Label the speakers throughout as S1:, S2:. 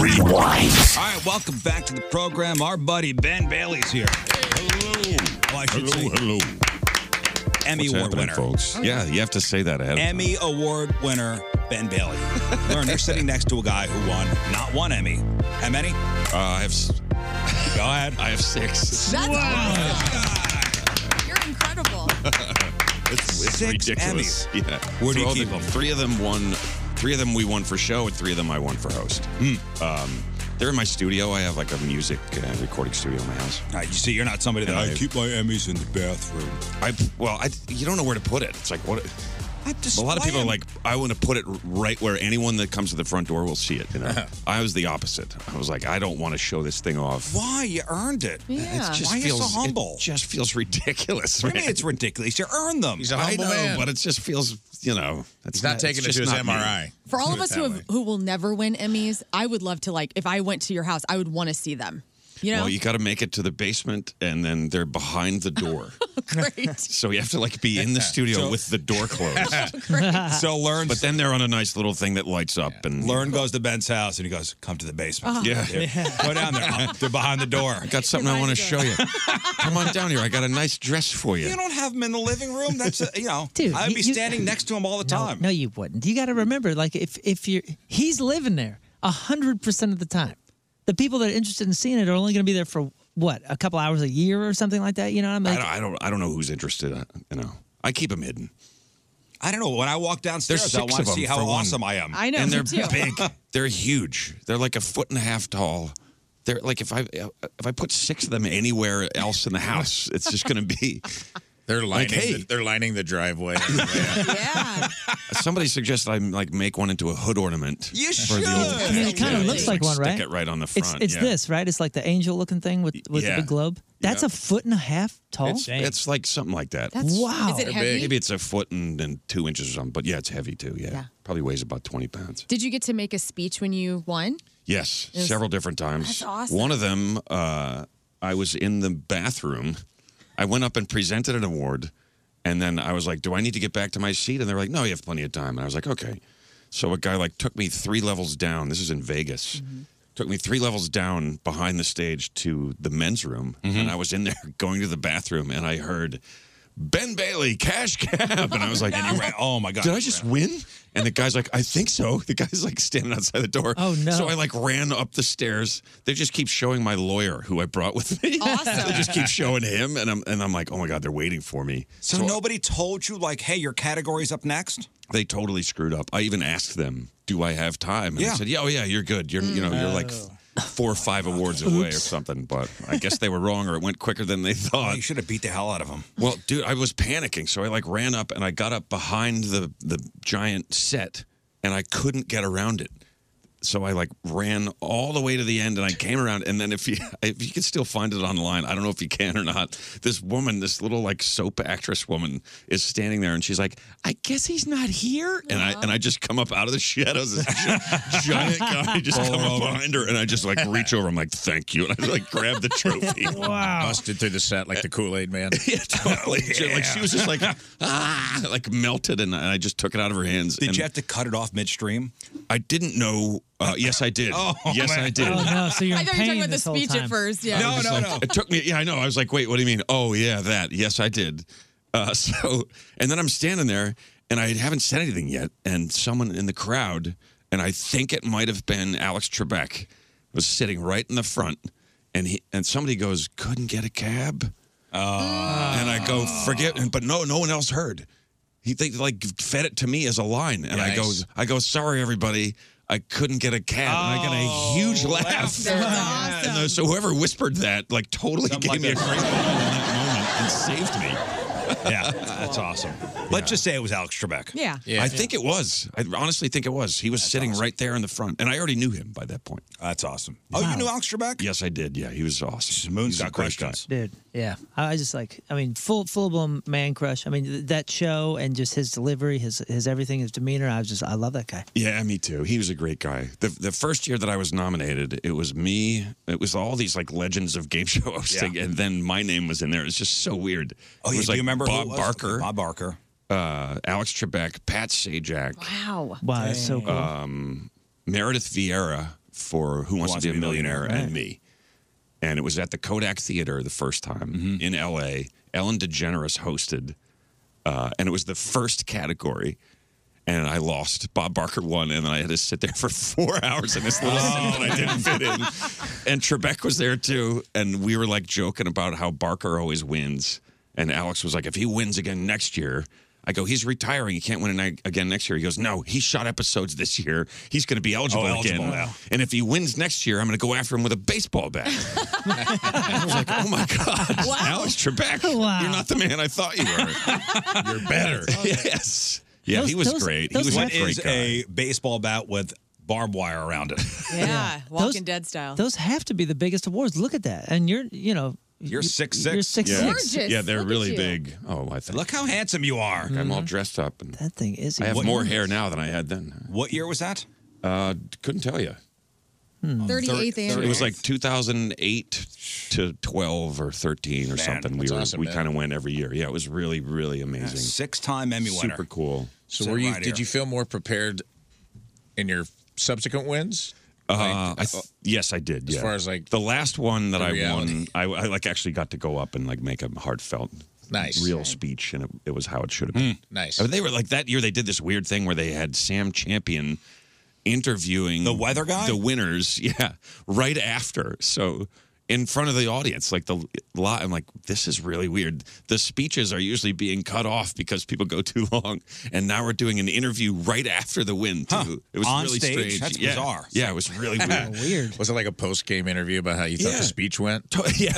S1: Rewind.
S2: All right, welcome back to the program. Our buddy Ben Bailey's here. Hello. Oh, I should say
S3: Hello,
S2: Emmy
S3: What's
S2: Award
S3: happening,
S2: winner.
S3: folks? Yeah, you have to say that ahead. of time.
S2: Emmy Award winner Ben Bailey. Learn, you're sitting next to a guy who won not one Emmy. How many?
S3: Uh, I have. s-
S2: Go ahead.
S3: I have six.
S4: That's awesome. You're incredible.
S3: It's, it's
S2: Six
S3: ridiculous. Yeah.
S2: Where do you
S3: Throw
S2: keep them?
S3: Three of them won. Three of them we won for show, and three of them I won for host.
S2: Hmm.
S3: Um, they're in my studio. I have like a music uh, recording studio in my house.
S2: All right, you see, you're not somebody that
S3: I-
S2: keep my Emmys in the bathroom.
S3: I well, I you don't know where to put it. It's like what.
S2: I just
S3: A lot of people are like, I want to put it right where anyone that comes to the front door will see it. You know, I was the opposite. I was like, I don't want to show this thing off.
S2: why you earned it.
S4: Yeah.
S3: It just
S2: Why are you so
S3: feels
S2: humble?
S3: It just feels ridiculous.
S2: What do
S3: Man.
S2: you mean it's ridiculous? You earned them.
S5: He's a humble
S3: I know,
S5: man.
S3: but it just feels, you know, it's
S5: He's not
S3: it's
S5: taking it
S3: just
S5: to his
S3: not me.
S5: MRI.
S4: For all
S5: Put
S4: of
S5: it
S4: us
S5: that
S4: who have,
S5: way.
S4: who will never win Emmys, I would love to like if I went to your house, I would want to see them. You know,
S3: Well, you got to make it to the basement, and then they're behind the door.
S4: great.
S3: so you have to like be in the studio with the door closed.
S2: So learn.
S3: but then they're on a nice little thing that lights up, and Uh-huh.
S2: Learn goes to Ben's house and he goes, "Come to the basement.
S3: Yeah.
S2: They're- go down there. Uh, They're behind the door."
S3: Got something I want to
S4: Behind
S3: show you. Come on down here. I got a nice dress for you.
S2: You don't have him in the living room. That's a, you know,
S6: Dude,
S2: I would be
S6: you-
S2: standing next to him all the
S6: No,
S2: time.
S6: No, you wouldn't. You got to remember, like if if you're he's living there a hundred percent of the time. The people that are interested in seeing it are only going to be there for what a couple hours a year or something like that. You know what I'm
S3: I
S6: like?
S3: don't, I don't. I don't know who's interested. I- You know, I keep them hidden.
S2: I don't know. When I walk downstairs,
S3: There's
S2: I
S3: six
S2: want
S3: of
S2: to
S3: 'em
S2: see how
S3: for one.
S2: awesome I am.
S4: I know.
S3: and
S4: me
S3: they're
S4: too.
S3: big. They're huge. They're like a foot and a half tall. They're like if I if I put six of them anywhere else in the house, it's just going to be.
S5: They're lining,
S3: hey.
S5: the, they're lining the driveway.
S4: Yeah.
S3: Somebody suggested I like make one into a hood ornament.
S2: You
S3: for the old
S2: should.
S6: I mean, it kind of
S3: Yeah,
S6: looks
S3: just,
S6: like one, right?
S3: Stick it right on the
S6: it's
S3: front.
S6: it's
S3: yeah.
S6: this, right? It's like the angel looking thing with with
S3: yeah.
S6: the big globe. That's
S3: Yeah.
S6: a foot and a half tall.
S3: It's, it's like something like that.
S4: That's
S6: Wow.
S4: Is it
S6: They're
S4: heavy?
S3: Maybe it's a foot and, and two inches or something. But yeah, it's heavy too. Yeah,
S4: Yeah.
S3: probably weighs about twenty pounds.
S4: Did you get to make a speech when you won?
S3: Yes,
S4: Is-
S3: several different times.
S4: That's awesome.
S3: One of them, uh, I was in the bathroom. I went up and presented an award, and then I was like, "Do I need to get back to my seat?" And they're like, "No, you have plenty of time." And I was like, "Okay." So a guy like took me three levels down. This is in Vegas. Took me three levels down Mm-hmm. behind the stage to the men's room, and I was in there going to the bathroom, and I heard Ben Bailey, cash cab. And I was like,
S2: And you ran- oh my God,
S3: Did
S2: you
S3: I just win? And the guy's like, I think so. The guy's like standing outside the door.
S2: Oh, no.
S3: So I like ran up the stairs. They just keep showing my lawyer who I brought with me.
S2: Awesome.
S3: they just keep showing him. And I'm and I'm like, oh my God, they're waiting for me.
S2: So, nobody told you, like, hey, your category's up next?
S3: they totally screwed up. I even asked them, "Do I have time?" And
S2: Yeah.
S3: they said, "Yeah, Mm. oh yeah, you're good. You're you know you're like four or five awards away or something." But I guess they were wrong, or it went quicker than they thought. You should have beat the hell out of them. Well, dude, I was panicking, so I like ran up and I got up behind the the giant set, and I couldn't get around it. So I like ran all the way to the end, and I came around. And then if you if you can still find it online, I don't know if you can or not. This woman, this little like soap actress woman, is standing there, and she's like,
S7: I guess he's not here.
S3: and
S4: Uh,
S3: I and I just come up out of the shadows. This gi- giant guy just
S7: Roll
S3: come up
S7: over.
S3: behind her, and I just like reach over. I'm like, "Thank you," and I like grab the trophy.
S5: Wow. Busted through the set like the Kool Aid Man.
S3: yeah, totally. She- Like she was just like ah, like melted, and I just took it out of her hands. Did you have to cut it off midstream? I didn't know. Uh, yes, I did.
S2: Oh,
S3: yes,
S2: man.
S3: I did.
S2: Oh, no, so
S4: I
S2: you're
S4: thought you were talking about the speech at first. Yeah.
S3: I was just like- It took me. Yeah, I know. I was like, wait, what do you mean? Oh, yeah, that. Yes, I did. Uh, so, and then I'm standing there, and I haven't said anything yet, and someone in the crowd, and I think it might have been Alex Trebek, was sitting right in the front, and he and somebody goes, couldn't get a cab. and I go, forget, but no, no one else heard. He they like fed it to me as a line, and I go,
S2: Nice.
S3: I go, sorry everybody, I couldn't get a cab, and I got a huge laugh. And the- so whoever whispered that, like, totally gave me a great moment in that moment and saved me.
S2: Yeah, that's awesome.
S3: Let's just say it was Alex Trebek.
S4: Yeah.
S3: I think it was. I honestly think it was. He was sitting right there in the front, and I already knew him by that point. That's awesome.
S2: Oh, you knew Alex Trebek?
S3: Yes, I did. Yeah, he was awesome. Moon's got questions.
S6: dude. Yeah, I I just like. I mean, full full blown man crush. I mean, th- that show and just his delivery, his his everything, his demeanor. I was just, I love that guy.
S3: Yeah, me too. He was a great guy. The the first year that I was nominated, it was me. It was all these like legends of game show hosting, and then my name was in there. It's just so weird.
S2: Oh,
S3: it
S2: yeah,
S3: was
S2: do
S3: like
S2: you remember who
S3: Bob
S2: it was?
S3: Barker, Bob Barker, uh, Alex Trebek, Pat Sajak.
S4: Wow.
S6: Wow, that's so cool.
S3: Um, Meredith Vieira for Who Wants, to Be a Millionaire, and me. And it was at the Kodak Theater the first time in LA. Ellen DeGeneres hosted, uh, and it was the first category. And I lost. Bob Barker won, and I had to sit there for four hours in this little
S2: Oh,
S3: seat that I didn't fit in. And Trebek was there too, and we were like joking about how Barker always wins. And Alex was like, "If he wins again next year," I go, "He's retiring. He can't win an- again next year." He goes, "No, he shot episodes this year. He's going to be eligible,
S2: Oh, eligible,
S3: again.
S2: yeah.
S3: And if he wins next year, I'm going to go after him with a baseball bat." I was like, "Oh my god, Alex Trebek, you're not the man I thought you were. you're better." yes. Yeah, he was great. He was a
S2: what
S3: great
S2: is
S3: guy.
S2: a baseball bat with barbed wire around it?
S4: Yeah. Walking
S6: Those-
S4: Dead style.
S6: Those have to be the biggest awards. Look at that, and you're you know
S2: You're
S6: you-
S2: six
S6: You're six
S3: yeah.
S6: six.
S3: Yeah, they're really big. Oh, I think.
S2: Look how handsome you are.
S3: I'm all dressed up. And
S6: Mm-hmm. that thing is.
S3: I have
S2: What
S3: more
S2: year-
S3: hair now than I had then.
S2: What year was that?
S3: Uh, couldn't tell you.
S2: Hmm.
S4: 38th anniversary.
S3: Mm. It was like 2008 to 12 or 13 or something. We
S2: that's
S3: were
S2: awesome,
S3: we
S2: man.
S3: kind of went every year. Yeah, it was really really amazing.
S2: Six-time Emmy winner.
S3: Super cool.
S5: So were you? Did you feel more prepared in your subsequent wins?
S3: Uh, I th- yes, I did.
S5: As
S3: yeah.
S5: far as, like,
S3: the last one that
S5: the
S3: I
S5: reality.
S3: won, I, I like actually got to go up and like make a heartfelt,
S5: Nice. Hmm.
S3: real speech, and it, it was how it should have been.
S5: Nice.
S3: I mean, they were like that year. They did this weird thing where they had Sam Champion interviewing the weather guy, the winners. Yeah, right after. So in front of the audience, like the lot. I'm like, this is really weird. The speeches are usually being cut off because people go too long, and now we're doing an interview right after the win. Too. It was
S5: On
S3: really
S5: stage?
S3: strange.
S5: That's
S3: yeah.
S5: bizarre.
S3: Yeah, it was really weird.
S6: weird.
S5: Was it like a post game interview about how you thought
S3: Yeah.
S5: the speech went?
S3: yeah.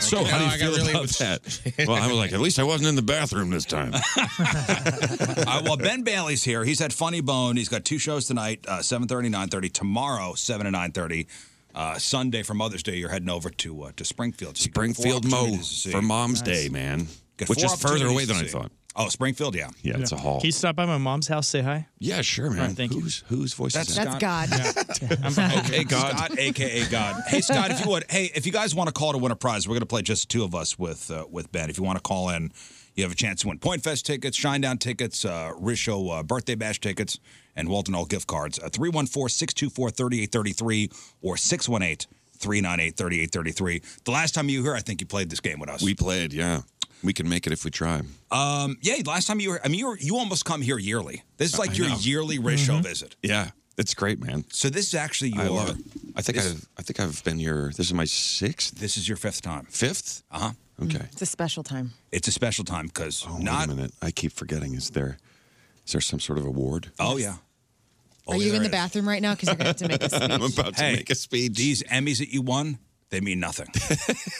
S3: So
S5: Like,
S3: how do
S5: "Oh,
S3: you
S5: I got
S3: feel
S5: really
S3: about that? Well, I was like, at least I wasn't in the bathroom this time.
S2: All right, Uh, well, Ben Bailey's here. He's at Funny Bone. He's got two shows tonight, uh, 7.30, 9.30. Tomorrow, 7 and 9.30. Uh, Sunday for Mother's Day, you're heading over to uh, to Springfield. So you got four
S3: Springfield Mo
S2: opportunities to see.
S3: for Mom's Day, man,
S2: Got
S3: which
S2: four
S3: is further away
S2: opportunities
S3: than
S2: to
S3: I
S2: see.
S3: thought.
S2: Oh, Springfield, yeah.
S3: Yeah, it's a hall.
S8: Can you stop by my mom's house, say hi?
S3: yeah, sure, man.
S8: All right, thank
S3: who's, you. Whose voice is that?
S2: That's Scott. God.
S3: okay, God.
S2: Scott, aka God. Hey, Scott, if you would, hey, if you guys want to call to win a prize, we're going to play just the two of us with uh, with Ben. If you want to call in, you have a chance to win Point Fest tickets, Shinedown tickets, uh, Risho uh, birthday bash tickets, and Walton All gift cards. Uh, 314 624 3833 or 618 398 3833. The last time you were here, I think you played this game with us.
S3: We played, yeah. We can make it if we try.
S2: Um, yeah, last time you were, I mean, you were, you almost come here yearly. This is like
S3: I
S2: your
S3: know.
S2: yearly Rish Show
S3: Mhm.
S2: visit.
S3: Yeah, it's great, man.
S2: So this is actually your.
S3: I love it. I think
S2: this-
S3: I've I think I've been here. This Uh-huh. is my sixth.
S2: This is your fifth time.
S3: Fifth?
S2: Uh huh.
S3: Okay.
S4: It's a special time.
S2: It's a special time because
S3: Oh, Not- wait a minute. I keep forgetting. Is there is there some sort of award?
S2: Oh yeah.
S4: Are you in the bathroom right now? Because you're going to have to make a speech.
S3: I'm about to
S2: Hey,
S3: make a speech.
S2: These Emmys that you won, they mean nothing.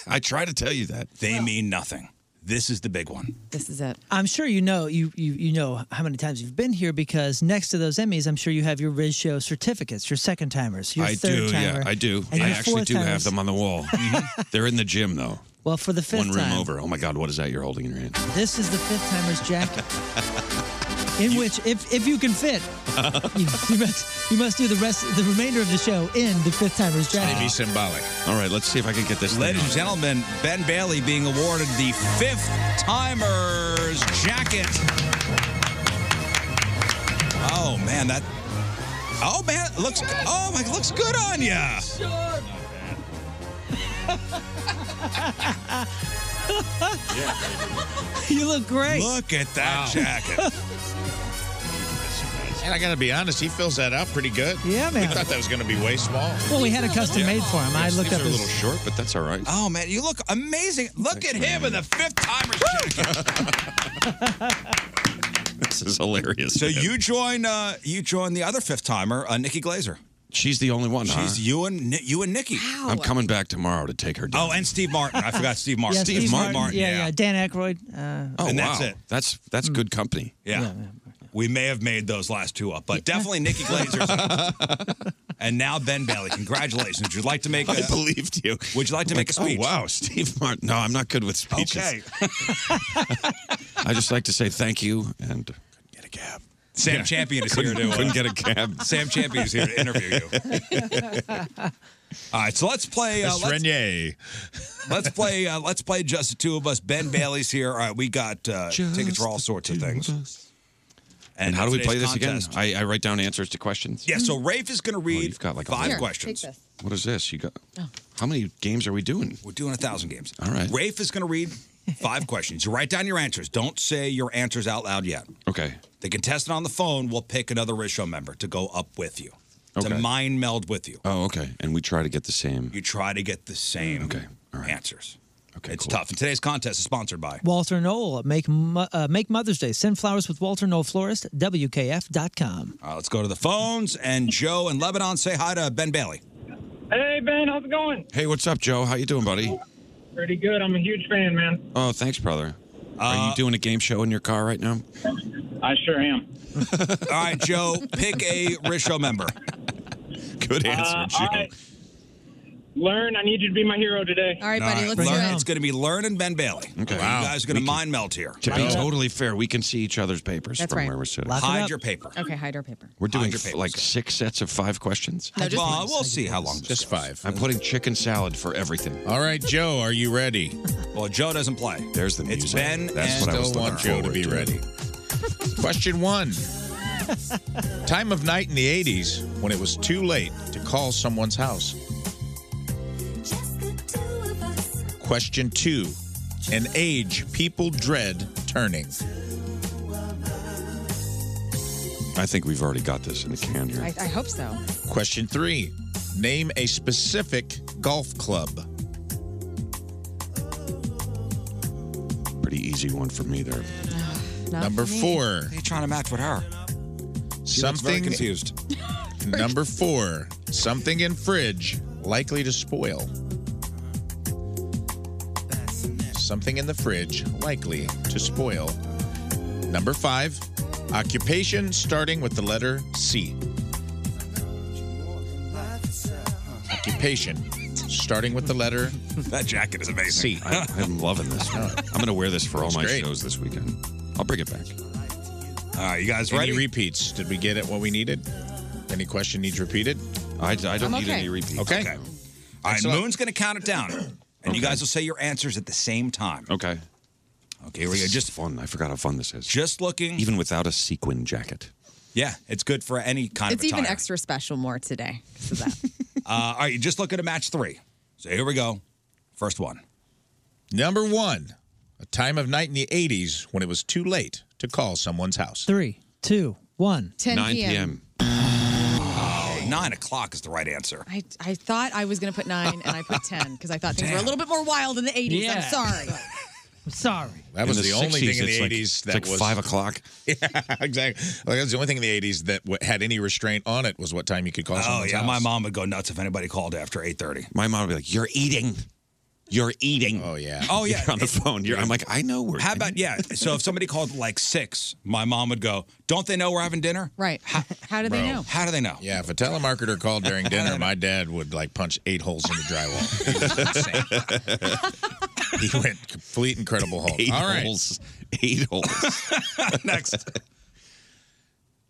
S3: I try to tell you that.
S2: They mean nothing. This is the big one.
S4: This is it.
S6: I'm sure you know you, you you know how many times you've been here because next to those Emmys, I'm sure you have your Riz Show certificates, your second timers, your
S3: I
S6: third
S3: do,
S6: timer.
S3: yeah, I do.
S6: and
S3: I
S6: your
S3: actually
S6: fourth
S3: do have
S6: timers.
S3: them on the wall. They're in the gym though.
S6: Well, for the fifth
S3: One room
S6: time,
S3: over. Oh my God, what is that you're holding in your hand?
S6: this is the fifth timer's jacket, in which if if you can fit, you, you must you must do the rest the remainder of the show in the fifth timer's jacket.
S2: be symbolic.
S3: All right, let's see if I can get this.
S2: Ah. Ladies and gentlemen, Ben Bailey being awarded the fifth timers jacket. Oh man, that. Oh man, it looks. Oh my, it looks good on you.
S6: you look great.
S2: Look at that
S5: jacket. And I got to be honest, he fills that out pretty good.
S6: Yeah,
S5: We
S6: man.
S5: thought that was going to be way small.
S6: Well, we had a custom made for him. I looked up his.
S3: short, but that's all right.
S2: Oh man, you look amazing. Look at him in the fifth timers jacket.
S3: This is hilarious.
S2: so
S3: man.
S2: you join. Uh, you join the other fifth timer, uh, Nikki Glazer.
S3: She's the only one.
S2: She's
S3: huh?
S2: you and Ni- you and Nikki.
S6: Oh,
S3: I'm coming back tomorrow to take her down.
S2: Oh, and Steve Martin. I forgot Steve Martin.
S6: Yeah,
S3: Steve Martin.
S6: Yeah, yeah, Dan Aykroyd. Uh,
S3: Oh,
S2: And
S3: wow.
S2: that's it.
S3: That's that's good company.
S2: Mm. Yeah. We may have made those last two up, but definitely Nikki Glazer. and now Ben Bailey. Congratulations. Would you like to make a
S3: I believed you.
S2: Would you like to
S3: I'm
S2: make a speech?
S3: Oh, wow, Steve Martin. No, I'm not good with speeches.
S2: Okay.
S3: I just like to say thank you and
S2: Sam
S3: Yeah.
S2: Champion is here
S3: Couldn't-
S2: to uh,
S3: couldn't get a cab.
S2: Sam Champion is here to interview you. All right, so let's play. Uh,
S5: Miss
S2: let's, let's play. Uh, let's play just the two of us. Ben Bailey's here. All right, we got uh,
S3: Just
S2: tickets for all sorts of things.
S3: and, how do we play
S2: today's
S3: this
S2: contest-
S3: again? I, I write down answers to questions. Oh,
S2: Yeah, so Rafe is going to read
S3: You've got like a
S2: five
S3: lot.
S2: questions.
S3: What is this? You got
S4: Oh.
S3: how many games are we doing?
S2: We're doing a thousand games.
S3: All right.
S2: Rafe is going to read five questions. You write down your answers. Don't say your answers out loud yet.
S3: Okay.
S2: The contestant on the phone will pick another Risho member to go up with you, to
S3: Okay.
S2: mind meld with you.
S3: Oh, okay. And we try to get the same.
S2: You try to get the same answers. Okay, it's tough. And today's contest is sponsored by.
S6: Walter Knoll, make Mo- uh, make Mother's Day. Send flowers with Walter Knoll Florist. WKF.com.
S2: All right, uh, let's go to the phones. And Joe and Lebanon, say hi to Ben Bailey.
S9: Hey Ben, how's it going?
S3: Hey, what's up, Joe? How you doing, buddy?
S9: Pretty good. I'm a huge fan, man.
S3: Oh, thanks, brother. are
S2: Uh,
S3: you doing a game show in your car right now?
S9: I sure am.
S2: All right, Joe, Oh, pick a Risho member.
S3: Good answer,
S9: Uh, all right. Learn, I need you to be my hero today.
S4: All right, buddy, let's
S2: Learn-
S4: do it.
S2: It's going to be Learn and Ben Bailey.
S3: Okay.
S2: You guys are going to mind melt here.
S3: To be totally fair, we can see each other's papers
S4: That's
S3: from
S4: right.
S3: where we're sitting.
S2: Hide your paper.
S4: Okay, hide our paper.
S3: We're doing f- like six sets of five questions.
S4: No, just Well,
S2: one. we'll see how long.
S5: Just five.
S3: I'm putting chicken salad for everything.
S5: All right, Joe, are you ready?
S2: Well, Joe doesn't play.
S3: There's the music.
S5: It's Ben.
S3: That's
S5: and
S3: what I was
S5: still
S3: looking
S5: want Joe to
S3: forward
S5: be
S3: to.
S5: ready. Question one. Time of night in the 80s when it was too late to call someone's house. Question two. An age people dread turning.
S3: I think we've already got this in the can here.
S4: I, I hope so.
S5: Question three. Name a specific golf club.
S3: Pretty easy one for me there.
S5: Number four.
S2: Are you trying to match with her?
S5: Something
S2: very confused.
S5: Number four. Something in fridge likely to spoil. Something in the fridge likely to spoil. Number five. Occupation starting with the letter C. Occupation starting with the letter.
S2: that jacket is amazing.
S5: C.
S3: I, I'm loving this one. I'm going to wear this for all
S5: It's
S3: my
S5: great.
S3: shows this weekend. I'll bring it back.
S2: All right, you guys
S5: Any
S2: ready?
S5: repeats? Did we get it what we needed? Any question needs repeated?
S3: I, I don't
S4: I'm need okay. any
S3: repeats.
S5: Okay.
S2: All right,
S5: Excellent.
S2: Moon's going to count it down, and you guys will say your answers at the same time.
S3: Okay.
S2: Okay, here we go.
S3: This is
S2: Just
S3: fun. I forgot how fun this is.
S2: just looking.
S3: Even without a sequin jacket.
S2: yeah, it's good for any kind
S4: It's
S2: of
S4: even
S2: attire.
S4: extra special more today. 'cause of that.
S2: uh, all right, you just looking at match three. So here we go. First one.
S5: Number one, A time of night in the 80s when it was too late to call someone's house.
S6: Three, two, one.
S4: 10 9 p.m.
S2: Oh, nine o'clock is the right answer.
S4: I, I thought I was going to put nine and I put 10 because I thought things were a
S2: Damn.
S4: little bit more wild in the 80s.
S6: Yeah.
S4: I'm sorry.
S6: I'm sorry.
S5: That
S3: In
S5: was
S3: the
S5: the, only
S3: 60s,
S5: thing in the
S3: it's like-
S5: 80s
S3: it's
S5: that
S3: like
S5: was
S3: five o'clock.
S5: Yeah, exactly. Like that's the only thing in the 80s that w- had any restraint on it was what time you could call.
S2: Oh
S5: someone's
S2: yeah,
S5: house.
S2: my mom would go nuts if anybody called after eight thirty.
S3: My mom would be like, "You're eating, you're eating." Oh
S5: yeah,
S2: Oh, yeah.
S3: on the phone. You're, I'm like, I know where.
S2: How about yeah? So if somebody called like six, my mom would go, "Don't they know we're having dinner?"
S4: Right. How, do they know?
S2: How do they know?
S5: Yeah, if a telemarketer called during dinner, my dad would like punch eight holes in the drywall. He was insane. he went complete incredible Hulk.
S3: Eight
S5: All right.
S3: holes. Eight holes.
S2: Next.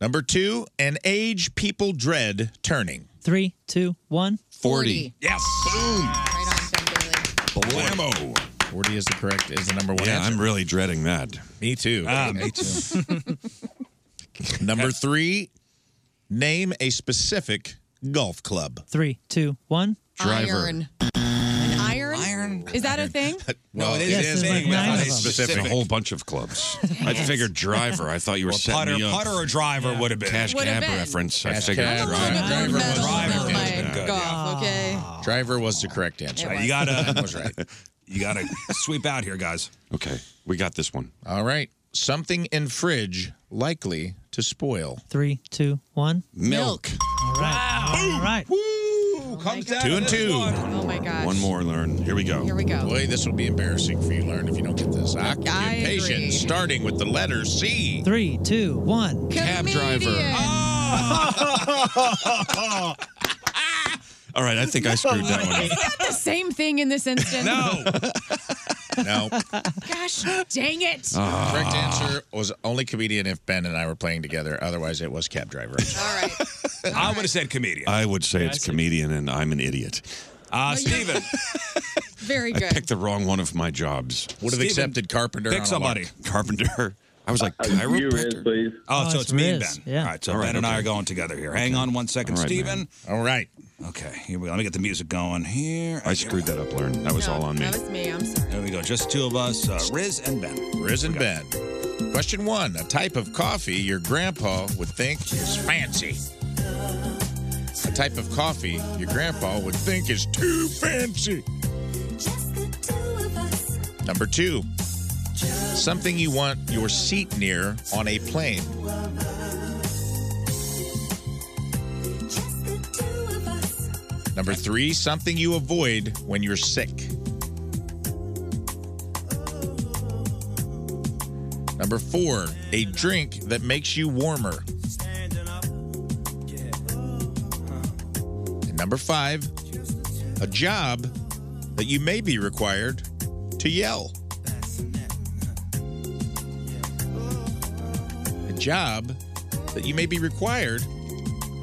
S5: Number two, an age people dread turning.
S6: Three, two, one.
S5: 40.
S2: Yes.
S5: Boom.
S3: Blammo.
S5: 40 is the correct, is the number one
S3: Yeah,
S5: answer.
S3: I'm really dreading that.
S5: Me too.
S3: Ah, me too.
S5: Number three, name a specific golf club.
S6: Three, two, one.
S4: Iron. An iron? Iron. Is that a thing?
S3: Well,
S6: it Yes, is there's a like thing. nine of them.
S3: specific. A whole bunch of clubs. I figured driver. I thought you were
S2: Or
S3: setting
S2: putter-
S3: me up.
S2: putter or driver would have been.
S3: Cash
S4: Would've
S3: cab
S4: been.
S3: reference. I
S5: Cash
S3: figured
S5: cab,
S3: driver.
S5: right. Driver was
S4: Metal
S5: the
S4: in my
S5: correct answer.
S4: golf, okay.
S5: Driver was the correct answer.
S2: You gotta.
S5: That was right.
S2: You gotta sweep out here, guys.
S3: Okay, we got this one.
S5: All right. Something in fridge likely to spoil.
S6: Three, two, one.
S3: Milk.
S6: All right. All right.
S2: Woo! Comes down
S5: Two and two.
S4: Oh my gosh.
S3: One more, learn. Here we go.
S4: Here we go.
S5: Boy, this will be embarrassing for you, Learn, if you don't get this. Occupation
S4: agree.
S5: starting with the letter C.
S6: Three, two, one.
S3: Cab driver.
S4: Comedian.
S3: All right, I think I screwed that one
S4: Is
S3: up.
S4: that the same thing in this instance?
S2: No.
S5: No.
S4: Gosh, dang it.
S3: Ah.
S5: Correct answer was only comedian if Ben and I were playing together. Otherwise, it was cab driver.
S2: I would have said comedian.
S3: I would say it's comedian, and I'm an idiot.
S2: Uh, Steven.
S4: Very
S3: I
S4: good.
S3: picked the wrong one of my jobs.
S5: Would have Steven, accepted carpenter
S2: pick
S5: on a
S2: somebody.
S5: lark.
S3: Carpenter. I was like,
S10: you, Riz,
S3: chiropractor.
S10: please.
S2: Oh,
S3: Oh,
S2: so
S3: it's
S2: it's, me and Ben.
S3: Riz. Yeah.
S2: All right, so
S3: All right,
S2: Ben and I
S3: okay.
S2: are going together here. Hang on one second,
S3: All right,
S2: Steven.
S3: man.
S5: All right.
S2: Okay, here we go. Let me get the music going here.
S3: I screwed that up, Learn. That was all on me.
S4: That was me. I'm sorry.
S2: There we go. Just the two of us, uh, Riz and Ben.
S5: Riz and Ben. Question one A type of coffee your grandpa would think is fancy. A type of coffee your grandpa would think is too fancy. Number two, something you want your seat near on a plane. Number three, something you avoid when you're sick. Number four, a drink that makes you warmer. And number five, a job that you may be required to yell. A job that you may be required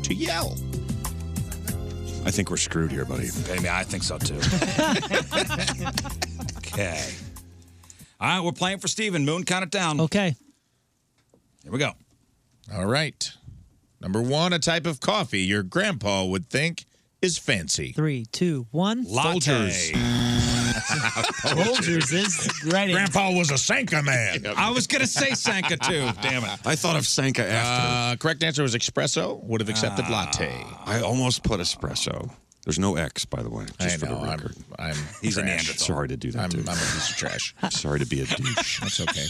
S5: to yell.
S3: I think we're screwed here, buddy.
S2: I mean, I think so too. okay. All right, we're playing for Steven. Moon, count it down.
S6: Okay.
S2: Here we go.
S5: All right. Number one, a type of coffee your grandpa would think is fancy.
S6: Three, two, one.
S5: Folgers.
S6: Folgers is ready.
S5: Grandpa was a Sanka man.
S2: I was going to say Sanka too. Damn it.
S3: I thought of Sanka after.
S5: Uh, correct answer was espresso. Would have accepted
S2: Ah.
S5: latte.
S3: I almost put espresso. There's no X, by the way, just for the record.
S5: I'm,
S3: He's
S5: trash.
S3: an Neanderthal. Sorry to do that,
S5: I'm,
S3: dude.
S5: I'm a piece of trash.
S3: Sorry to be a douche.
S5: That's okay.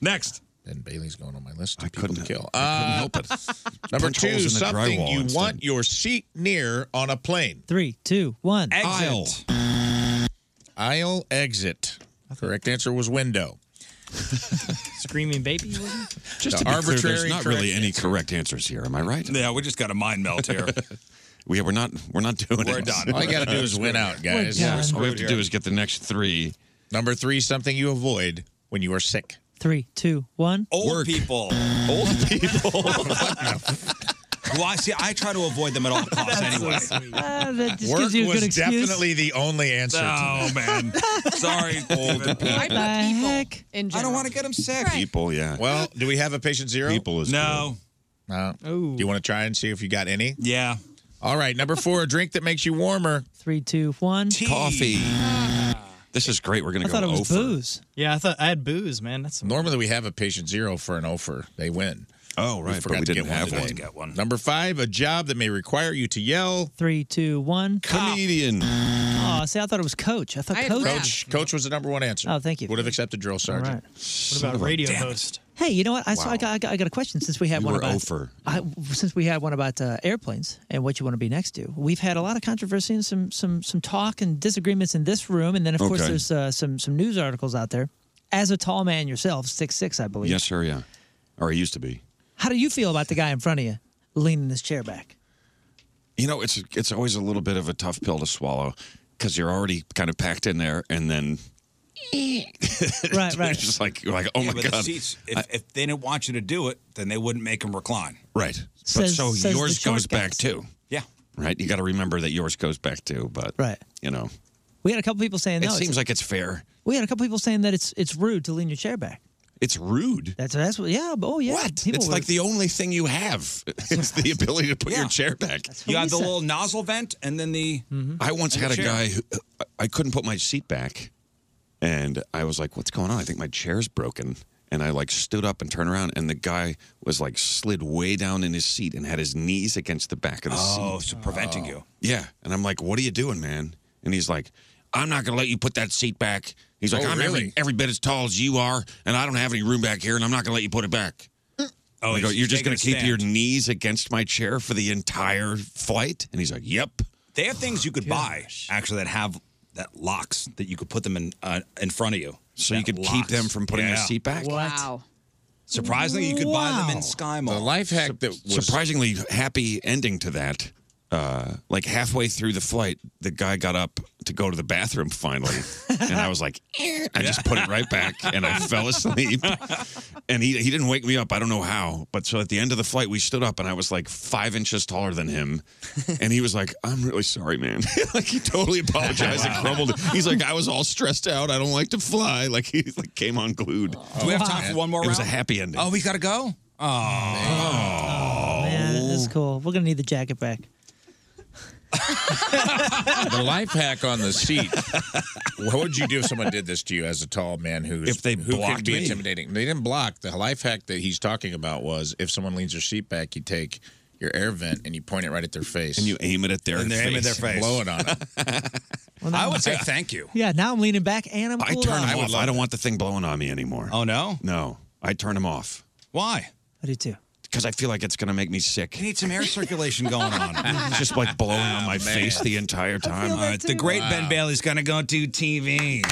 S2: Next.
S5: Then Bailey's going on my list.
S3: I couldn't
S5: kill. Uh,
S3: I couldn't help it.
S5: Number
S3: Punch
S5: two,
S3: holes in the
S5: something
S3: drywall
S5: you
S3: instead.
S5: want your seat near on a plane.
S6: Three, two, one.
S2: Aisle.
S5: Aisle exit. Correct answer was window.
S8: Screaming baby. wasn't it?
S3: Just to be
S5: The
S3: clear,
S5: arbitrary
S3: there's not
S5: correct
S3: really any correct answers here. Am I right?
S2: Yeah, we just got a mind melt here.
S3: We, we're not. We're not doing
S2: We're
S3: it.
S2: done.
S5: All you got to do is win out, guys.
S6: We're done.
S3: All we have to do is get the next three.
S5: Number three, something you avoid when you are sick.
S6: Three, two, one.
S3: Oh,
S2: Old people.
S3: Old people.
S2: Well, I see. I try to avoid them at all costs anyway.
S6: Ah, that just
S5: Work
S6: gives you a
S5: was
S6: good excuse.
S5: definitely the only answer. to
S2: Oh, man. Sorry. Old
S4: I put
S6: The
S4: people
S6: heck?
S4: in
S2: I
S4: general.
S2: don't want to get them sick.
S4: Right.
S3: People. Yeah.
S5: that. Well, do we have a patient zero?
S3: People is
S2: No.
S5: No. Do you want to try and see if you got any?
S2: Yeah.
S5: All right, number four, a drink that makes you warmer.
S6: Three, two, one.
S3: good. coffee. This is great. We're going
S8: I
S3: to go
S8: thought it was
S3: over.
S8: booze. Ah. Yeah, I thought I had booze, man. That's
S5: Normally we have a patient zero for an offer. They win.
S3: Oh,
S8: right,
S5: We
S8: but
S5: forgot
S8: we
S5: to
S8: didn't
S5: get
S8: have
S5: one
S8: one. To
S5: today.
S8: get
S5: one. Number five, a job that may require you to yell.
S6: Three, two, one.
S3: Comedian.
S6: Oh, see, I thought it was coach. I thought coach.
S5: Coach, coach was the number one answer.
S6: Oh, thank you.
S5: Would have accepted drill sergeant.
S6: What about radio
S5: host?
S6: Hey, you know what? I, so
S5: Wow.
S6: I, got, I got I got a question since we had
S5: You
S6: one
S5: were
S6: about
S5: over.
S6: I, since we had one about uh, airplanes and what you want to be next to. We've had a lot of controversy and some some some talk and disagreements in this room, and then of course
S3: Okay.
S6: there's uh, some some news articles out there. As a tall man yourself, six six, I believe.
S3: Yes, sir. Yeah. Or I used to be.
S6: How do you feel about the guy in front of you leaning his chair back?
S3: You know, it's it's always a little bit of a tough pill to swallow because you're already kind of packed in there, and then
S6: right,
S3: right. It's just like you're like, oh
S2: Yeah,
S3: my
S2: but the
S3: god.
S2: seats, if, if they didn't want you to do it, then they wouldn't make them recline.
S3: Right.
S2: Says-
S3: but so
S2: says the
S3: yours
S2: short
S3: goes back
S2: guys.
S3: too.
S2: Yeah.
S3: Right. You got to remember that yours goes back too. But
S6: Right.
S3: You know,
S6: We had a couple people saying no.
S3: it
S6: it's-
S3: seems like it's fair.
S6: we had a couple people saying that it's it's rude to lean your chair back.
S3: It's rude.
S6: That's that's what. Yeah. but- Oh yeah. What?
S3: it's like the only thing you have. It's the ability to put your chair back.
S2: You have the little nozzle vent, and then the.
S3: Mm-hmm. I once
S2: and
S3: had
S2: the
S3: a
S2: chair.
S3: guy who uh, I couldn't put my seat back, and I was like, "What's going on? I think my chair's broken." And I like stood up and turned around, and the guy was like slid way down in his seat and had his knees against the back of the seat.
S2: Oh, so preventing you.
S3: Yeah, and I'm like, "What are you doing, man?" And he's like, "I'm not gonna let you put that seat back." He's like,
S2: Oh,
S3: "I'm every,
S2: really?
S3: every bit as tall as you are, and I don't have any room back here, and I'm not gonna let you put it back."
S2: Oh,
S3: I go,
S2: he's
S3: you're just
S2: taking
S3: gonna
S2: a
S3: keep
S2: stand.
S3: your knees against my chair for the entire flight? And he's like, "Yep."
S2: They have things you could buy actually that have that locks that you could put them in uh, in front of you, so
S3: you could keep them from putting your seat back?
S4: Wow.
S2: Surprisingly, you could buy them in SkyMall.
S3: The life hack that
S2: was-
S3: surprisingly happy ending to that. Uh, like halfway through the flight, the guy got up to go to the bathroom finally, and I was like, "Eh." I just put it right back, and I fell asleep. And he he didn't wake me up. I don't know how, but so at the end of the flight, we stood up, and I was like five inches taller than him, and he was like, "I'm really sorry, man." like he totally apologized and crumbled. He's like, "I was all stressed out. I don't like to fly." Like he like came unglued.
S2: Do we have time for one more
S3: It was a
S2: round?
S3: happy ending.
S2: Oh, we gotta go. Oh,
S6: Oh, Man, this is cool. We're gonna need the jacket back.
S5: the life hack on the seat. what would you do if someone did this to you as a tall man who's if they who can
S2: blocked
S5: be
S2: me?
S5: intimidating? They didn't block. The life hack that he's talking about was if someone leans their seat back, you take your air vent and you point it right at their face, and
S3: you aim it at their
S5: and
S2: face.
S5: aim it at their face, blow it on it.
S2: I would say thank you.
S6: Yeah. Now I'm leaning back and I'm.
S3: I
S6: cooled
S3: turn
S6: off.
S3: him off. I don't want the thing blowing on me anymore.
S2: Oh no?
S3: No, I turn him off
S2: Why?
S6: I do too.
S3: because I feel like it's going to make me sick.
S2: You need some air circulation going on.
S3: It's just like blowing on my face the entire time.
S2: All right, uh, the great Ben Bailey's gonna go do TV.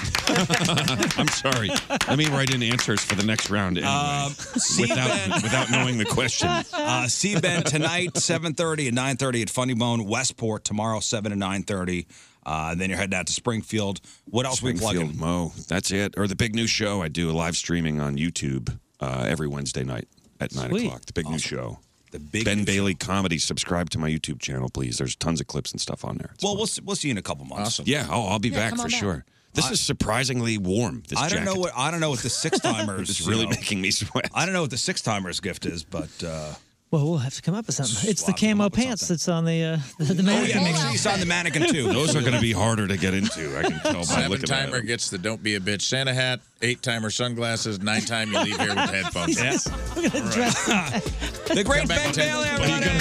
S3: I'm sorry. Let me write in answers for the next round anyway,
S2: Um, see Ben-
S3: without without knowing the question.
S2: Uh, see Ben tonight, 7.30 and 9.30 at Funny Bone, Westport tomorrow, 7 and 9.30. Uh, then you're heading out to Springfield. What else we plugging?
S3: Springfield Mo. That's it. Or the big new show. I do a live streaming on YouTube uh, every Wednesday night at nine
S2: Sweet.
S3: o'clock. The big new show. The big Ben Bailey comedy. Subscribe to my YouTube channel, please. There's tons of clips and stuff on there.
S2: Well, we'll see, we'll see you in a couple months.
S3: Yeah. Oh, I'll be
S2: Yeah,
S3: back
S2: come
S3: for
S2: on back.
S3: sure. This
S2: I-
S3: is surprisingly warm. This
S2: I don't know
S3: jacket.
S2: what I don't know what the six timers.
S3: It's really making me sweat.
S2: I don't know what the six timers gift is, but uh,
S6: Well, we'll have to come up with something. It's the camo pants that's on the uh, the, the
S2: oh yeah,
S6: mannequin.
S2: make sure you sign the mannequin too.
S3: Those are going to be harder to get into. I can tell by
S5: Seven
S3: looking at
S5: timer
S3: them.
S5: gets the don't be a bitch Santa hat. Eight timer sunglasses. Nine time you leave here with headphones.
S2: Yeah.
S6: We're gonna dress.
S2: The great Ben
S5: Bailey,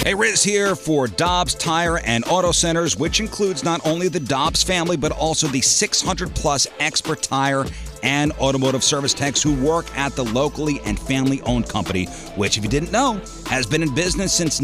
S2: Hey, Riz here for Dobbs Tire and Auto Centers, which includes not only the Dobbs family, but also the 600 plus expert tire and automotive service techs who work at the locally and family owned company, which, if you didn't know, has been in business since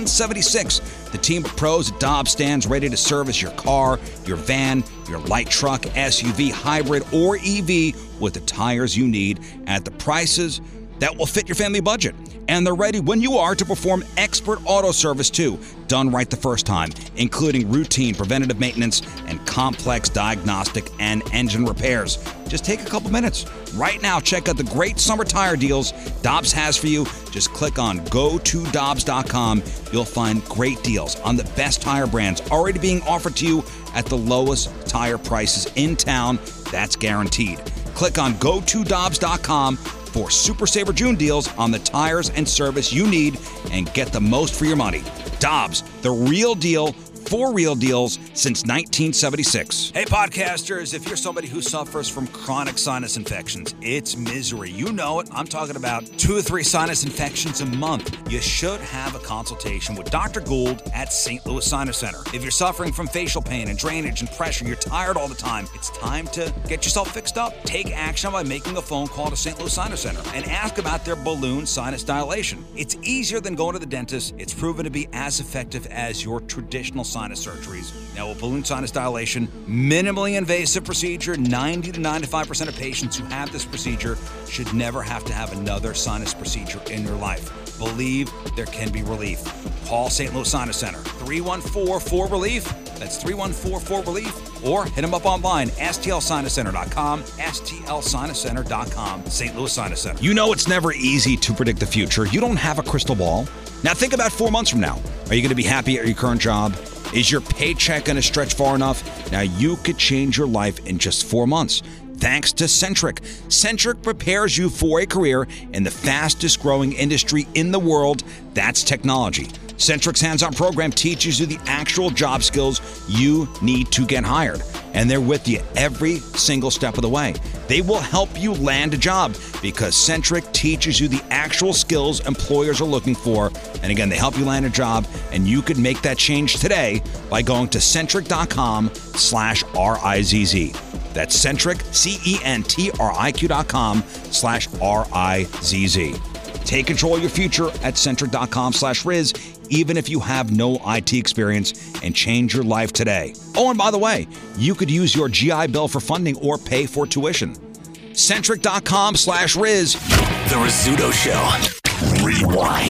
S2: 1976. The team of pros at Dobbs stands ready to service your car, your van, your light truck, SUV, hybrid, or EV with the tires you need at the prices that will fit your family budget. And they're ready when you are to perform expert auto service too, done right the first time, including routine preventative maintenance and complex diagnostic and engine repairs. Just take a couple minutes. Right now, check out the great summer tire deals Dobbs has for you. Just click on go to Dobbs.com. You'll find great deals on the best tire brands already being offered to you at the lowest tire prices in town. That's guaranteed. Click on go to Dobbs.com for Super Saver June deals on the tires and service you need and get the most for your money. Dobbs, the real deal, for real deals since 1976. Hey, podcasters, if you're somebody who suffers from chronic sinus infections, it's misery. You know it. I'm talking about two or three sinus infections a month. You should have a consultation with Dr. Gould at St. Louis Sinus Center. If you're suffering from facial pain and drainage and pressure, you're tired all the time, it's time to get yourself fixed up. Take action by making a phone call to St. Louis Sinus Center and ask about their balloon sinus dilation. It's easier than going to the dentist. It's proven to be as effective as your traditional sinus surgeries. Now, a balloon sinus dilation, minimally invasive procedure, 90 to 95% of patients who have this procedure should never have to have another sinus procedure in your life. Believe there can be relief. Call St. Louis Sinus Center, 314-4-RELIEF. That's 314-4-RELIEF. Or hit them up online, stlsinuscenter.com, stlsinuscenter.com, St. Louis Sinus Center. You know it's never easy to predict the future. You don't have a crystal ball. Now think about four months from now. Are you going to be happy at your current job? Is your paycheck going to stretch far enough? Now you could change your life in just four months thanks to Centric. Centric prepares you for a career in the fastest growing industry in the world that's technology. Centric's hands on program teaches you the actual job skills you need to get hired, and they're with you every single step of the way. They will help you land a job because Centric teaches you the actual skills employers are looking for. And again, they help you land a job, and you could make that change today by going to centric.com slash R-I-Z-Z. That's Centric, C E N T R I Q dot com slash R I Z Z. Take control of your future at centric.com slash Riz, even if you have no IT experience, and change your life today. Oh, and by the way, you could use your GI Bill for funding or pay for tuition. Centric.com slash Riz.
S1: The Rizzuto Show. Rewind.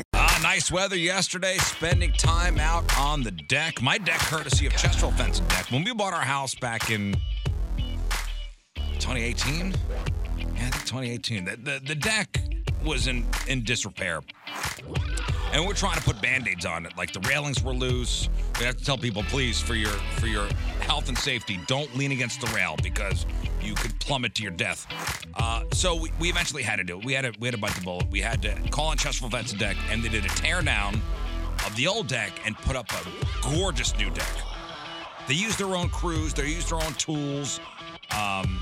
S2: Ah, nice weather yesterday. Spending time out on the deck. My deck, courtesy of Chesterfield Fence and Deck. When we bought our house back in 2018, yeah, I think 2018, the, the, the deck was in, in disrepair. And we we're trying to put band-aids on it. Like the railings were loose. We have to tell people, please, for your for your health and safety, don't lean against the rail because you could plummet to your death. Uh, so we, we eventually had to do it. We had to we had to bite the bullet. We had to call on Chesterfield Vets and Deck, and they did a tear down of the old deck and put up a gorgeous new deck. They used their own crews. They used their own tools. Um,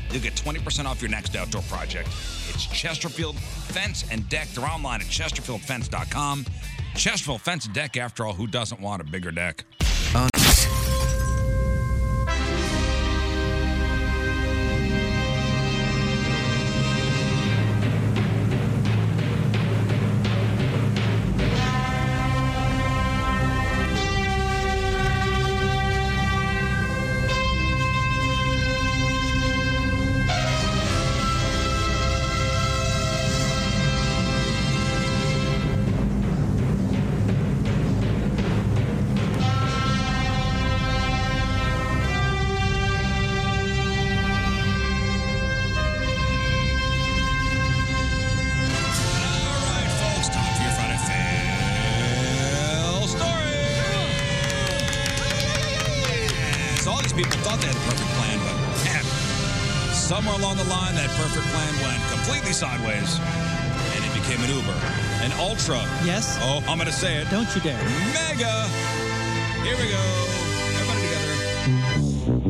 S2: you'll get 20% off your next outdoor project. It's Chesterfield Fence and Deck. They're online at chesterfieldfence.com. Chesterfield Fence and Deck, after all, who doesn't want a bigger deck? Folks, time for your Friday fail story. So all these people thought they had the perfect plan, but man, somewhere along the line, that perfect plan went completely sideways, and it became an Uber, an Ultra. Yes. Oh, I'm gonna say it. Don't you dare. Mega. Here we go. Everybody together.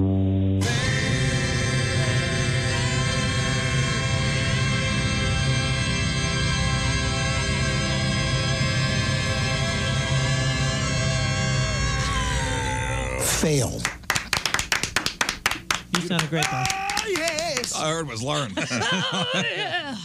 S11: Failed.
S6: You
S12: not a great thought.
S2: yes. I heard was learn. uh,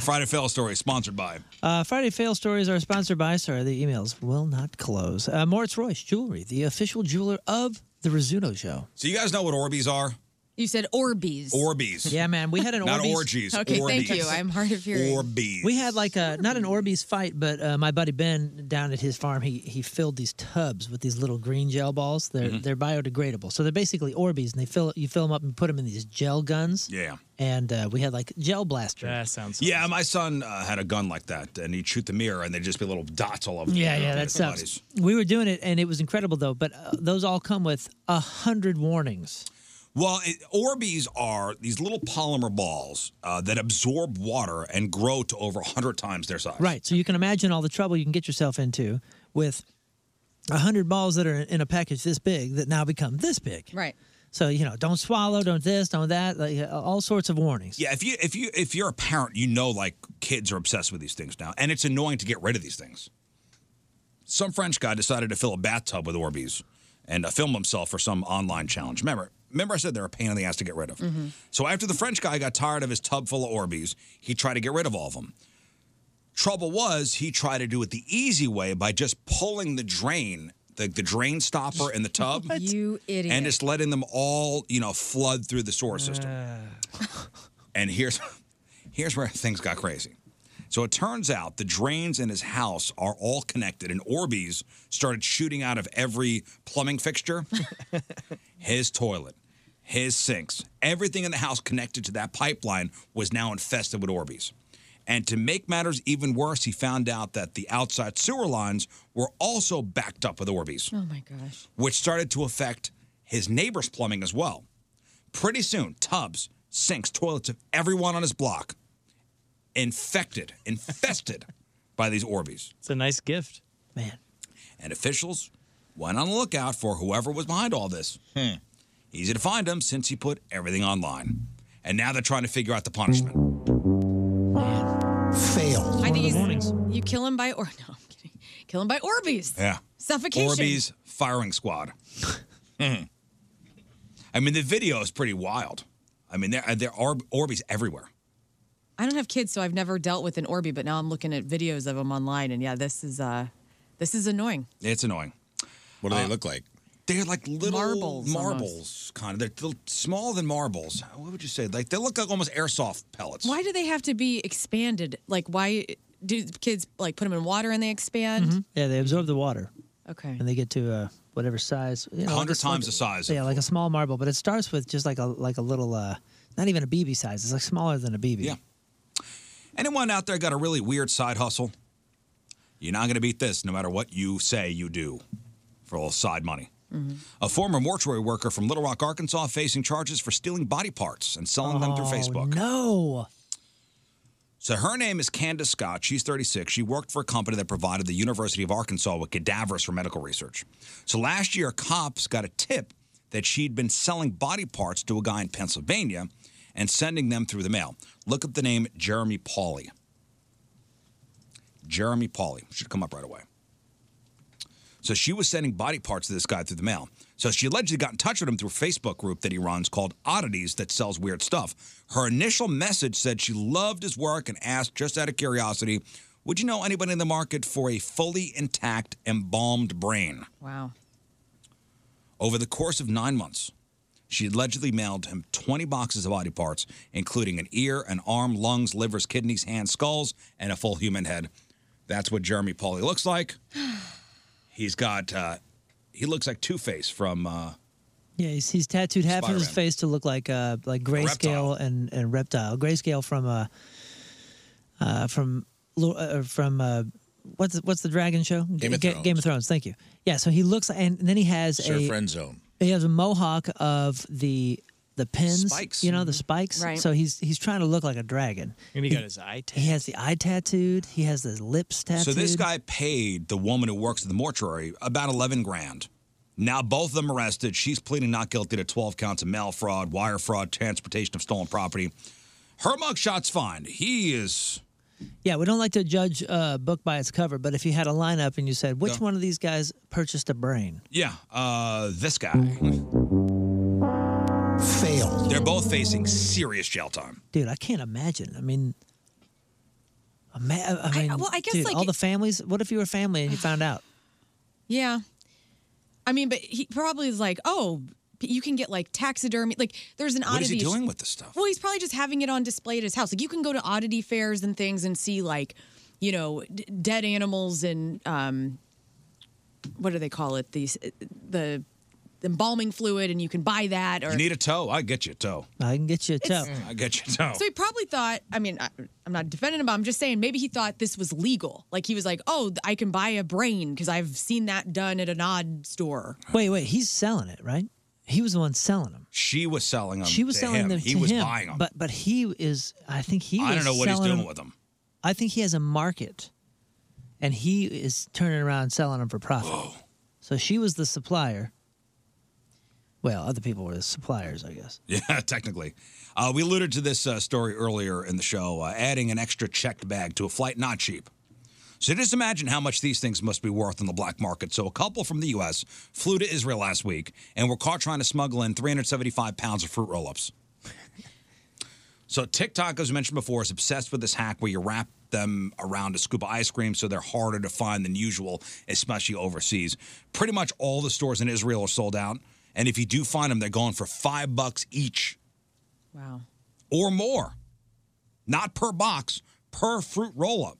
S2: Friday fail story sponsored by.
S12: Uh, Friday Fail Stories are sponsored by, sorry, the emails will not close. Uh, Moritz Royce Jewelry, the official jeweler of The Rizzuto Show.
S2: So you guys know what Orbeez are?
S4: You said Orbeez.
S2: Orbeez.
S12: Yeah, man, we had an
S2: Not
S12: Orbeez-
S2: orgies.
S4: Okay,
S2: Orbeez.
S4: thank you. I'm hard of hearing.
S2: Orbeez.
S12: We had like a not an Orbeez fight, but uh, my buddy Ben down at his farm, he he filled these tubs with these little green gel balls. They're
S2: Mhm.
S12: they're biodegradable, so they're basically Orbeez, and they fill you fill them up and put them in these gel guns.
S2: Yeah.
S12: And uh, we had like gel blaster.
S2: That sounds. Yeah, my son uh, had a gun like that, and he'd shoot the mirror, and they'd just be little dots all over. the
S12: Yeah,
S2: mirror
S12: yeah,
S2: and
S12: that sucks.
S2: everybody's-
S12: We were doing it, and it was incredible though. But uh, those all come with a hundred warnings.
S2: Well, it, Orbeez are these little polymer balls uh, that absorb water and grow to over 100 times their size.
S12: Right. So you can imagine all the trouble you can get yourself into with a hundred balls that are in a package this big that now become this big.
S4: Right.
S12: So you know, don't swallow, don't this, don't that, like uh, all sorts of warnings.
S2: Yeah, if you if you if you're a parent, you know like kids are obsessed with these things now, and it's annoying to get rid of these things. Some French guy decided to fill a bathtub with Orbeez and uh, film himself for some online challenge. Remember, remember I said they're a pain in the ass to get rid of. So after the French guy got tired of his tub full of Orbeez, he tried to get rid of all of them. Trouble was, he tried to do it the easy way by just pulling the drain, the, the drain stopper in the tub,
S4: You idiot.
S2: and just letting them all, you know, flood through the
S1: Uh,
S2: sewer system. And here's here's where things got crazy. So it turns out the drains in his house are all connected, and Orbeez started shooting out of every plumbing fixture, his toilet, his sinks, everything in the house connected to that pipeline was now infested with Orbeez. And to make matters even worse, he found out that the outside sewer lines were also backed up with Orbeez
S4: Oh my gosh.
S2: which started to affect his neighbor's plumbing as well. Pretty soon, tubs, sinks, toilets of everyone on his block infected, infested by these Orbeez.
S6: It's a nice gift.
S12: Man.
S2: And officials went on the lookout for whoever was behind all this. Easy to find him since he put everything online. And now they're trying to figure out the punishment. Fail.
S4: I think he's, you kill him by or no, I'm kidding. Kill him by Orbeez.
S2: Yeah.
S4: Suffocation.
S2: Orbeez firing squad. Mhm. I mean, the video is pretty wild. I mean, there, there are Orbeez everywhere.
S4: I don't have kids, so I've never dealt with an Orby, but now I'm looking at videos of them online, and yeah, this is uh, this is annoying.
S2: It's annoying. What do they look like? They're like little marbles, kind of. They're little, smaller than marbles. What would you say? Like they look like almost airsoft pellets.
S4: Why do they have to be expanded? Like, why do kids like put them in water and they expand?
S12: Yeah, they absorb the water.
S4: Okay.
S12: And they get to uh, whatever size. You know,
S2: 100
S12: like a-
S2: times
S12: like-
S2: the size
S12: Yeah, like a small marble, but it starts with just like a like a little, uh, not even a BB size. It's like smaller than a BB. Yeah.
S2: Anyone out there got a really weird side hustle? You're not going to beat this, no matter what you say you do, for all side money.
S1: mm-hmm.
S2: A former mortuary worker from Little Rock, Arkansas, facing charges for stealing body parts and selling them
S1: Oh,
S2: through Facebook.
S12: No.
S2: So her name is Candace Scott. She's 36. She worked for a company that provided the University of Arkansas with cadavers for medical research. So last year, cops got a tip that she'd been selling body parts to a guy in Pennsylvania and sending them through the mail. Look up the name Jeremy Pauley. Jeremy Pauley should come up right away. So she was sending body parts to this guy through the mail. So she allegedly got in touch with him through a Facebook group that he runs called Oddities that sells weird stuff. Her initial message said she loved his work and asked, just out of curiosity, would you know anybody in the market for a fully intact, embalmed brain?
S4: Wow.
S2: Over the course of nine months, she allegedly mailed him 20 boxes of body parts, including an ear, an arm, lungs, livers, kidneys, hands, skulls, and a full human head. That's what Jeremy Pauly looks like. He's got, uh, he looks like Two Face from, uh,
S12: Yeah, he's, he's tattooed half of his
S2: Spider-Man.
S12: face to look like uh like grayscale and, and reptile. Grayscale from uh, uh from Lo- uh, from uh what's what's the dragon show?
S5: Game of
S12: Ga-
S5: Thrones.
S12: Game of Thrones. Thank you. Yeah, so he looks and then he has
S5: Sir
S12: a
S5: Friendzone.
S12: He has a mohawk of the the pins,
S6: Spikes.
S12: you know, the
S6: Mhm.
S12: spikes.
S6: Right.
S12: So he's he's trying to look like a dragon.
S6: And he got his eye
S12: He has the eye tattooed. He has the lips tattooed.
S2: so this guy paid the woman who works at the mortuary about 11 grand. Now both of them arrested. She's pleading not guilty to 12 counts of mail fraud, wire fraud, transportation of stolen property. Her mugshot's fine. He is
S12: Yeah, we don't like to judge a book by its cover, but if you had a lineup and you said, which
S2: Yeah.
S12: one of these guys purchased a brain?
S2: Yeah, uh, this guy. Fail. They're both facing serious jail time.
S6: dude. I can't imagine. I mean, ima- I mean,
S4: well, I guess,
S6: dude,
S4: like,
S6: all the families. What if you were family and you found out?
S4: Yeah. I mean, but he probably is like, oh, you can get like taxidermy. Like, there's an
S2: What is
S4: oddity.
S2: he doing with the stuff?
S4: Well, he's probably just having it on display at his house. Like, you can go to oddity fairs and things and see like, you know, d- dead animals and um, what do they call it? These uh, the embalming fluid, and you can buy that. Or
S2: You need a toe. I get you a toe.
S6: I can get you a
S4: It's-
S6: toe.
S4: toe.
S2: I get you a toe.
S4: So he probably thought, I mean, I, I'm not defending him, but I'm just saying maybe he thought this was legal. Like he was like, oh, I can buy a brain because I've seen that done at an odd store.
S6: Wait, wait. He's selling it, right? He was the one selling them.
S2: She was selling them.
S6: She was
S2: to
S6: selling
S2: him.
S6: them
S2: He
S6: to
S2: was
S6: him,
S2: buying them.
S6: But but he is. I think he.
S2: I
S6: was
S2: don't know what he's
S6: selling
S2: doing
S6: 'em-
S2: with them.
S6: I think he has a market, and he is turning around and selling them for profit. So she was the supplier. Well, other people were the suppliers, I guess.
S2: Yeah, technically. Uh, we alluded to this uh, story earlier in the show, uh, adding an extra checked bag to a flight not cheap. So just imagine how much these things must be worth in the black market. So a couple from the U.S. flew to Israel last week and were caught trying to smuggle in 375 pounds of fruit roll-ups. so TikTok, as mentioned before, is obsessed with this hack where you wrap them around a scoop of ice cream so they're harder to find than usual, especially overseas. Pretty much all the stores in Israel are sold out. And if you do find them, they're going for five bucks each
S4: Wow.
S2: or more, not per box, per fruit roll up.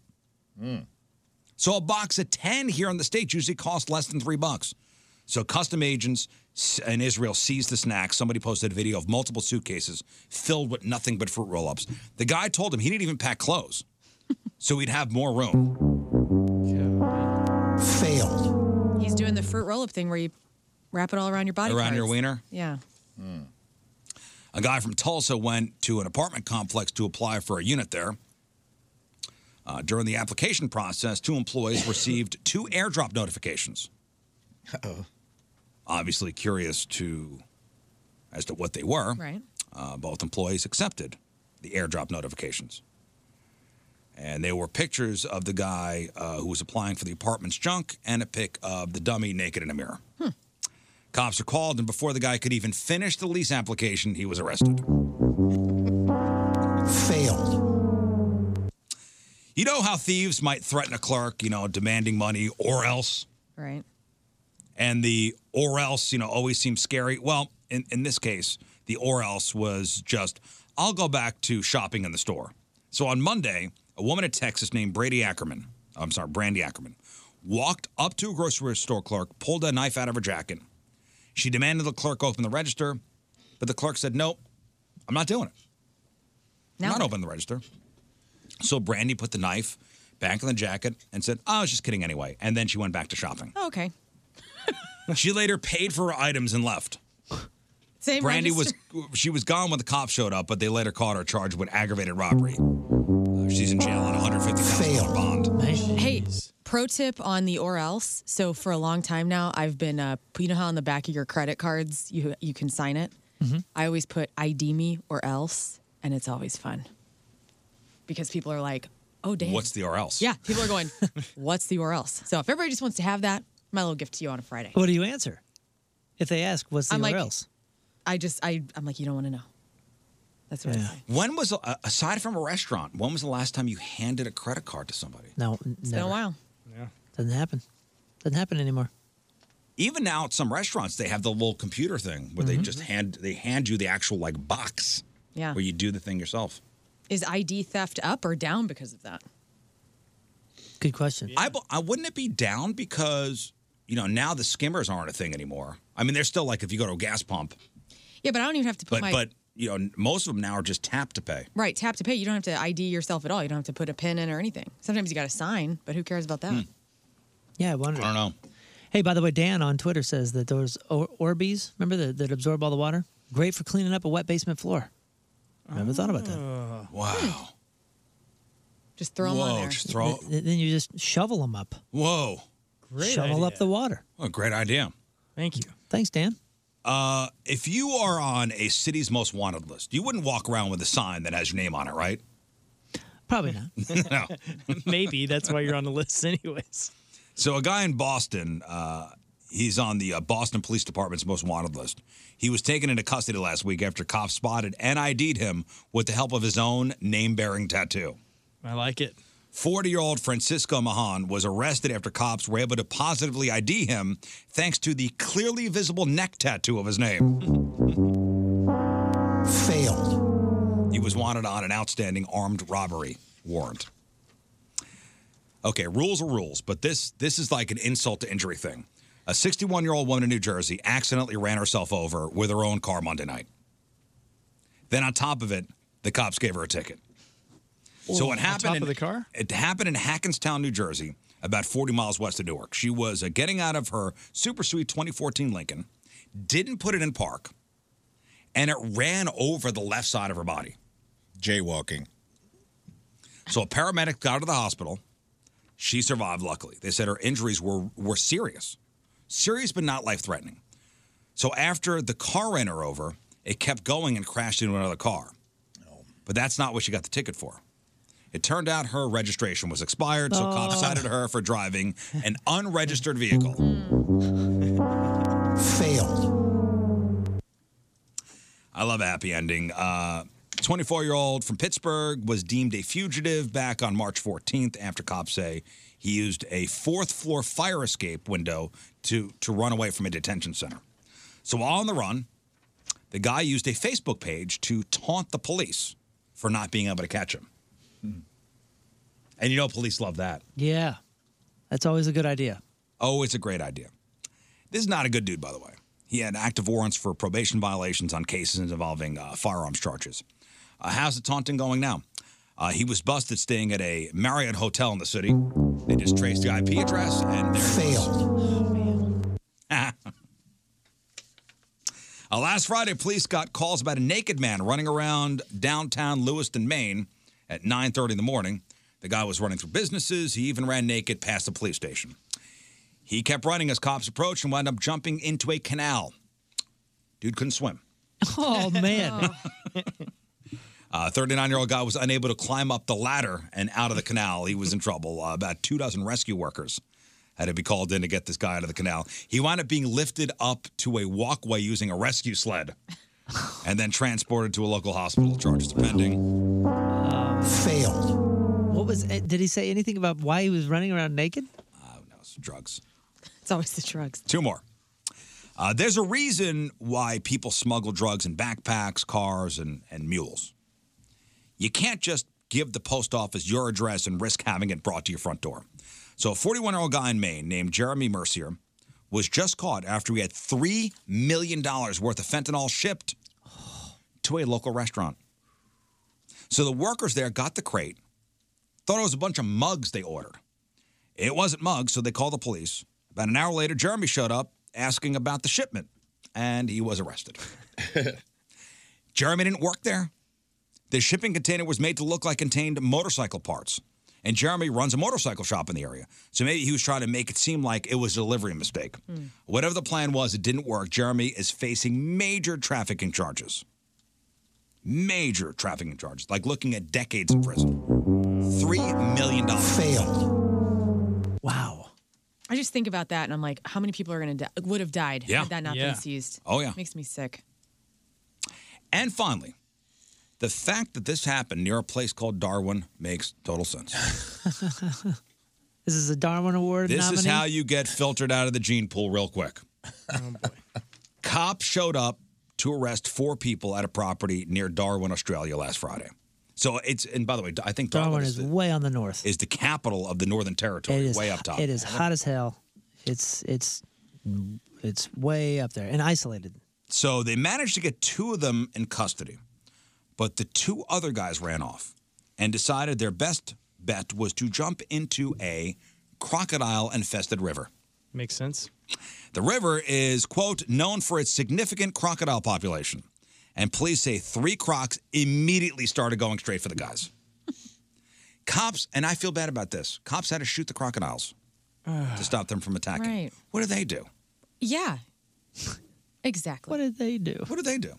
S2: So a box of 10 here in the States usually costs less than three bucks. So custom agents s- in Israel seized the snack. Somebody posted a video of multiple suitcases filled with nothing but fruit roll ups. The guy told him he didn't even pack clothes, so he'd have more room. Failed.
S4: He's doing the fruit roll up thing where you wrap it all around your body.
S2: Around your
S4: parts.
S2: wiener?
S4: Yeah.
S2: A guy from Tulsa went to an apartment complex to apply for a unit there. Uh, during the application process, two employees received two airdrop notifications. oh Obviously curious to as to what they were.
S4: Right.
S2: Uh, both employees accepted the airdrop notifications. And they were pictures of the guy uh, who was applying for the apartment's junk and a pic of the dummy naked in a mirror. Cops are called, and before the guy could even finish the lease application, he was arrested. Failed. You know how thieves might threaten a clerk, you know, demanding money or else?
S4: Right.
S2: and the or else, you know, always seems scary. Well, in, in this case, the or else was just, I'll go back to shopping in the store. So on Monday, a woman in Texas named Brady Ackerman, I'm sorry, Brandy Ackerman, walked up to a grocery store clerk, pulled a knife out of her jacket. She demanded the clerk open the register, but the clerk said, Nope, I'm not doing it. I'm not opening the register. So Brandy put the knife back in the jacket and said, "Oh, I was just kidding anyway. And then she went back to shopping.
S4: Oh, okay.
S2: She later paid for her items and left.
S4: Same
S2: Brandy
S4: register.
S2: was she was gone when the cops showed up, but they later caught her charged with aggravated robbery. Uh, she's in jail on a hundred fifty thousand dollar bond.
S4: Hey, pro tip on the or else. So for a long time now, I've been, uh, you know how on the back of your credit cards you you can sign it. I always put ID me or else, and it's always fun because people are like, oh damn.
S2: What's the or else?
S4: Yeah, people are going, what's the or else? So if everybody just wants to have that, my little gift to you on a Friday.
S6: What do you answer if they ask what's the
S4: I'm
S6: or
S4: like,
S6: else?
S4: I just I I'm like you don't want to know. That's what I say.
S2: When was uh, aside from a restaurant? When was the last time you handed a credit card to somebody?
S6: No, n-
S4: It's
S6: never.
S4: been a while.
S6: Doesn't happen. Doesn't happen anymore.
S2: Even now, at some restaurants, they have the little computer thing where they just hand they hand you the actual like box
S4: Yeah.
S2: where you do the thing yourself.
S4: Is ID theft up or down because of that?
S6: Good question.
S2: I, bu- I wouldn't it be down because you know now the skimmers aren't a thing anymore. I mean, they're still like if you go to a gas pump,
S4: Yeah, but I don't even have to
S2: but
S4: put my
S2: but you know most of them now are just tap to pay.
S4: right tap to pay. You don't have to ID yourself at all. You don't have to put a pin in or anything. Sometimes you got to sign, but who cares about that?
S2: Hmm.
S6: Yeah, I wonder.
S2: I don't know.
S6: Hey, by the way, Dan on Twitter says that those or- Orbeez, remember that, that absorb all the water? Great for cleaning up a wet basement floor. I never thought about that.
S2: Wow.
S4: Just throw them on there.
S6: Th- Then you just shovel them up.
S2: Whoa.
S6: shovel up the water.
S2: What a great idea.
S6: Thank you. Thanks, Dan.
S2: Uh, if you are on a city's most wanted list, you wouldn't walk around with a sign that has your name on it, right?
S6: Probably not.
S2: no.
S8: Maybe that's why you're on the list, anyways.
S2: So a guy in Boston, uh, He's on the uh, Boston Police Department's most wanted list. He was taken into custody last week after cops spotted and ID'd him with the help of his own name bearing tattoo.
S8: I like it.
S2: 40 year old Francisco Mahan was arrested after cops were able to positively ID him thanks to the clearly visible neck tattoo of his name. Failed. He was wanted on an outstanding armed robbery warrant. Okay, rules are rules, but this this is like an insult to injury thing. A 61 year old woman in New Jersey accidentally ran herself over with her own car Monday night. Then on top of it, the cops gave her a ticket. So
S8: Ooh,
S2: it
S8: on
S2: happened
S8: top
S2: in,
S8: of the car?
S2: It happened in Hackensack, New Jersey, about 40 miles west of Newark. She was uh, getting out of her super sweet 2014 Lincoln, didn't put it in park, and it ran over the left side of her body. Jaywalking. So a paramedic got her to the hospital. She survived, luckily. They said her injuries were, were serious, serious but not life threatening. So after the car ran her over, it kept going and crashed into another car. But that's not what she got the ticket for. It turned out her registration was expired, so cops
S11: Oh.
S2: cited her for driving an unregistered vehicle. Failed. I love a happy ending. Uh, 24 year old from Pittsburgh was deemed a fugitive back on March 14th after cops say he used a fourth floor fire escape window to, to run away from a detention center. So while on the run, the guy used a Facebook page to taunt the police for not being able to catch him. And you know, police love that.
S6: Yeah. That's always a good idea.
S2: Oh, it's a great idea. This is not a good dude, by the way. He had active warrants for probation violations on cases involving uh, firearms charges. Uh, how's the taunting going now? Uh, he was busted staying at a Marriott hotel in the city. They just traced the IP address and failed. Uh, last Friday, police got calls about a naked man running around downtown Lewiston, Maine, at 9:30 in the morning. The guy was running through businesses. He even ran naked past the police station. He kept running as cops approached and wound up jumping into a canal. Dude couldn't swim.
S6: Oh, man.
S2: Uh, 39-year-old guy was unable to climb up the ladder and out of the canal. He was in trouble. Uh, about two dozen rescue workers had to be called in to get this guy out of the canal. He wound up being lifted up to a walkway using a rescue sled, and then transported to a local hospital. Charges are pending. Failed.
S6: What was, eh, did he say anything about why he was running around naked?
S2: Drugs.
S4: It's always the drugs.
S2: Two more. Uh, there's a reason why people smuggle drugs in backpacks, cars, and, and mules. You can't just give the post office your address and risk having it brought to your front door. So, a 41 year old guy in Maine named Jeremy Mercier was just caught after he had $3 million worth of fentanyl shipped to a local restaurant. So, the workers there got the crate, thought it was a bunch of mugs they ordered. It wasn't mugs, so they called the police. About an hour later, Jeremy showed up asking about the shipment, and he was arrested. Jeremy didn't work there. The shipping container was made to look like contained motorcycle parts, and Jeremy runs a motorcycle shop in the area. So maybe he was trying to make it seem like it was a delivery mistake.
S4: Mm.
S2: Whatever the plan was, it didn't work. Jeremy is facing major trafficking charges. Major trafficking charges, like looking at decades in prison. $3 million. Failed.
S4: I just think about that and I'm like, how many people are going to die? Would have died
S2: Yeah.
S4: had that not
S2: Yeah.
S4: been seized.
S2: Oh, yeah.
S4: Makes me sick.
S2: And finally, the fact that this happened near a place called Darwin makes total sense.
S6: This is a Darwin Award
S2: this
S6: nominee. Oh,
S2: is how you get filtered out of the gene pool real quick. Cops showed up to arrest four people at a property near Darwin, Australia last Friday. So it's and by the way, I think Darwin,
S6: Darwin
S2: is,
S6: is
S2: the,
S6: way on the north.
S2: is the capital of the Northern Territory,
S6: It is
S2: way up
S6: ho-
S2: top.
S6: It is hot as hell. It's it's it's way up there and isolated.
S2: So they managed to get two of them in custody, but the two other guys ran off and decided their best bet was to jump into a crocodile infested river.
S8: Makes sense.
S2: The river is, quote, known for its significant crocodile population. And police say three crocs immediately started going straight for the guys. cops, and I feel bad about this, cops had to shoot the crocodiles to stop them from attacking.
S4: Right.
S2: What do they do?
S4: Yeah. Exactly. What
S6: did they do?
S2: What do they do?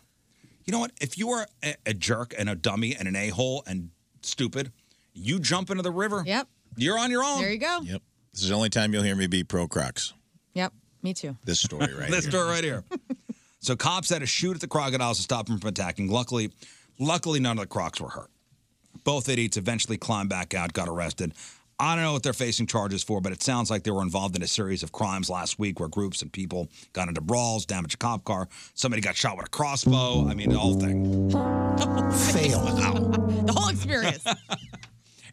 S2: You know what? If you are a, a jerk and a dummy and an a hole and stupid, you jump into the river.
S4: Yep.
S2: You're on your own.
S4: There you go.
S5: Yep. This is the only time you'll hear me be pro Crocs.
S4: Yep. Me too.
S5: This story right
S2: this
S5: here.
S2: story right here. so cops had to shoot at the crocodiles to stop them from attacking. Luckily, luckily none of the crocs were hurt. Both idiots eventually climbed back out, got arrested. I don't know what they're facing charges for, but it sounds like they were involved in a series of crimes last week where groups and people got into brawls, damaged a cop car, somebody got shot with a crossbow. I mean, the whole thing. Mm-hmm. Fail.
S4: The whole experience.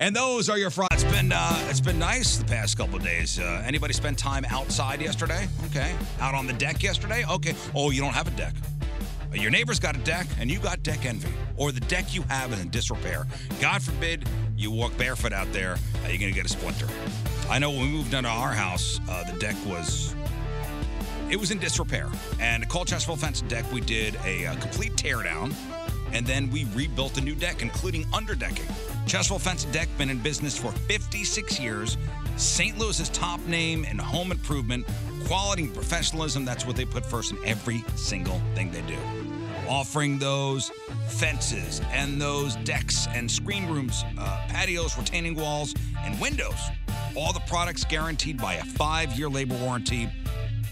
S2: and those are your frauds. It's been uh, it's been nice the past couple of days. Uh, anybody spend time outside yesterday? Okay. Out on the deck yesterday? Okay. Oh, you don't have a deck. Uh, Your neighbor's got a deck, and you got deck envy, or the deck you have is in disrepair. God forbid you walk barefoot out there, uh, you're gonna get a splinter. I know when we moved into our house, uh, the deck was it was in disrepair. And at Colchesterville Fence and Deck, we did a uh, complete teardown, and then we rebuilt a new deck, including underdecking. Chesterfield Fence and Deck been in business for 56 years. St. Louis's top name in home improvement, quality and professionalism. That's what they put first in every single thing they do. Offering those fences and those decks and screen rooms, uh, patios, retaining walls, and windows. All the products guaranteed by a five-year labor warranty.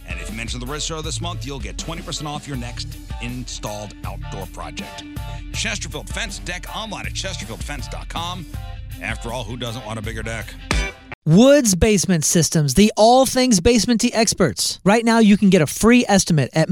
S2: And if you mention the Red Show this month, you'll get 20% off your next installed outdoor project. Chesterfield Fence Deck online at chesterfieldfence.com. After all, who doesn't want a bigger deck?
S12: Woods Basement Systems, the all things basement tea experts. Right now, you can get a free estimate at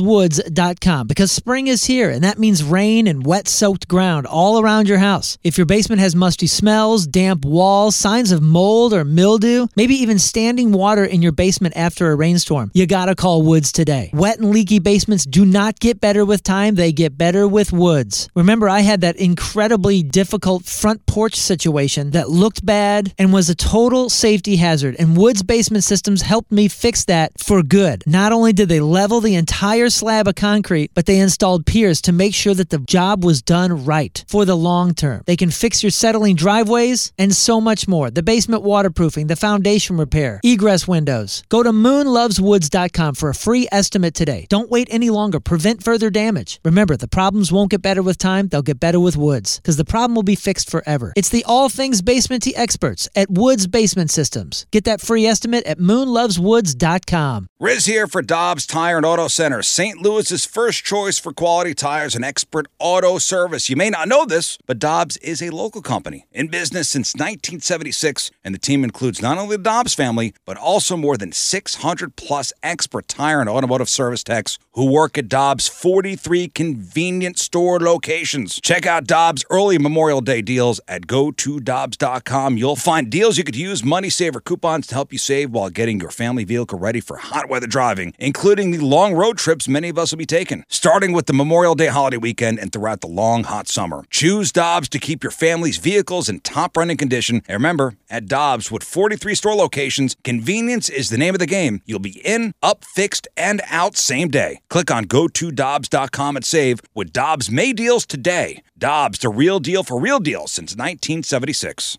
S12: moonloveswoods.com because spring is here and that means rain and wet soaked ground all around your house. If your basement has musty smells, damp walls, signs of mold or mildew, maybe even standing water in your basement after a rainstorm, you gotta call Woods today. Wet and leaky basements do not get better with time, they get better with Woods. Remember, I had that incredibly difficult front porch situation that looked bad and was a total safety hazard, and Woods Basement Systems helped me fix that for good. Not only did they level the entire slab of concrete, but they installed piers to make sure that the job was done right for the long term. They can fix your settling driveways and so much more. The basement waterproofing, the foundation repair, egress windows. Go to moonloveswoods.com for a free estimate today. Don't wait any longer. Prevent further damage. Remember, the problems won't get better with time, they'll get better with Woods because the problem will be fixed forever. It's the all things basement tea experts at Woods Basement Systems. Get that free estimate at moonloveswoods.com.
S2: Riz here for Dobbs Tire and Auto Center, St. Louis's first choice for quality tires and expert auto service. You may not know this, but Dobbs is a local company in business since 1976, and the team includes not only the Dobbs family, but also more than 600 plus expert tire and automotive service techs who work at Dobbs' 43 convenient store locations. Check out Dobbs' early Memorial Day deals at gotodobbs.com. You'll find deals you could use, money saver coupons to help you save while getting your family vehicle ready for hot weather driving, including the long road trips many of us will be taking, starting with the Memorial Day holiday weekend and throughout the long hot summer. Choose Dobbs to keep your family's vehicles in top running condition. And remember, at Dobbs, with 43 store locations, convenience is the name of the game. You'll be in, up, fixed, and out same day. Click on gotodobbs.com and save with Dobbs May deals today. Dobbs, the real deal for real deals since 1976.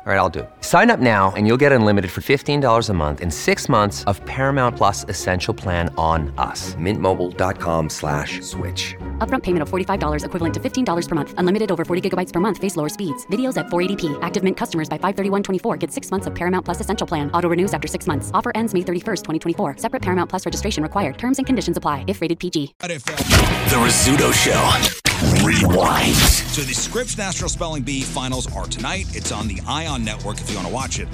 S11: All right, I'll do it. Sign up now and you'll get unlimited for $15 a month and six months of Paramount Plus Essential Plan on us. Mintmobile.com slash switch.
S13: Upfront payment of $45 equivalent to $15 per month. Unlimited over 40 gigabytes per month. Face lower speeds. Videos at 480p. Active Mint customers by 531.24 get six months of Paramount Plus Essential Plan. Auto renews after six months. Offer ends May 31st, 2024. Separate Paramount Plus registration required. Terms and conditions apply if rated PG.
S6: The Rizzuto Show. Rewind.
S2: So the Scripps National Spelling Bee finals are tonight. It's on the Ion Network if you want to watch it.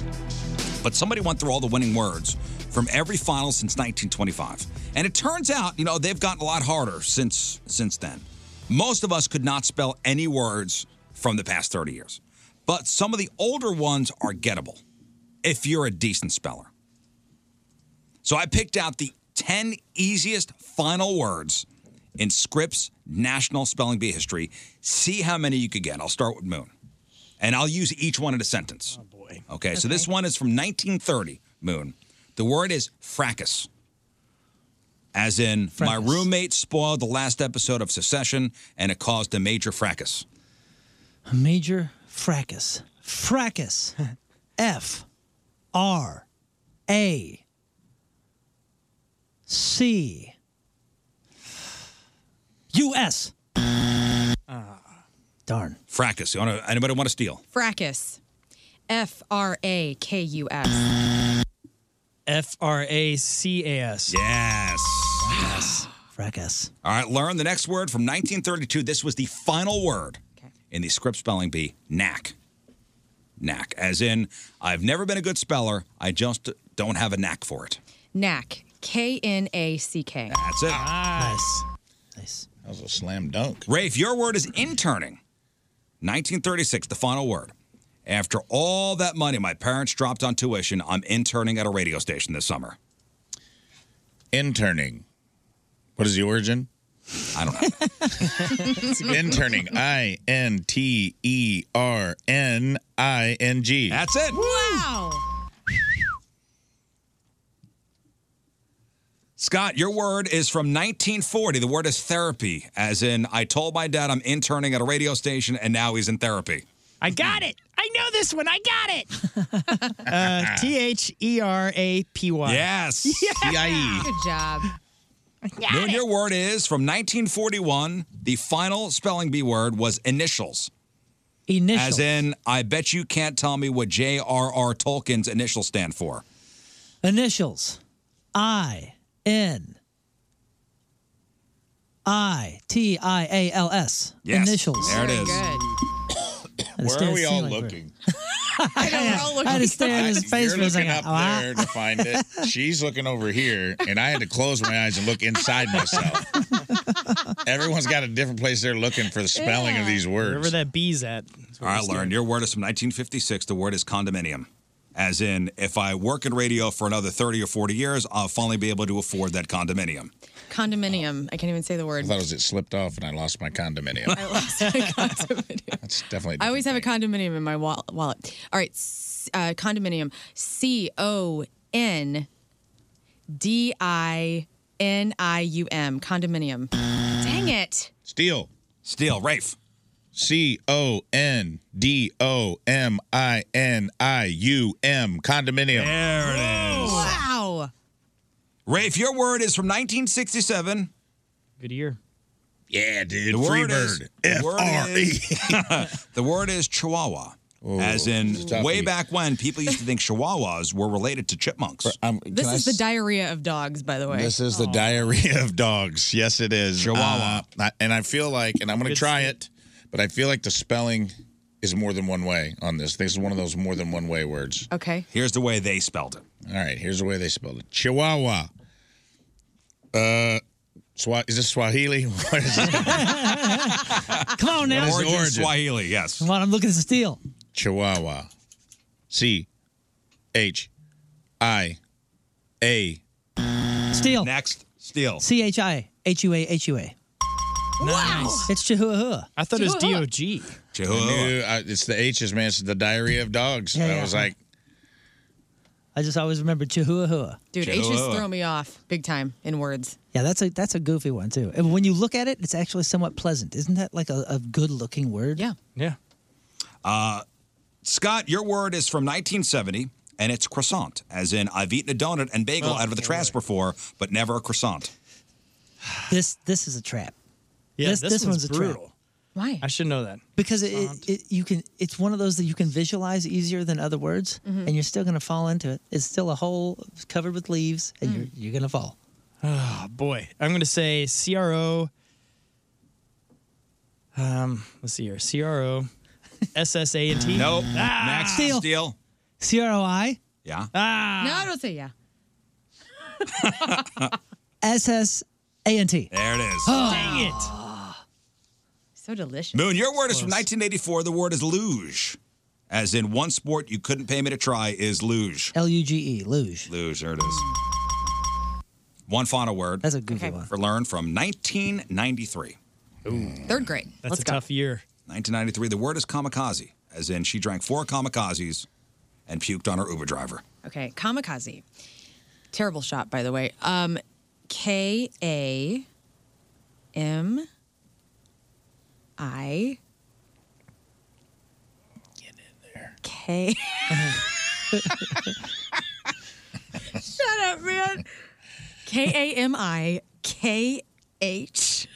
S2: But somebody went through all the winning words from every final since 1925. And it turns out, you know, they've gotten a lot harder since since then. Most of us could not spell any words from the past 30 years. But some of the older ones are gettable if you're a decent speller. So I picked out the 10 easiest final words in Scripps National Spelling Bee history. See how many you could get. I'll start with Moon. And I'll use each one in a sentence. Oh, boy. Okay, so this one is from 1930, Moon. The word is fracas. As in, my roommate spoiled the last episode of Secession and it caused a major fracas.
S12: A major fracas. Fracas. F R A C
S2: Ah,
S12: U S. Darn.
S2: Fracas. You wanna, anybody want to steal?
S4: Fracas. F R A K U S.
S14: F R A C A S.
S2: Yes.
S14: Yes.
S12: Fracas.
S2: All right, learn the next word from 1932. This was the final word in the script spelling bee, knack. Knack, as in, I've never been a good speller. I just don't have a knack for it.
S4: Knack. K N A C K.
S2: That's it.
S14: Nice.
S12: Nice.
S2: That was a slam dunk. Rafe, your word is interning. 1936, the final word. After all that money my parents dropped on tuition, I'm interning at a radio station this summer.
S5: Interning. What is the origin?
S2: I don't
S5: know. Interning. I N T E R N I N G.
S2: That's it.
S4: Wow.
S2: Scott, your word is from 1940. The word is therapy, as in, I told my dad I'm interning at a radio station and now he's in therapy.
S14: I got it. I know this one. I got
S1: Uh,
S5: Ah.
S14: it. T H E R A P Y.
S2: Yes.
S5: E.
S14: Yeah.
S4: Good job.
S2: Moon, your word is from 1941. The final spelling bee word was initials.
S12: Initials.
S2: As in, I bet you can't tell me what J.R.R. Tolkien's initials stand for.
S12: Initials. I N I T I A L S.
S2: Yes.
S12: Initials.
S2: There it is.
S12: I had to stare- seemed like-
S4: I know we're all
S12: I had to stare at his face
S5: You're
S12: for a
S5: looking
S12: second.
S5: up
S12: Oh, I-
S5: there to find it. She's looking over here, and I had to close my eyes and look inside myself. Everyone's got a different place they're looking for the spelling of these
S14: Wherever
S5: words.
S14: that bee's at.
S2: All right, Lauren, your word is from 1956. The word is condominium. As in, if I work in radio for another 30 or 40 years, I'll finally be able to afford that condominium.
S4: Condominium. I can't even say the
S5: I
S4: word.
S5: thought it was it slipped off, and I lost my condominium.
S4: I lost my condominium.
S5: That's definitely.
S4: I always have a condominium in my wall- wallet. All right, s- uh, condominium. C O N D I N I U M. Condominium. Dang it.
S5: Steel.
S2: Steel. Rafe.
S5: C O N D O M I N I U M. Condominium.
S2: There it is.
S4: Wow.
S2: Rafe, your word is from 1967.
S14: Good year.
S5: Yeah, dude.
S2: The word is-
S5: Freebird. E.
S2: the word is- The word is chihuahua.
S5: Oh,
S2: As in,
S5: tough
S2: way
S5: eat.
S2: back when, people used to think chihuahuas were related to chipmunks.
S4: This is the diarrhea of dogs, by the way.
S5: This is
S12: Oh.
S5: the diarrhea of dogs. Yes, it is.
S2: Chihuahua.
S5: Uh, I- and I feel like, and I'm going to try it, but I feel like the spelling is more than one way on this. This is one of those more than one way words.
S4: Okay.
S2: Here's the way they spelled it.
S5: All right, here's the way they spelled it Chihuahua. Uh, Swa- is this Swahili? What is it?
S12: Come on now.
S5: What is the origin?
S2: Swahili, yes.
S12: Come on, I'm looking at the steel.
S5: Chihuahua. C H I A.
S12: Steel.
S2: Next, steel.
S12: C H I H U A H U A. Nice. It's Chihuahua.
S14: I thought it was D O G.
S5: I knew- I- it's the H's, man. It's the diarrhea of dogs.
S12: Yeah,
S5: I
S12: yeah.
S5: was like,
S12: I just always remember Chihuahua.
S4: Dude, H's throw me off big time in words.
S12: Yeah, that's a that's a goofy one too. And when you look at it, it's actually somewhat pleasant. Isn't that like a, a good looking word?
S4: Yeah.
S14: Yeah.
S2: Uh, Scott, your word is from 1970, and it's croissant. As in, I've eaten a donut and
S14: Oh,
S2: bagel out of the trash before, but never a croissant.
S12: This this is a trap.
S14: Yeah,
S12: this,
S14: this one's
S12: a trap.
S14: brutal.
S4: Why?
S14: I should know that.
S12: Because it, it, it you can it's one of those that you can visualize easier than other words,
S4: Mm-hmm.
S12: and you're still gonna fall into it. It's still a hole covered with leaves,
S4: Mm.
S12: and you're you're gonna fall.
S14: Oh boy, I'm gonna say C R O. Um, let's see here, C R O, S S A and T.
S2: Nope.
S14: Ah,
S2: Next,
S12: Steel.
S2: steel.
S12: C R O I
S2: Yeah.
S4: No, I don't say yeah.
S12: S S A N T.
S2: There it is.
S5: Oh.
S14: Dang it.
S4: So delicious.
S2: Moon, your word is from 1984. The word is luge. As in, one sport you couldn't pay me to try is luge.
S12: L U G E. Luge.
S2: Luge, there it is. One final word.
S12: That's a goofy one.
S2: For learn from 1993.
S4: Third grade.
S14: That's
S4: Let's
S14: a
S4: go.
S14: tough year.
S2: 1993, the word is kamikaze. As in, she drank four kamikazes and puked on her Uber driver.
S4: Okay, kamikaze. Terrible shot, by the way. Um, K A M I. Get in there. K. Shut up, man. K A M I K H.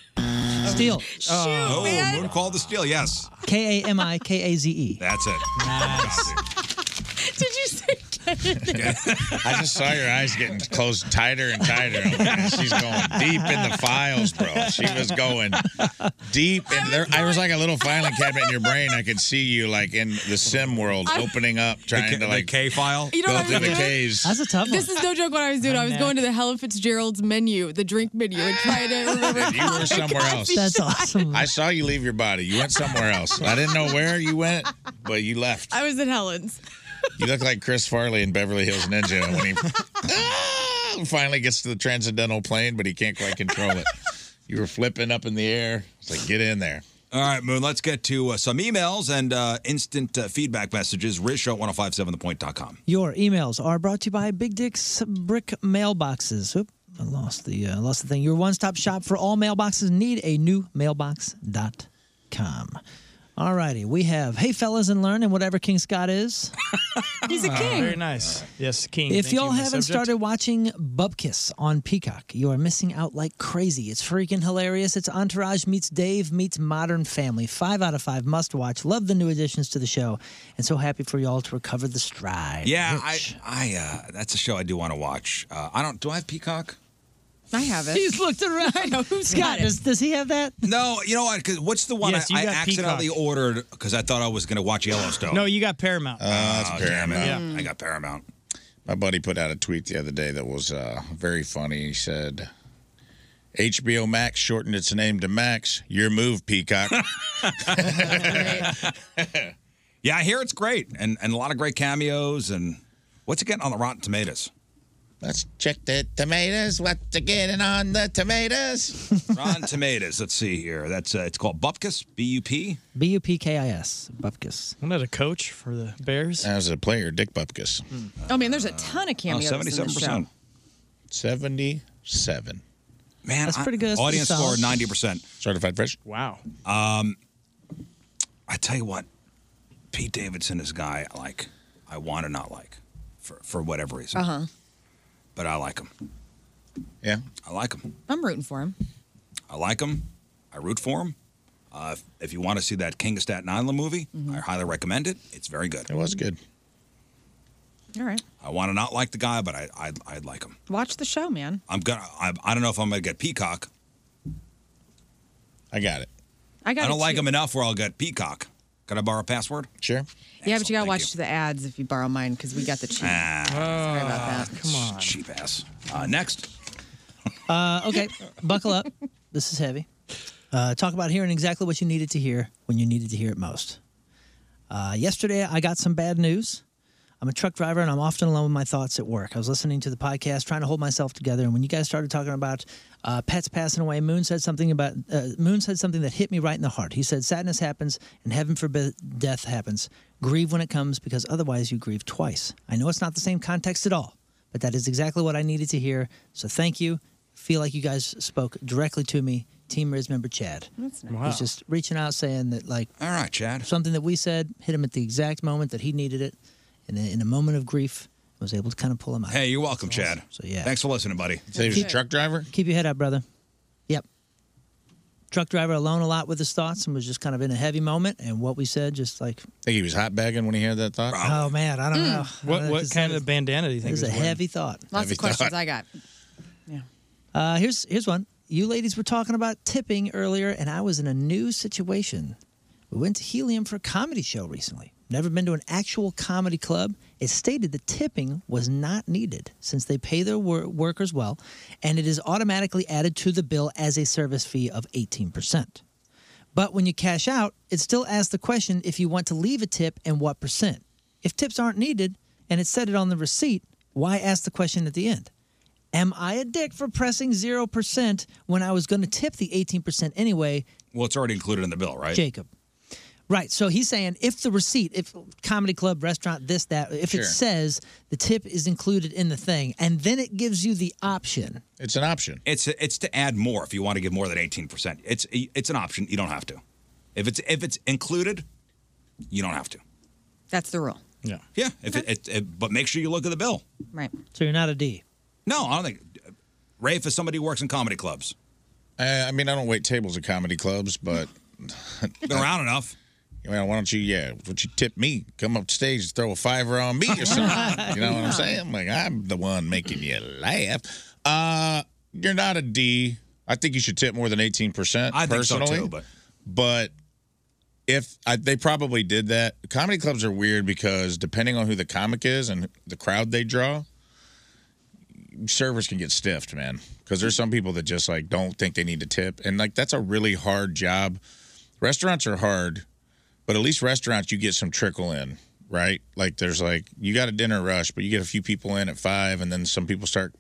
S12: Steal.
S2: oh, Moon called the steal. Yes,
S12: K A M I K A Z E.
S2: that's it.
S4: Did you say get it?
S5: I just saw your eyes getting closed tighter and tighter. I'm like, She's going deep in the files, bro. She was going deep, and there, I was like a little filing cabinet in your brain. I could see you like in the sim world,
S4: I-
S5: opening up,
S2: K-
S5: trying
S2: the
S5: to like
S2: K file.
S4: You know
S5: go
S4: what I
S5: through
S4: was
S5: the
S4: doing?
S5: K's.
S12: a tough
S4: This is no joke. What I was doing, I was going to the Helen Fitzgerald's menu, the drink menu, and trying to remember.
S5: You were somewhere else.
S12: awesome.
S5: I saw you leave your body. You went somewhere else. I didn't know where you went, but you left.
S4: I was at Helen's.
S5: You look like Chris Farley in Beverly Hills Ninja when he Ah! finally gets to the transcendental plane, but he can't quite control it. You were flipping up in the air. It's like, get in there.
S2: All right, Moon, let's get to uh, some emails and uh, instant uh, feedback messages. Richo at 1057thepoint.com.
S12: Your emails are brought to you by Big Dick's Brick Mailboxes. Oop, I lost the uh, lost the thing. Your one stop shop for all mailboxes. Need a new mailbox.com. All righty, we have Hey Fellas and Learn and whatever King Scott is.
S14: He's
S12: a king.
S14: Ah, Very nice. Yes, king.
S12: If
S14: Thank you,
S12: y'all
S14: Miss
S12: haven't
S14: Subject.
S12: started watching Bubkiss on Peacock, you are missing out like crazy. It's freaking hilarious. It's Entourage meets Dave meets Modern Family. Five out of five must watch. Love the new additions to the show, and so happy for y'all to recover the stride.
S2: Yeah, I, I uh, that's a show I do want to watch. Uh, I don't. Do I have Peacock?
S4: I have it.
S12: He's looked around.
S4: I know who's
S12: Scott,
S4: got it.
S12: does, does he have that?
S2: No, you know what? 'Cause what's the one
S12: Yes, you
S2: I, I
S12: got
S2: accidentally ordered because I thought I was going to watch Yellowstone?
S14: No, you got Paramount.
S5: Uh, that's
S2: Oh, damn it.
S5: Paramount.
S2: Yeah. I got Paramount.
S5: My buddy put out a tweet the other day that was uh, very funny. He said, HBO Max shortened its name to Max. Your move, Peacock.
S2: Yeah, I hear it's great and, and a lot of great cameos. And what's it getting on the Rotten Tomatoes?
S5: Let's check the tomatoes. What's it getting on the tomatoes?
S2: Rotten Tomatoes. Let's see here. That's uh, it's called Bupkis. B U P.
S12: B U P K I S, Bupkis.
S14: Wasn't that a coach for the Bears?
S5: As a player, Dick Bupkus.
S4: Oh man, there's a ton of cameos. in this show.
S5: 77.
S2: Man,
S4: That's
S2: I-
S4: pretty good. That's
S2: Audience
S4: pretty
S2: score
S4: solid.
S2: ninety percent.
S5: Certified fresh.
S14: Wow.
S2: Um, I tell you what, Pete Davidson is a guy I like. I want to not like for for whatever reason,
S4: Uh huh.
S2: but I like him.
S5: Yeah,
S2: I like him.
S4: I'm rooting for him.
S2: I like him. I root for him. Uh, if, if you want to see that King of Staten Island movie,
S4: Mm-hmm.
S2: I highly recommend it. It's very good.
S5: It was good.
S4: All right,
S2: I want to not like the guy, but I I I like him.
S4: watch the show, man.
S2: I'm gonna. I, I don't know if I'm gonna get Peacock.
S5: I got it.
S4: I got.
S2: I
S4: it,
S2: don't like
S4: too.
S2: him enough where I'll get Peacock. Can I borrow a password?
S5: Sure.
S4: Yeah, but you gotta watch the ads if you borrow mine because we got the cheap.
S2: Ah,
S4: Sorry about that.
S2: Come on. Cheap ass. Uh, next.
S12: Uh, okay, buckle up. This is heavy. Uh, talk about hearing exactly what you needed to hear when you needed to hear it most. Uh, yesterday, I got some bad news. I'm a truck driver and I'm often alone with my thoughts at work. I was listening to the podcast, trying to hold myself together, and when you guys started talking about uh, pets passing away, Moon said something about uh, Moon said something that hit me right in the heart. He said, "Sadness happens, and heaven forbid death happens. Grieve when it comes, because otherwise you grieve twice." I know it's not the same context at all, but that is exactly what I needed to hear. So thank you. Feel like you guys spoke directly to me, Team Riz member Chad.
S4: That's nice.
S12: He's just reaching out, saying that like,
S2: all right, Chad,
S12: something that we said hit him at the exact moment that he needed it, and in a moment of grief, I was able to kind of pull him out.
S2: Hey, you're welcome, Chad.
S12: So yeah.
S2: Thanks for listening, buddy.
S12: So he was a truck
S5: driver.
S12: Keep your head up, brother. Yep. Truck driver alone a lot with his thoughts and was just kind of in a heavy moment, and what we said just like,
S5: Think he was hot bagging when he heard that thought.
S12: oh man, I don't
S5: Hmm.
S14: Mm.
S12: know.
S14: What- what kind
S12: of bandana do you
S14: think
S12: It was
S14: he
S12: a
S14: was wearing?
S12: heavy thought.
S4: Lots
S5: Heavy
S4: of questions
S5: thought.
S4: I got.
S12: Uh, here's here's one. You ladies were talking about tipping earlier, and I was in a new situation. We went to Helium for a comedy show recently. Never been to an actual comedy club. It stated that tipping was not needed since they pay their wor- workers well, and it is automatically added to the bill as a service fee of 18%. But when you cash out, it still asks the question if you want to leave a tip and what percent. If tips aren't needed and it said it on the receipt, why ask the question at the end? Am I a dick for pressing 0% when I was going to tip the 18% anyway?
S2: Well, it's already included in the bill, right?
S12: Jacob. Right. So he's saying if the receipt, if comedy club, restaurant, this, that, if
S5: Sure.
S12: it says the tip is included in the thing, and then it gives you the option.
S5: It's an option.
S2: It's it's to add more if you want to give more than eighteen percent. It's it's an option. You don't have to. If it's if it's included, you don't have to.
S4: That's the rule,
S2: Yeah. Yeah. If it, it, it- but make sure you look at the bill.
S4: right?
S12: So you're not a D.
S2: No, I don't think. Rafe, if somebody who works in comedy clubs,
S5: Uh, I mean, I don't wait tables at comedy clubs, but been
S2: around enough.
S5: Well, why don't you? Yeah, why don't you tip me? Come up stage and throw a fiver on me or something. you know what I'm saying? Like I'm the one making you laugh. Uh, you're not a D. I think you should tip more than 18 percent.
S2: I think so,
S5: personally,
S2: too, but-
S5: but if I, they probably did that, comedy clubs are weird because depending on who the comic is and the crowd they draw, servers can get stiffed, man. Because there's some people that just like don't think they need to tip, and like that's a really hard job. Restaurants are hard, but at least restaurants you get some trickle in, right? Like there's like you got a dinner rush, but you get a few people in at five, and then some people start.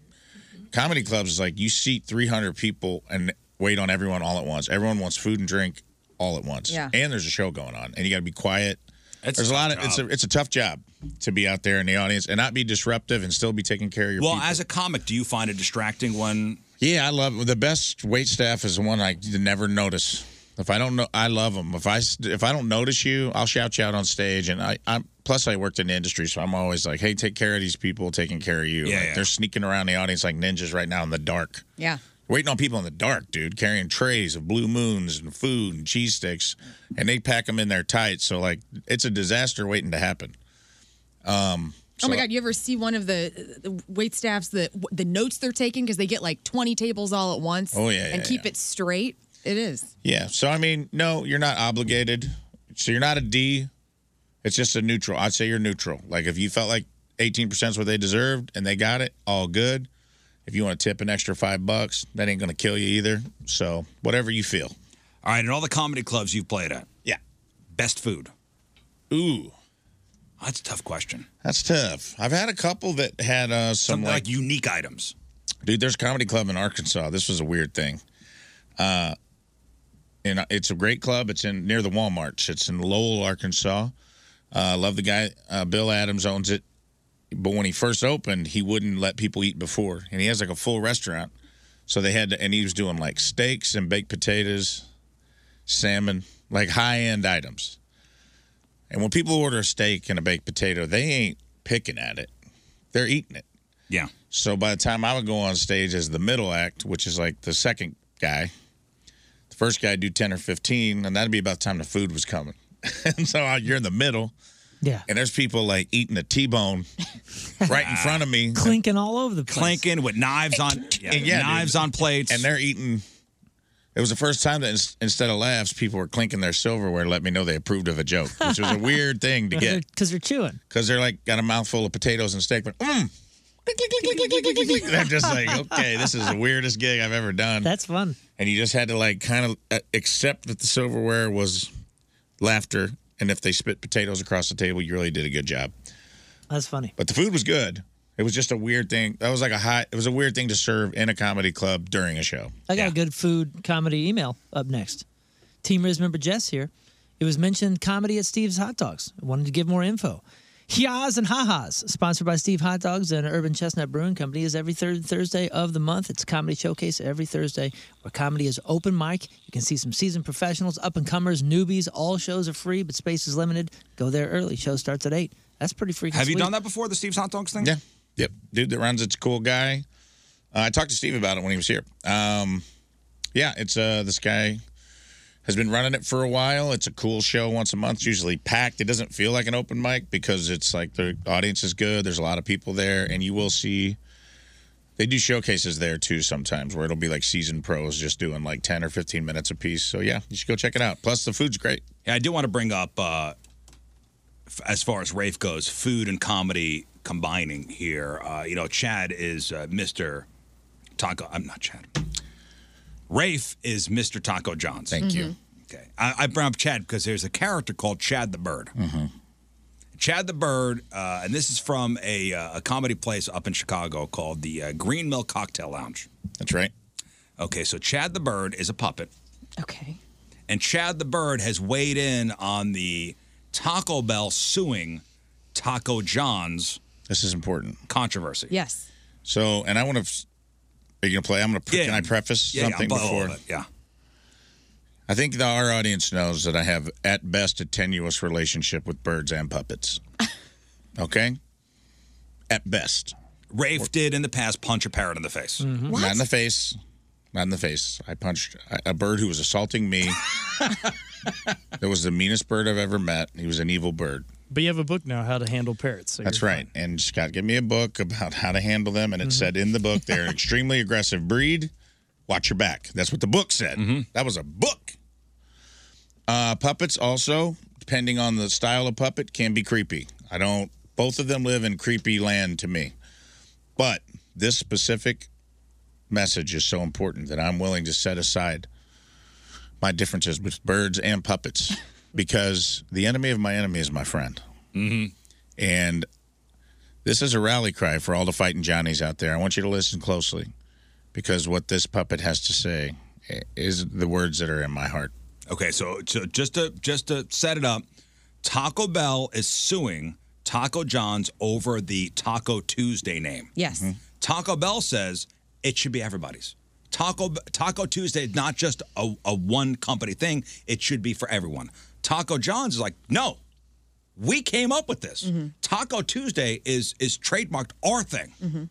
S5: Comedy clubs is like you seat 300 people and wait on everyone all at once. Everyone wants food and drink all at once,
S14: Yeah.
S5: and there's a show going on, and you got to be quiet.
S2: That's
S5: there's
S2: a
S5: a lot
S2: tough
S5: of it's a
S2: job.
S5: it's a tough job to be out there in the audience and not be disruptive and still be taking care of your
S2: Well,
S5: people.
S2: as a comic, do you find it distracting when
S5: Yeah, I love the best wait staff is the one I never notice. If I don't know, I love them. If I s- if I don't notice you, I'll shout you out on stage. And I, I plus I worked in the industry, so I'm always like, hey, take care of these people, taking care of you.
S14: Yeah,
S5: like,
S14: yeah.
S5: They're sneaking around the audience like ninjas right now in the dark,
S14: Yeah.
S5: waiting on people in the dark, dude, carrying trays of blue moons and food and cheese sticks, and they pack them in their tight. So like, it's a disaster waiting to happen. Um.
S4: Oh my
S5: so-
S4: God! You ever see one of the, the wait staffs the the notes they're taking because they get like twenty tables all at once?
S5: Oh, yeah, yeah,
S4: and keep it straight. It is.
S5: Yeah. So I mean, no, you're not obligated. So you're not a D. It's just a neutral. I'd say you're neutral. Like if you felt like 18% is what they deserved and they got it, all good. If you want to tip an extra five bucks, that ain't gonna kill you either. So whatever you feel.
S2: All right, in all the comedy clubs you've played at,
S5: yeah,
S2: best food.
S5: Ooh,
S2: that's a tough question.
S5: That's tough. I've had a couple that had uh, some
S2: Something like unique items.
S5: Dude, there's a comedy club in Arkansas. This was a weird thing. Uh, and it's a great club. It's in near the Walmarts. It's in Lowell, Arkansas. Uh, love the guy. Uh, Bill Adams owns it. But when he first opened, he wouldn't let people eat before, and he has like a full restaurant. So they had, to, and he was doing like steaks and baked potatoes, salmon, like high end items. And when people order a steak and a baked potato, they ain't picking at it; they're eating it.
S2: Yeah.
S5: So by the time I would go on stage as the middle act, which is like the second guy, the first guy would do ten or fifteen, and that'd be about the time the food was coming. and so I- you're in the middle.
S6: Yeah.
S5: And there's people like eating a T-bone right in front of me,
S6: Clinking all over the place.
S2: Clinking with knives on yeah,
S5: And yeah, dude.
S2: knives on plates.
S5: and they're eating. It was the first time that ins- instead of laughs, people were clinking their silverware, to let me know they approved of a joke, which was a weird thing to get
S6: Because they're chewing.
S5: because they're like got a mouthful of potatoes and steak, but mm. they're just like, okay, this is the weirdest gig I've ever done.
S6: That's fun.
S5: and you just had to like kind of uh, accept that the silverware was laughter, and if they spit potatoes across the table, you really did a good job.
S6: That's funny.
S5: But the food was good. It was just a weird thing. That was like a hot. It was a weird thing to serve in a comedy club during a show.
S6: I got a good food comedy email up next. Team Riz member Jess here. It was mentioned comedy at Steve's Hot Dogs. I wanted to give more info. Yas and Ha-Has, sponsored by Steve Hot Dogs and Urban Chestnut Brewing Company, is every third Thursday of the month. It's a comedy showcase every Thursday where comedy is open mic. You can see some seasoned professionals, up and comers, newbies. All shows are free, but space is limited. Go there early. Show starts at 8. That's pretty freaking
S2: Have you
S6: sweet.
S2: done that before, the Steve's hot dogs thing?
S5: Yeah. Yep. Dude that runs it's a cool guy. Uh, I talked to Steve about it when he was here. Um, yeah, it's uh, this guy has been running it for a while. It's a cool show once a month, It's usually packed. It doesn't feel like an open mic because it's like the audience is good. There's a lot of people there, and you will see. They do showcases there too sometimes where it'll be like seasoned pros just doing like 10 or 15 minutes a piece. So yeah, you should go check it out. Plus, the food's great.
S2: Yeah, I do want to bring up, uh, f- as far as Rafe goes, food and comedy combining here. Uh, you know, Chad is uh, Mr. Taco. I'm not Chad. Rafe is Mr. Taco John's.
S5: Thank you. Mhm.
S2: Okay. I, I brought up Chad because there's a character called Chad the Bird.
S5: Mm-hmm.
S2: Chad the Bird, uh, and this is from a, uh, a comedy place up in Chicago called the uh, Green Mill Cocktail Lounge.
S5: That's right.
S2: Okay, so Chad the Bird is a puppet.
S4: Okay.
S2: And Chad the Bird has weighed in on the Taco Bell suing Taco John's.
S5: This is important.
S2: Controversy.
S4: Yes.
S5: So, and I want to. Are you gonna play? I'm gonna.
S2: Yeah.
S5: Can I preface
S2: Yeah, yeah,
S5: something
S2: but-
S5: before?
S2: Yeah.
S5: I think the, our audience knows that I have, at best, a tenuous relationship with birds and puppets. Okay, at best.
S2: Rafe did in the past punch a parrot in the face.
S5: Not in the face. Not in the face. I punched a- a bird who was assaulting me. that was the meanest bird I've ever met. He was an evil bird.
S14: But you have a book now, How to Handle Parrots. so
S5: That's
S14: you're
S5: right. And Scott gave me a book about how to handle them, and it
S14: Mhm.
S5: said in the book they're an extremely aggressive breed. Watch your back. That's what the book said. That was a book. Uh, puppets also, depending on the style of puppet, can be creepy. I don't. Both of them live in creepy land to me, but this specific message is so important that I'm willing to set aside my differences with birds and puppets because the enemy of my enemy is my friend. Mm-hmm. And this is a rally cry for all the fighting Johnnies out there. I want you to listen closely because what this puppet has to say i- is the words that are in my heart.
S2: Okay, so, so just to just to set it up, Taco Bell is suing Taco John's over the Taco Tuesday name.
S5: Mm-hmm.
S2: Mm-hmm.
S12: Yes.
S2: Taco Bell says it should be everybody's. Taco Taco Tuesday is not just a, a one company thing. It should be for everyone. Taco John's is like, no, we came up with this. Taco Tuesday is is trademarked our thing.
S4: Mm-hmm.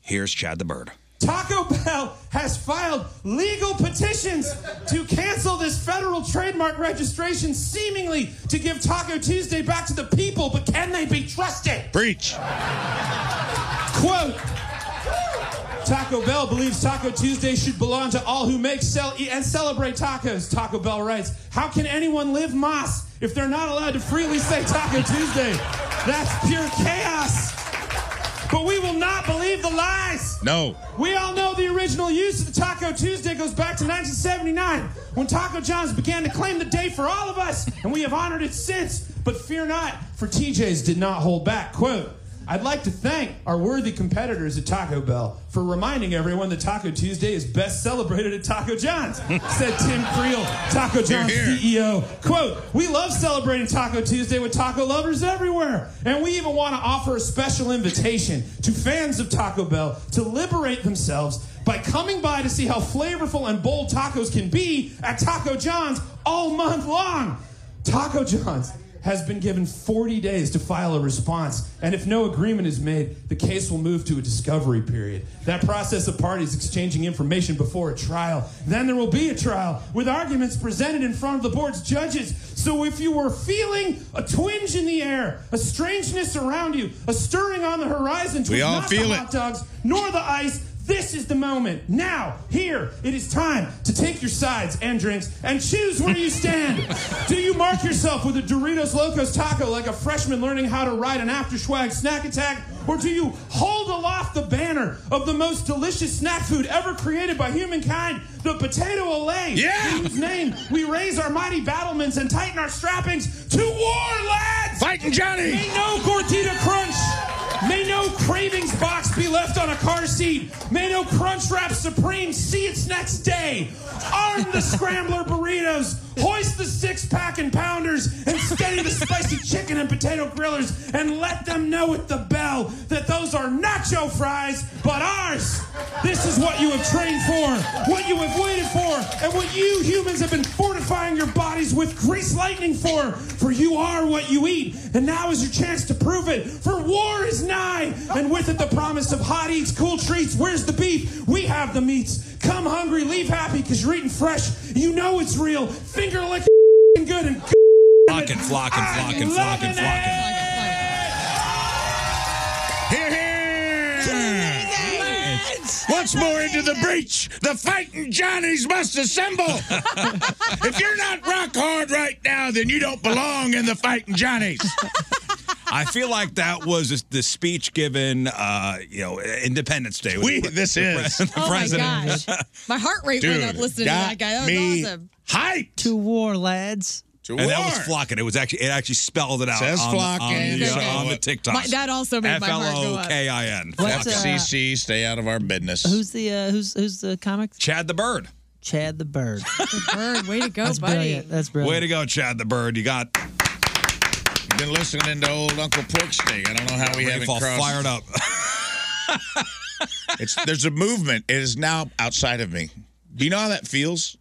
S2: Here's Chad the Bird.
S15: Taco Bell has filed legal petitions to cancel this federal trademark registration, seemingly to give Taco Tuesday back to the people, but can they be trusted?
S5: Preach.
S15: Quote Taco Bell believes Taco Tuesday should belong to all who make, sell, eat, and celebrate tacos, Taco Bell writes. How can anyone live Moss if they're not allowed to freely say Taco Tuesday? That's pure chaos. But we will not believe the lies.
S5: No.
S15: We all know the original use of the Taco Tuesday goes back to 1979 when Taco John's began to claim the day for all of us, and we have honored it since. But fear not, for TJ's did not hold back. Quote I'd like to thank our worthy competitors at Taco Bell for reminding everyone that Taco Tuesday is best celebrated at Taco John's, said Tim Creel, Taco
S16: Hear,
S15: John's
S16: hear.
S15: CEO. Quote, we love celebrating Taco Tuesday with taco lovers everywhere. And we even want to offer a special invitation to fans of Taco Bell to liberate themselves by coming by to see how flavorful and bold tacos can be at Taco John's all month long. Taco John's has been given 40 days to file a response, and if no agreement is made, the case will move to a discovery period. That process of parties exchanging information before a trial. Then there will be a trial with arguments presented in front of the board's judges. So if you were feeling a twinge in the air, a strangeness around you, a stirring on the horizon,
S5: We
S15: twas
S5: all
S15: not
S5: feel
S15: the
S5: it.
S15: hot dogs nor the ice. This is the moment. Now, here, it is time to take your sides and drinks and choose where you stand. Do you mark yourself with a Doritos Locos taco like a freshman learning how to ride an after swag snack attack? Or do you hold aloft the banner of the most delicious snack food ever created by humankind, the potato olay? Yeah! In whose name we raise our mighty battlements and tighten our strappings to war, lads! Fighting Johnny! May no Gordita Crunch! May no cravings box be left on a car seat. May no crunch wrap supreme see its next day. Arm the scrambler burritos. Hoist the six pack and pounders and steady the spicy chicken and potato grillers and let them know with the bell that those are nacho fries, but ours. This is what you have trained for, what you have waited for, and what you humans have been fortifying your bodies with grease lightning for. For you are what you eat, and now is your chance to prove it. For war is nigh, and with it the promise of hot eats, cool treats. Where's the beef? We have the meats. Come hungry, leave happy, because you're eating fresh. You know it's real. Finger licking good and
S2: Flocking, flocking, flocking, flocking, flocking.
S5: Once more into the breach, the fighting Johnnies must assemble. if you're not rock hard right now, then you don't belong in the fighting Johnnies.
S2: I feel like that was the speech given, uh, you know, Independence Day.
S5: We- this is.
S4: Oh my gosh. My heart rate went up listening to that guy. That was awesome.
S5: Hype
S6: to war, lads.
S2: and that was flocking. It was actually it actually spelled it out
S5: Says
S2: on,
S5: flocking.
S2: on, the, uh,
S5: Okay.
S2: on the TikTok.
S4: My- that also made my heart go up.
S2: F-L-O-K-I-N.
S6: What's, uh,
S5: FCC, stay out of our business.
S6: Who's the uh, who's who's the comic?
S2: Chad the Bird.
S6: Chad the Bird.
S4: The bird, way to go,
S6: That's
S4: buddy.
S6: brilliant. That's brilliant.
S2: Way to go, Chad the Bird. You got
S5: You've been listening to old Uncle Pork Steak. I don't know how we
S2: Make it
S5: haven't
S2: all
S5: crossed.
S2: fired up.
S5: it's there's a movement. It is now outside of me. Do you know how that feels?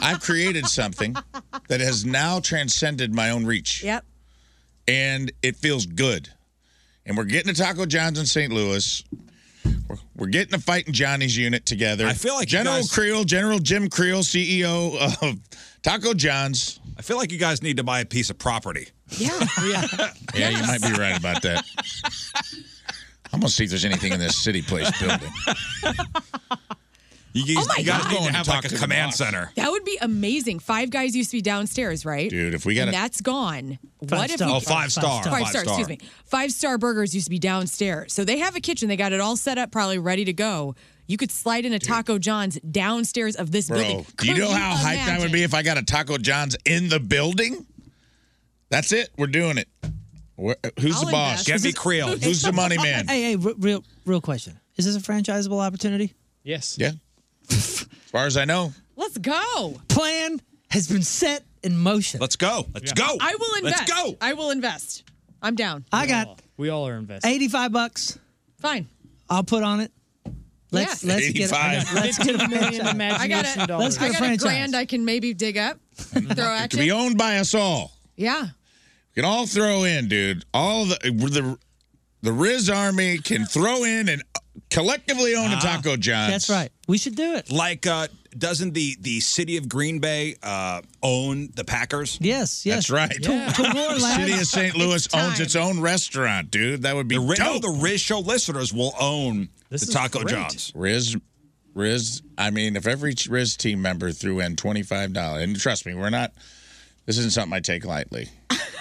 S5: I've created something that has now transcended my own reach.
S4: Yep.
S5: And it feels good. And we're getting to Taco John's in St. Louis. We're getting the fighting Johnny's unit together. I
S2: feel like you
S5: General
S2: guys-
S5: Creel, General Jim Creel, CEO of Taco John's.
S2: I feel like you guys need to buy a piece of property.
S17: Yeah. yeah.
S5: Yeah, you might be right about that. I'm gonna see if there's anything in this city place building.
S2: You,
S4: Oh my
S2: you guys need
S4: God.
S2: to
S4: Going to
S2: have
S4: talk
S2: like a
S4: to the
S2: command
S4: boss.
S2: center.
S4: That would be amazing. Five guys used to be downstairs, right?
S2: Dude, if we got
S4: and
S2: a-
S4: that's gone.
S2: Five
S4: what if
S2: star.
S4: we
S2: Oh, five star,
S4: Five,
S2: five
S4: star,
S2: star.
S4: excuse me. Five star burgers used to be downstairs. So they have a kitchen, they got it all set up, probably ready to go. You could slide in a Taco John's downstairs of this
S5: Bro,
S4: building.
S5: do you
S4: Could
S5: know how hyped I
S4: imagine?
S5: would be if I got a Taco John's in the building? That's it. We're doing it. We're- who's
S12: I'll
S5: the boss?
S12: invest. Get me Creel.
S5: Who's the money man?
S12: Hey, hey, re- real, real question. Is this a franchisable opportunity?
S5: Yes. Yeah. as far as I know.
S4: Let's go.
S12: Plan has been set in motion.
S2: Let's go. Let's go.
S4: I will invest. Oh, I will invest. I'm down.
S12: I got
S14: We all are invested.
S12: 85 bucks.
S4: Fine.
S12: I'll put on it. Let's
S4: Yeah.
S12: let's get
S5: I
S12: it.
S5: got
S12: Let's get a
S5: $15 million
S12: franchise.
S4: I got a,
S12: Let's
S4: I
S12: get a
S4: got a
S12: franchise.
S4: grand I can maybe dig up, throw
S5: It
S4: at
S5: could be
S4: you.
S5: owned by us all.
S4: Yeah.
S5: We can all throw in, dude. All the the the Riz Army can throw in and collectively own
S2: Ah.
S5: a Taco John's.
S12: right. We should do it.
S2: Like, uh, doesn't the the city of Green Bay uh, own the Packers?
S12: Yes, yes.
S5: That's right.
S2: Roar
S5: the city
S2: Labs.
S5: of St. Louis owns its own restaurant, dude. That would be
S2: The Riz,
S5: dope.
S2: the Riz Show listeners will own
S5: This
S2: the
S5: is
S2: Taco
S5: great.
S2: John's.
S5: Riz, Riz. I mean, if every Riz team member threw in twenty five dollars, and trust me, we're not. This isn't something I take lightly.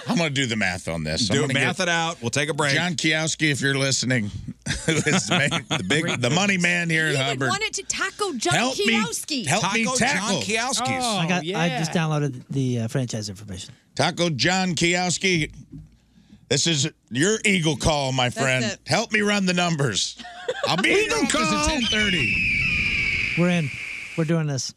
S5: I'm going to do the math on this.
S2: Do it, math it out. We'll take a break.
S5: John Kiowski, if you're listening, who is the, main, the big, the money man here
S4: You
S5: at
S4: would
S5: Hubbard.
S4: want it to Taco John
S5: Help me-
S4: Kioski.
S5: help me Taco John tackle. Kioski's. Oh,
S12: I got. I
S5: yeah.
S12: just downloaded the uh, franchise information.
S5: Taco John Kiowski, this is your eagle call, my friend.
S12: it.
S5: Help me run the numbers. I'll be in your office at ten thirty.
S12: We're in. We're doing this.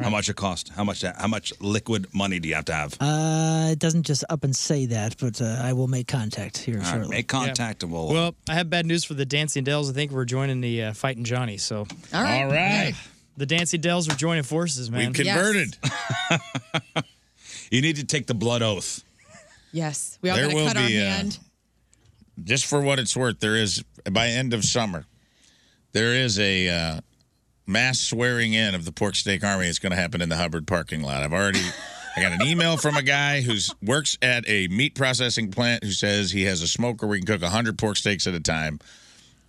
S2: How much it cost? How much? How much liquid money do you have to have?
S12: Uh, it doesn't just up and say that, but uh, I will make contact here
S2: All right,
S12: shortly.
S2: make contact and we'll.
S14: Well, I have bad news for the Dancing Dells. I think we're joining the uh, Fighting Johnny. So, all
S5: right. All right.
S14: The Dancing Dells are joining forces, man.
S2: We've converted. you need to take the blood oath.
S4: Yes. We all
S5: There
S4: got to
S5: will
S4: cut our
S5: be, uh,
S4: hand.
S5: Just for what it's worth, there is by end of summer, there is a uh, mass swearing in of the Pork Steak Army. It's going to happen in the Hubbard parking lot. I've already. I got an email from a guy who works at a meat processing plant who says he has a smoker where he can cook 100 pork steaks at a time.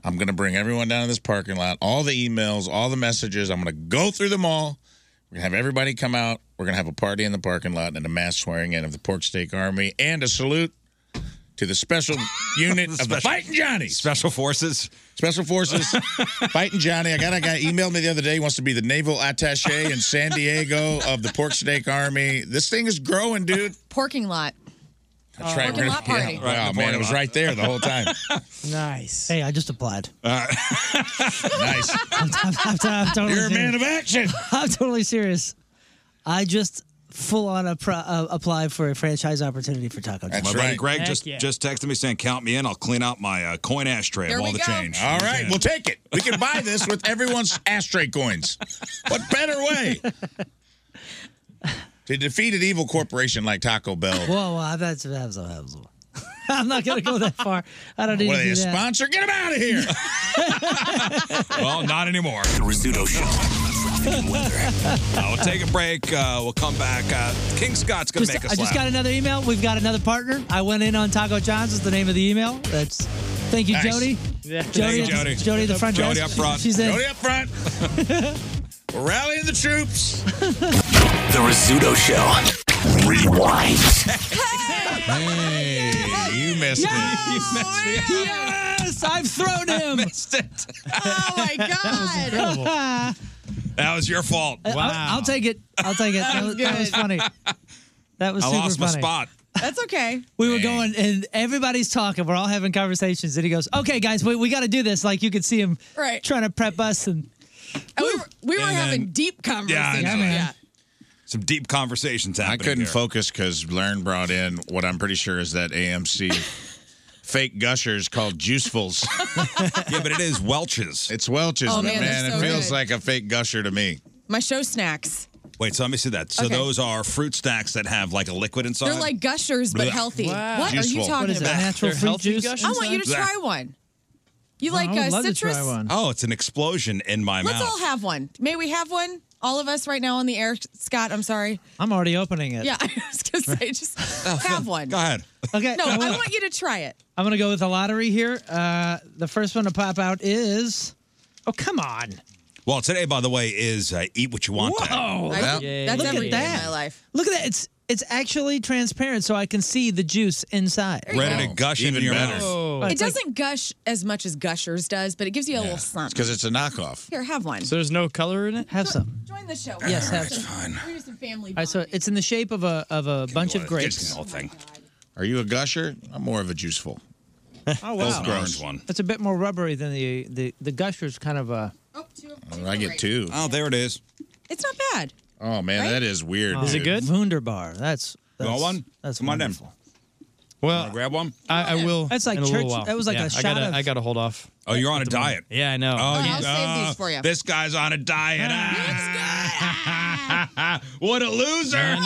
S5: I'm going to bring everyone down to this parking lot, all the emails, all the messages. I'm going to go through them all. We're going to have everybody come out. We're going to have a party in the parking lot and a mass swearing in of the Pork Steak Army and a salute to the special unit of the
S2: Special-
S5: Fighting Johnny.
S2: Special Forces.
S5: Special Forces. Fighting Johnny. I got a guy emailed me the other day. He wants to be the naval attache in San Diego of the Pork Steak Army. This thing is growing, dude.
S4: Porking lot.
S5: That's right.
S4: Porking lot
S5: Yeah.
S4: party.
S5: Wow, man, it was right there the whole time.
S12: Nice. Hey, I just applied.
S5: nice.
S12: I'm, I'm, I'm, I'm totally
S5: You're a man of
S12: serious.
S5: action.
S12: I'm totally serious. I just full on appro- uh, apply for a franchise opportunity for Taco.
S2: My
S12: John's.
S2: buddy Greg just just texted me saying, "Count me in. I'll clean out my uh, coin ashtray
S12: There
S2: of all
S12: we
S2: the
S12: go.
S2: change."
S5: All right, we'll take it. We can buy this with everyone's ashtray coins. What better way to defeat an evil corporation like Taco Bell?
S12: Whoa, whoa, that's that's that's. I'm not gonna go that far. I don't need
S5: What
S12: to
S5: are
S12: do
S5: they, a
S12: that.
S5: sponsor? Get them out of here.
S2: well, not anymore. The Rizzuto Show. uh, we'll take a break. Uh, we'll come back. Uh, King Scott's gonna
S12: Just-
S2: make us
S12: I just
S2: laugh.
S12: got another email. We've got another partner. I went in on Taco John's is the name of the email. That's thank you,
S2: Nice.
S12: Jody.
S2: Yeah.
S12: Jody,
S2: Thank you, Jody.
S12: Jody, the front
S2: Jody
S12: desk.
S2: up front.
S12: She's in.
S2: Jody
S5: up front. We're rallying the troops.
S6: The Rizzuto Show. Rewind.
S5: Hey, you missed
S12: it.
S2: You messed me up.
S12: Yes, I've thrown him.
S2: missed it.
S4: Oh my God.
S12: I-
S2: That was your fault.
S12: I'll, I'll take it. I'll take it. That was, that was funny. That was
S2: I
S12: super
S2: lost my
S12: funny.
S2: spot.
S4: That's okay.
S12: We were going, and everybody's talking. We're all having conversations, and he goes, "Okay, guys, we, we got to do this." Like you could see him
S4: Right.
S12: trying to prep us, and
S4: we were, we were
S2: And
S4: having
S2: then-
S4: deep conversations.
S2: Yeah, I know. Some deep conversations
S5: I
S2: happening.
S5: couldn't
S2: here.
S5: focus because Lern brought in what I'm pretty sure is that AMC fake gushers called Juicefuls.
S2: yeah, but it is Welch's.
S5: It's Welch's,
S4: Oh,
S5: but man,
S4: man, they're so
S5: it feels
S4: good.
S5: like a fake gusher to me.
S4: My show snacks.
S2: Wait, so let me see that. So
S4: Okay.
S2: those are fruit snacks that have like a liquid inside.
S4: They're like gushers, but
S2: Blech.
S4: healthy.
S2: Wow.
S4: What are you
S2: Useful.
S4: talking
S2: What is it,
S4: about?
S2: natural They're fruit healthy juice?
S4: I
S2: gushers?
S4: want you to
S2: Blech.
S4: try one. You like uh, citrus?
S2: Oh, it's an explosion in my
S4: Let's
S2: mouth.
S4: all have one. May we have one? All of us right now on the air. Scott, I'm sorry.
S12: I'm already opening it.
S4: Yeah, I was going to say, just have one.
S2: Oh, Go ahead.
S12: Okay.
S4: No,
S12: I
S4: I
S12: will-
S4: want you to try it.
S12: I'm going to go with the lottery here. Uh, the first one to pop out is. Oh, come on.
S2: Well, today, by the way, is uh, eat what you want. Day.
S12: Whoa.
S4: Oh, That's
S12: Look
S4: every day
S12: at that.
S4: in my life.
S12: Look at that. It's it's actually transparent, so I can see the juice inside.
S2: Ready to gush
S5: Even
S2: into your
S5: better.
S2: mouth.
S12: Oh.
S4: it doesn't gush as much as Gushers does, but it gives you a little slump.
S5: because it's a knockoff.
S4: Here, have one.
S14: So there's no color in it.
S12: Have some.
S4: Join the show.
S12: Yes, have
S4: It's
S12: some.
S4: We're just a family.
S12: All right, so it's in the shape of a of a bunch of grapes.
S2: thing.
S5: Are you a gusher? I'm more of a juiceful.
S12: Oh wow,
S5: Orange one.
S12: That's a bit more rubbery than the the the gushers. Kind of a.
S5: I get two.
S2: Oh, there it is.
S4: It's not bad.
S5: Oh man, that is weird.
S12: Is
S5: dude.
S12: it good? Wunderbar. That's. that's
S2: want one?
S12: That's
S2: Come on in.
S12: wonderful.
S14: Well,
S2: grab one.
S14: I, I will.
S12: That's like
S14: in a
S12: church-
S14: little while.
S12: that was like a
S14: Yeah,
S12: shot
S14: I gotta,
S12: of-
S14: I gotta hold off.
S2: Oh, you're on a diet.
S14: Yeah, I know.
S2: Oh,
S14: yeah.
S2: you- oh, This guy's on a diet. Ah. what a loser.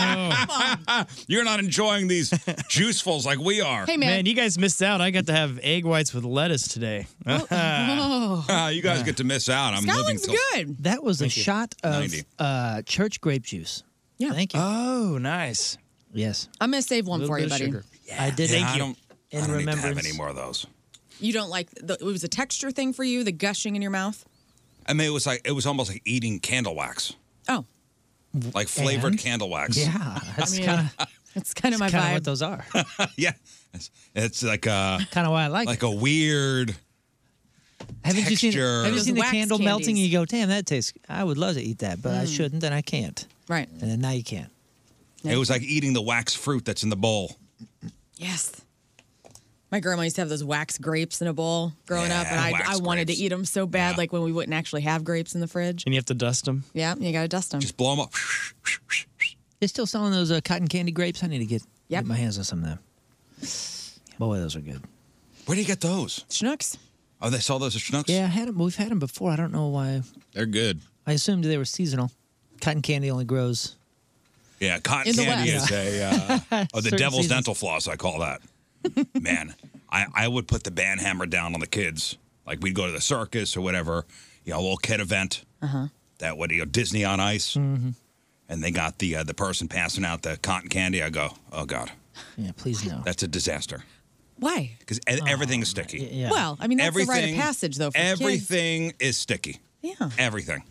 S2: You're not enjoying these juicefuls like we are.
S14: you guys missed out. I got to have egg whites with lettuce today.
S4: Oh.
S2: Ah, you guys get to miss out. I'm living till-
S14: good.
S12: That was
S14: Thank
S12: a
S14: you.
S12: shot of
S14: 90.
S12: uh, church grape juice.
S4: Yeah.
S12: Thank you.
S14: Oh, nice.
S12: Yes.
S4: I'm going to save one for you, buddy.
S12: I did.
S2: Yeah,
S12: Thank
S2: I
S12: you.
S2: don't, I
S12: In
S2: don't need to have
S12: remembrance.
S2: any more of those.
S4: You don't like the, it was a texture thing for you, the gushing in your mouth.
S2: I mean, it was like it was almost like eating candle wax.
S4: Oh.
S2: Like flavored
S4: And?
S2: candle wax.
S4: I mean, that's kind of my
S12: kinda
S4: vibe.
S12: what those are.
S2: yeah. It's, it's like a
S12: kind of why I like
S2: like a weird
S12: Haven't you seen,
S2: texture.
S12: have you
S2: Those
S12: seen the
S2: wax
S12: candle melting?
S2: candies.
S12: You go, damn, that tastes. I would love to eat that, but I
S4: Mm.
S12: shouldn't, and I can't.
S4: Right.
S12: And then now you can.
S2: It was like eating the wax fruit that's in the bowl.
S4: Yes. My grandma used to have those wax grapes in a bowl growing up, and
S14: Yeah,
S4: I,
S14: wax
S4: I wanted to eat them so bad, like when we wouldn't actually have grapes in the fridge.
S14: And you have to dust them.
S4: Yeah, you got to dust them.
S2: Just blow them up.
S12: They're still selling those uh, cotton candy grapes. I need to get,
S4: Yep.
S12: get my hands on some of them. Boy, those are good.
S2: Where do you get those?
S4: Schnucks.
S2: Oh, they saw those at Schnucks?
S12: Yeah, I had them. We've had them before. I don't know why.
S2: They're good.
S12: I assumed they were seasonal. Cotton candy only grows.
S2: Yeah, cotton
S12: In the
S2: candy
S12: West.
S2: is a uh, oh, the
S12: Certain
S2: devil's
S12: seasons.
S2: dental floss. I call that. Man, I, I would put the band hammer down on the kids. Like we'd go to the circus or whatever, you know, a little kid event
S4: Uh huh.
S2: that would you know Disney on Ice, and they got the uh, the person passing out the cotton candy. I go, oh god,
S12: Yeah, please no.
S2: that's a disaster
S4: Why?
S2: because everything is sticky.
S4: Well, I mean, that's the rite of passage, though. For Kids.
S2: everything is sticky.
S4: Yeah.
S2: Everything.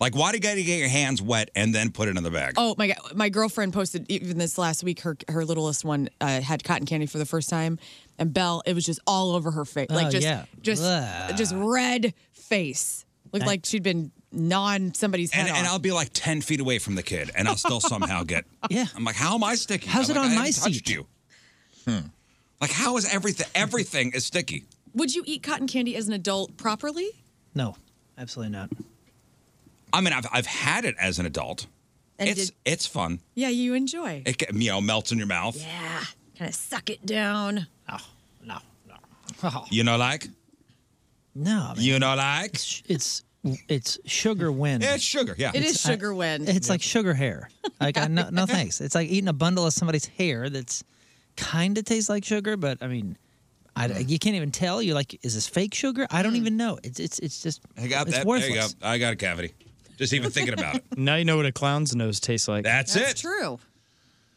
S2: like, why do you got to get your hands wet and then put it in the bag?
S4: Oh my god! My girlfriend posted even this last week. Her her littlest one uh, had cotton candy for the first time, and Belle, it was just all over her face, like
S12: Oh,
S4: just
S12: yeah.
S4: just
S12: Ugh.
S4: just red face. Looked
S2: I-
S4: like she'd been gnawing somebody's head
S2: and,
S4: off.
S2: and I'll be like 10 feet away from the kid and I'll still somehow get.
S12: Yeah.
S2: I'm like, how am I sticky?
S4: How's
S2: I'm
S4: it
S2: like,
S4: on
S2: I
S4: my
S2: haven't touched you. Like, how is everything? Everything is sticky.
S4: Would you eat cotton candy as an adult properly?
S12: No, absolutely not.
S2: I mean, I've, I've had it as an adult.
S4: And
S2: it's
S4: did-
S2: it's fun.
S4: Yeah, you enjoy.
S2: It ca- you know melts in your mouth.
S4: Yeah, kind of suck it down.
S2: You know, like
S12: No,
S2: you know, like
S12: it's it's sugar wind.
S2: It's sugar, yeah. It
S4: is sugar wind.
S12: It's like sugar hair. Like I, no, no thanks. It's like eating a bundle of somebody's hair that's kind of tastes like sugar, but I mean, I,
S2: Mm.
S12: you can't even tell. You're like, is this fake sugar? I don't even know. It's it's it's just
S2: I got
S12: it's
S2: that.
S12: worthless.
S2: There you go. I got a cavity. Just even thinking about it.
S14: Now you know what a clown's nose tastes like.
S2: That's, it.
S4: True.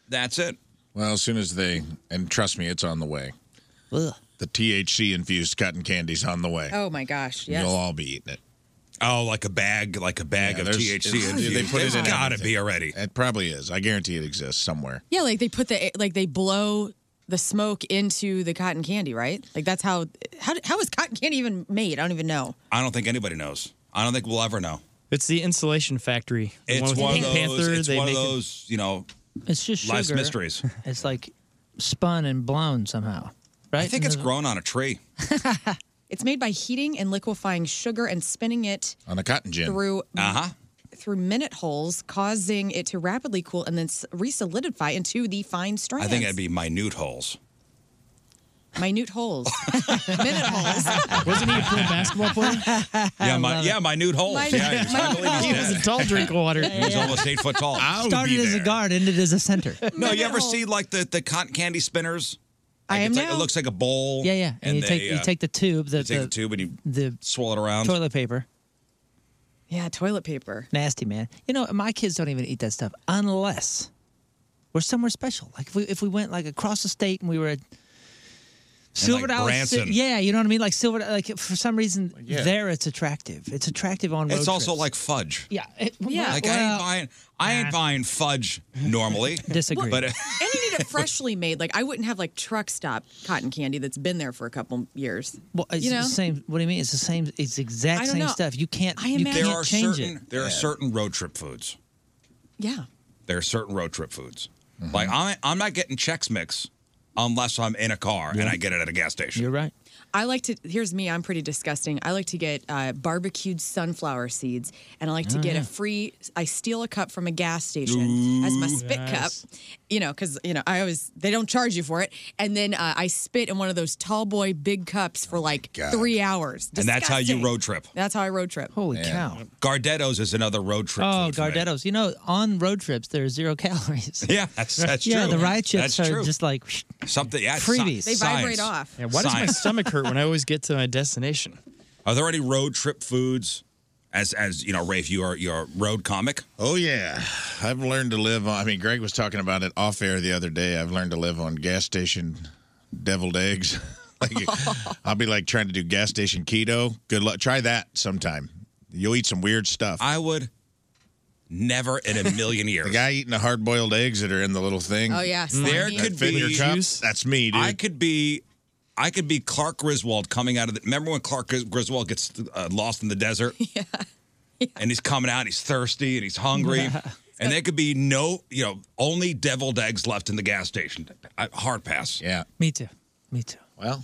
S2: That's it.
S5: Well, as soon as they and trust me, it's on the way. The THC infused cotton candy's on the way.
S4: Oh my gosh! Yes.
S5: You'll
S2: uh,
S5: all be eating it.
S2: Oh, like a bag, like a bag
S5: Yeah,
S2: of
S5: there's-
S2: THC.
S5: it's-
S2: infused.
S5: They put
S2: It's
S5: it in.
S2: Gotta be already.
S5: It probably is. I guarantee it exists somewhere.
S4: Yeah, like they put the like they blow the smoke into the cotton candy, right? Like that's how how how is cotton candy even made? I don't even know.
S2: I don't think anybody knows. I don't think we'll ever know.
S14: It's the insulation factory. The
S2: It's
S14: with the
S2: one of those.
S14: Pink Panther,
S2: it's
S14: they
S2: one of
S14: make it-
S2: those. You know,
S12: It's just sugar.
S2: life's mysteries.
S12: It's like spun and blown somehow, right?
S2: I think
S14: Uh-huh.
S2: it's grown on a tree.
S4: It's made by heating and liquefying sugar and spinning it
S5: On a cotton gin.
S4: through
S2: Uh huh.
S4: through minute holes, causing it to rapidly cool and then s- re-solidify into the fine strands.
S2: I think it'd be minute holes.
S4: minute holes.
S14: Wasn't he a pro basketball player?
S2: Yeah, my, yeah, minute holes.
S14: My-
S2: yeah, he's- I believe he's
S14: He was
S2: dead.
S14: a tall drink of water.
S2: He's almost eight foot tall.
S12: Started as a guard, ended as a center.
S2: No, you ever see like the the cotton candy spinners? Like,
S12: I am
S2: it's like,
S12: now.
S2: It looks like a bowl.
S12: Yeah, yeah. And, you
S2: they,
S12: take you
S2: uh,
S12: take the tube, the,
S2: you take the
S12: the
S2: tube and you
S12: the
S2: swirl it around.
S12: toilet paper.
S4: Yeah, toilet paper.
S12: Nasty man. You know, my kids don't even eat that stuff unless we're somewhere special. Like if we if we went like across the state and we were at
S2: like,
S12: Silver Dollar Ci-
S2: Branson.
S12: yeah, you know what I mean. Like Silver, like for some reason
S2: Yeah.
S12: there it's attractive. It's attractive on road
S2: It's also
S12: trips.
S2: like fudge.
S12: yeah,
S4: Yeah.
S2: Like I
S4: well-
S2: ain't buying I ain't buying fudge normally.
S4: Disagree.
S2: But
S4: and you need it freshly made. Like I wouldn't have like truck stop cotton candy that's been there for a couple years.
S12: Well, it's
S4: you know,
S12: the same. What do you mean? It's the same. It's
S4: I
S12: the exact
S4: don't
S12: same
S4: know.
S12: stuff. You can't.
S4: I
S12: you
S4: imagine-
S12: can't
S2: there are
S12: change
S2: certain
S12: it.
S2: there are certain road trip foods.
S4: yeah.
S2: There are certain road trip foods. Like I'm I'm not getting Chex Mix unless I'm in a car and I get it at a gas station. You're
S12: right.
S4: I like to. Here's me. I'm pretty disgusting. I like to get uh, barbecued sunflower seeds, and I like to
S2: Oh,
S4: get
S12: Mm.
S2: yeah.
S4: a free. I steal a cup from a gas station as my
S2: Ooh.
S4: spit
S2: Yes.
S4: cup, you know, because you know I always they don't charge you for it, and then uh, I spit in one of those tall boy big cups for like
S2: God.
S4: three hours.
S2: And that's how you
S4: Disgusting.
S2: road trip.
S4: That's how I road trip.
S12: Holy cow!
S2: Gardettos is another road trip.
S12: Oh,
S2: food for me.
S12: Gardettos. You know, on road trips there are zero calories.
S2: Yeah, that's that's
S12: yeah,
S2: true.
S12: the ride chips
S2: That's
S12: are
S2: true.
S12: just like
S2: something. Yeah, it's
S12: freebies.
S2: sci- science.
S14: Yeah, why does my
S2: Science.
S14: stomach hurt when I always get to my destination?
S2: Are there any road trip foods? As as you know, Rafe, you are you're a road comic.
S5: Oh yeah, I've learned to live on. I mean, Greg was talking about it off air the other day. I've learned to live on gas station deviled eggs. like I'll be like trying to do gas station keto. Good luck. Try that sometime. You'll eat some weird stuff.
S2: I would never in a million years.
S5: the guy eating the hard boiled eggs that are in the little thing.
S4: Oh, yeah,
S2: there
S5: That
S2: could
S5: finger
S2: be
S5: cup, That's me, dude.
S2: I could be, I could be Clark Griswold coming out of the. Remember when Clark Gris- Griswold gets uh, lost in the desert? Yeah. And he's coming out. He's thirsty and he's hungry.
S12: Yeah.
S2: And there could be no, you know, only deviled eggs left in the gas station. I, hard pass.
S5: Yeah.
S12: Me too. Me too.
S5: Well,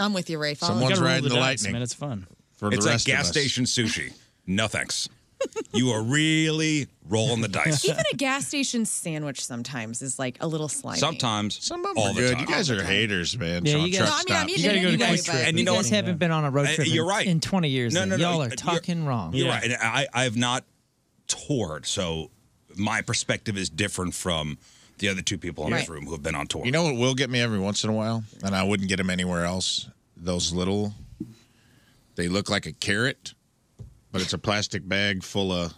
S4: I'm with you, Rafe. I'll-
S2: Someone's riding the lightning.
S14: man. It's fun.
S2: For
S5: the
S2: it's
S5: rest of
S2: like gas
S5: us.
S2: station sushi. No thanks. you are really rolling the dice.
S4: Even a gas station sandwich sometimes is like a little slimy.
S2: Sometimes.
S4: Some of them
S2: all
S4: are
S2: the
S4: good.
S2: time.
S4: You guys
S5: are haters, man.
S12: Yeah, you guys, you gotta go to Quick Trip.
S2: And
S12: you,
S2: you know
S12: guys
S2: what?
S12: haven't been on a road
S2: Uh,
S12: trip. in-
S2: you're right.
S12: In 20 years,
S2: No,
S12: then.
S2: no, no,
S12: Y'all are
S2: you're-
S12: talking wrong.
S2: You're right. And I, I've not toured, so my perspective is different from the other two people in this
S5: Right.
S2: room who have been on tour.
S5: You know what will get me every once in a while, and I wouldn't get them anywhere else. Those little, they look like a carrot, but it's a plastic bag full of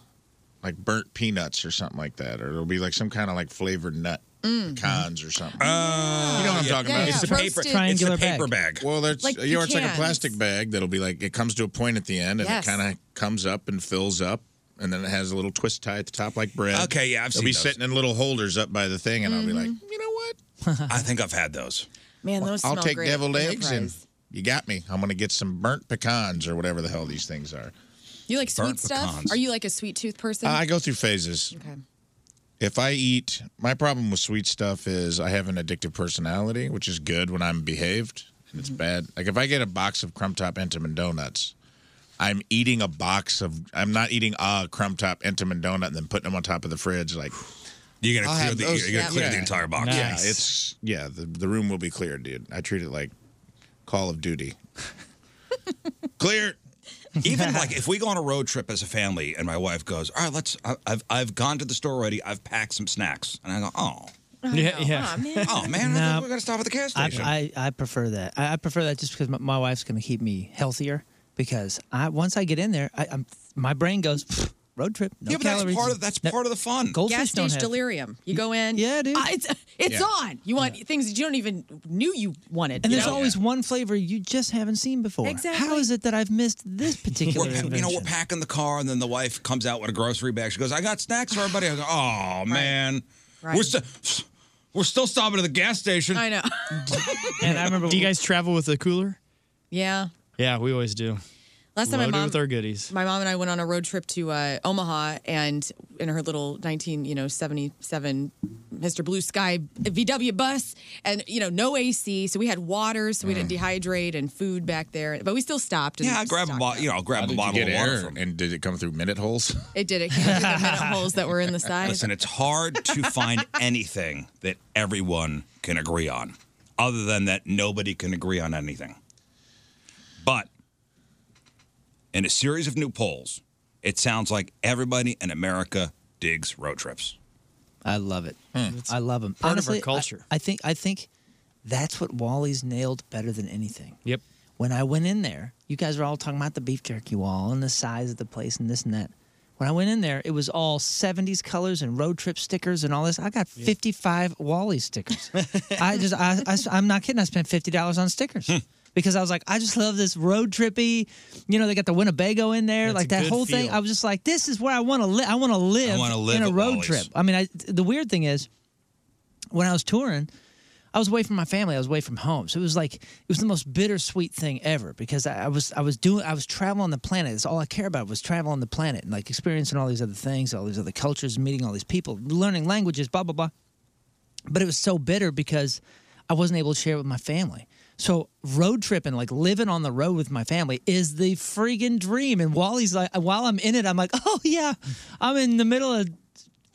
S5: like burnt peanuts or something like that, or it'll be like some kind of like flavored nut.
S4: Mm.
S5: Cons or something. you know what I'm
S2: Ah, yeah.
S5: talking
S2: Yeah,
S5: about?
S2: yeah, It's the roasted- paper- it's the Triangular bag. paper bag.
S5: Well, there's
S2: Like
S5: you know, it's like a
S2: pecans.
S5: plastic bag that'll be like it comes to a point at the end and
S2: Yes.
S5: it kind of comes up and fills up, and then it has a little twist tie at the top like bread.
S2: Okay, yeah, I've
S5: They'll
S2: seen
S5: be
S2: those.
S5: sitting in little holders up by the thing, and I'll be like, you know what?
S2: I think I've had Mm-hmm. those.
S4: Man, those
S5: I'll
S4: smell
S5: take
S4: great.
S5: deviled
S4: at
S5: eggs and
S4: Enterprise.
S5: you got me. I'm gonna get some burnt pecans or whatever the hell these things are.
S4: You like sweet
S5: burnt
S4: stuff?
S5: pecans.
S4: Are you like a sweet tooth person?
S5: Uh, I go through phases.
S4: Okay.
S5: If I eat, my problem with sweet stuff is I have an addictive personality, which is good when I'm behaved, and it's bad. Like if I get a box of crumb top Entenmann donuts, I'm eating a box of. I'm not eating a crumb top Entenmann donut and then putting them on top of the fridge. Like
S2: You're
S5: I'll
S2: gonna clear
S5: have
S2: the
S5: those-
S2: you're gonna clear
S5: yeah.
S2: the entire box.
S5: Yeah, it's yeah. The, the room will be cleared, dude. I treat it like Call of Duty. clear.
S2: Even like if we go on a road trip as a family, and my wife goes, "All right, let's." I, I've I've gone to the store already. I've packed some snacks, and I go, "Oh,
S12: Yeah, yeah.
S2: oh man, oh, man I think we're gonna stop at the gas station."
S12: I, I, I prefer that. I, I prefer that just because my, my wife's going to keep me healthier. Because I once I get in there, I, I'm my brain goes "Pfft, road trip. No
S4: Yeah, but that's
S12: calories.
S4: part of-
S2: that's part of the fun.
S12: Goldfish
S4: Gas
S12: don't
S4: stage
S12: have.
S4: delirium. You go in. Yeah, dude. it's it's
S12: Yeah.
S4: on. You want things that you don't even knew you wanted.
S12: And
S4: you
S12: there's
S4: know?
S12: always one flavor you just haven't seen before. How
S4: Exactly.
S12: is it that I've missed this particular?
S2: We're, pa- you know, we're
S12: invention?
S2: packing the car, and then the wife comes out with a grocery bag. She goes, "I got snacks for everybody." I go, "Oh man,
S14: Right.
S2: we're still we're still stopping at the gas station."
S4: I know.
S14: And I remember. Do you guys travel with a cooler?
S4: Yeah.
S14: Yeah, we always do.
S4: Last time my
S14: Loaded
S4: mom-
S14: with our goodies.
S4: My mom and I went on a road trip to uh, Omaha, and in her little 19, you know, 77 Mr. Blue Sky VW bus, and you know, no AC, so we had water, so we didn't
S14: Mm.
S4: dehydrate, and food back there, but we still stopped. And
S2: Yeah, I grab a bottle. You know, I'll grab
S5: How
S2: a
S5: did you
S2: bottle
S5: get
S2: of water
S5: air?
S2: from.
S5: And did it come through minute holes?
S4: It did. It came through the minute holes that were in the side.
S2: Listen, it's hard to find anything that everyone can agree on, other than that nobody can agree on anything. But in a series of new polls, it sounds like everybody in America digs road trips.
S12: I love it. I love them.
S14: part of our
S12: Honestly, I-
S14: culture.
S12: I, think I think That's what Wally's nailed better than anything.
S14: Yep.
S12: When I went in there, you guys were all talking about the beef jerky wall and the size of the place and this and that. When I went in there, it was all 70s colors and road trip stickers and all this. I got 55 Wally stickers. I just, I, I, am not kidding. I spent $50 on stickers
S14: Hmm.
S12: because I was like, I just love this road trippy. You know, they got the Winnebago in there,
S6: That's
S12: like
S6: a
S12: that
S6: good
S12: whole thing.
S6: feel.
S12: I was just like, this is where I want to live. I want to live,
S6: wanna live
S12: in a
S6: at
S12: road
S6: Wally's.
S12: trip. I mean, I, the weird thing is, when I was touring, I was away from my family. I was away from home, so it was like it was the most bittersweet thing ever because I, I was I was doing I was traveling the planet. That's all I care about was traveling the planet and like experiencing all these other things, all these other cultures, meeting all these people, learning languages, blah blah blah. But it was so bitter because I wasn't able to share it with my family. So road tripping, like living on the road with my family, is the freaking dream. And while he's like, while I'm in it, I'm like, oh yeah, I'm in the middle of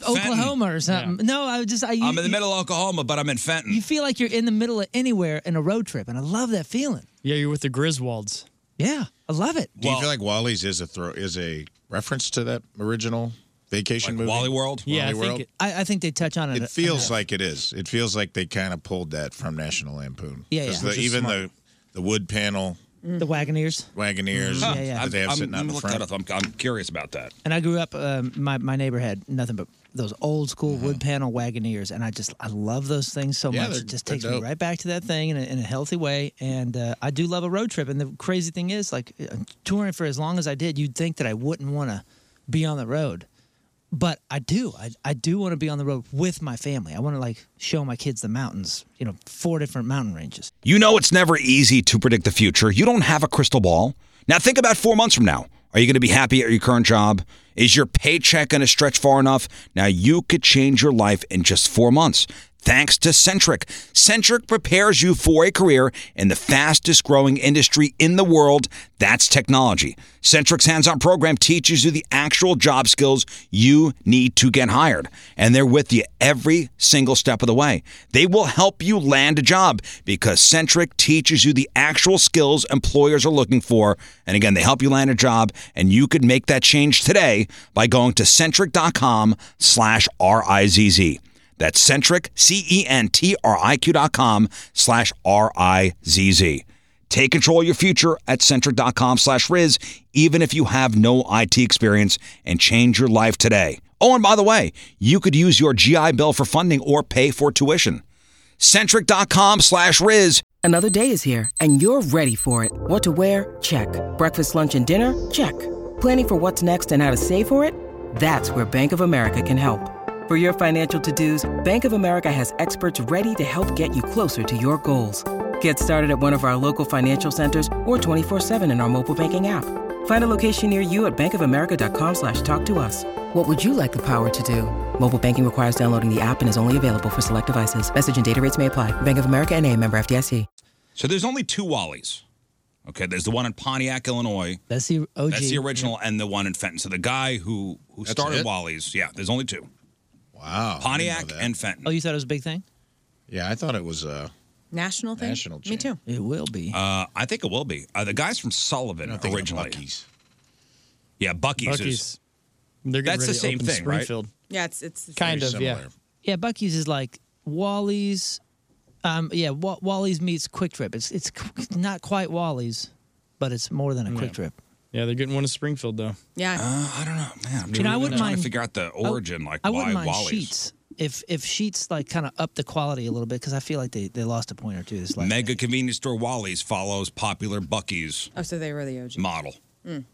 S12: Oklahoma or something. No, I just I.
S2: I'm in the
S12: you-
S2: middle of Oklahoma, but I'm in Fenton.
S12: you feel like you're in the middle of anywhere in a road trip, and I love that feeling.
S14: Yeah, you're with the Griswolds.
S12: Yeah, I love it.
S5: Do you feel like Wally's is a throw is a reference to that original vacation movie? Wally
S2: World.
S12: yeah, I
S5: Wally World.
S12: think, it- I, I think they touch on it.
S5: It feels like it is. It feels like they kind of pulled that from National Lampoon.
S12: Yeah,
S5: 'Cause
S12: yeah.
S5: the-
S12: Which is
S5: even
S12: smart.
S5: the the wood panel
S12: the Wagoneers.
S5: Wagoneers
S12: Mm-hmm. Yeah, yeah.
S5: that they have
S12: I'm-
S5: sitting
S12: I'm
S5: out in the
S12: looking
S5: front.
S12: that
S2: I'm, I'm curious about that.
S12: And I grew up. Um, my my neighbor had nothing but those old school wood panel Wagoneers, and I just I love those things so
S6: Mm-hmm. Yeah,
S12: much.
S6: they're-
S12: It just
S6: they're
S12: takes
S6: dope.
S12: me right back to that thing in a, in a healthy way, and uh, I do love a road trip. And the crazy thing is, like uh, touring for as long as I did, you'd think that I wouldn't want to be on the road. But I do. I, I do want to be on the road with my family. I want to like show my kids the mountains, you know, four different mountain ranges.
S2: You know it's never easy to predict the future. You don't have a crystal ball. Now think about four months from now. Are you going to be happy at your current job? Is your paycheck going to stretch far enough? Now you could change your life in just four months. Thanks to Centric. Centric prepares you for a career in the fastest growing industry in the world that's technology. Centric's hands on program teaches you the actual job skills you need to get hired, and they're with you every single step of the way. They will help you land a job because Centric teaches you the actual skills employers are looking for. And again, they help you land a job, and you could make that change today by going to centric.com slash R-I-Z-Z. That's centric, E C-E-N-T-R-I-Q dot com slash R-I-Z-Z. Take control of your future at centric.com slash Riz, even if you have no IT experience, and change your life today. Oh, and by the way, you could use your GI Bill for funding or pay for tuition. Centric.com slash Riz.
S16: Another day is here, and you're ready for it. What to wear? Check. Breakfast, lunch, and dinner? Check. Planning for what's next and how to save for it? That's where Bank of America can help. For your financial to-dos, Bank of America has experts ready to help get you closer to your goals. Get started at one of our local financial centers or 24-7 in our mobile banking app. Find a location near you at bankofamerica.com slash talk to us. What would you like the power to do? Mobile banking requires downloading the app and is only available for select devices. Message and data rates may apply. Bank of America and a member FDIC.
S2: So there's only two Wallies. Okay, there's the one in Pontiac, Illinois.
S12: That's the OG.
S2: That's the original, and the one in Fenton. So the guy who who
S12: That's
S2: started
S12: it?
S2: Wally's, yeah, there's only two.
S5: Wow,
S2: Pontiac and Fenton.
S12: Oh, you thought it was a big thing?
S5: Yeah, I thought it was uh,
S4: National thing.
S2: National
S4: Me too.
S12: It will be.
S2: Uh, I think it will be. Uh, the guys from Sullivan originally. Bucky's. Yeah, Bucky's.
S14: Buc-ee's.
S2: Is,
S14: They're getting
S2: that's the same
S14: ready to open
S2: thing, right?
S14: Springfield.
S4: Yeah, it's it's the
S14: Kind
S4: same.
S14: of, yeah.
S12: Yeah, Bucky's is like Wally's. Um, yeah, Wa- Wally's meets Quick Trip. It's it's qu- not quite Wally's, but it's more than a Quick Trip.
S14: Yeah, they're getting one in Springfield though.
S4: Yeah.
S2: Uh, I don't know, man.
S12: You know, I wouldn't
S2: trying
S12: mind-
S2: to figure out the
S12: I-
S2: origin, like
S12: I
S2: why
S12: wouldn't mind
S2: Wally's.
S12: Sheets if if Sheets like kind of up the quality a little bit because I feel like they, they lost a point or two this last.
S2: Mega convenience store Wally's follows popular Bucky's
S4: Oh, so they were the OG.
S2: model.
S4: Mm.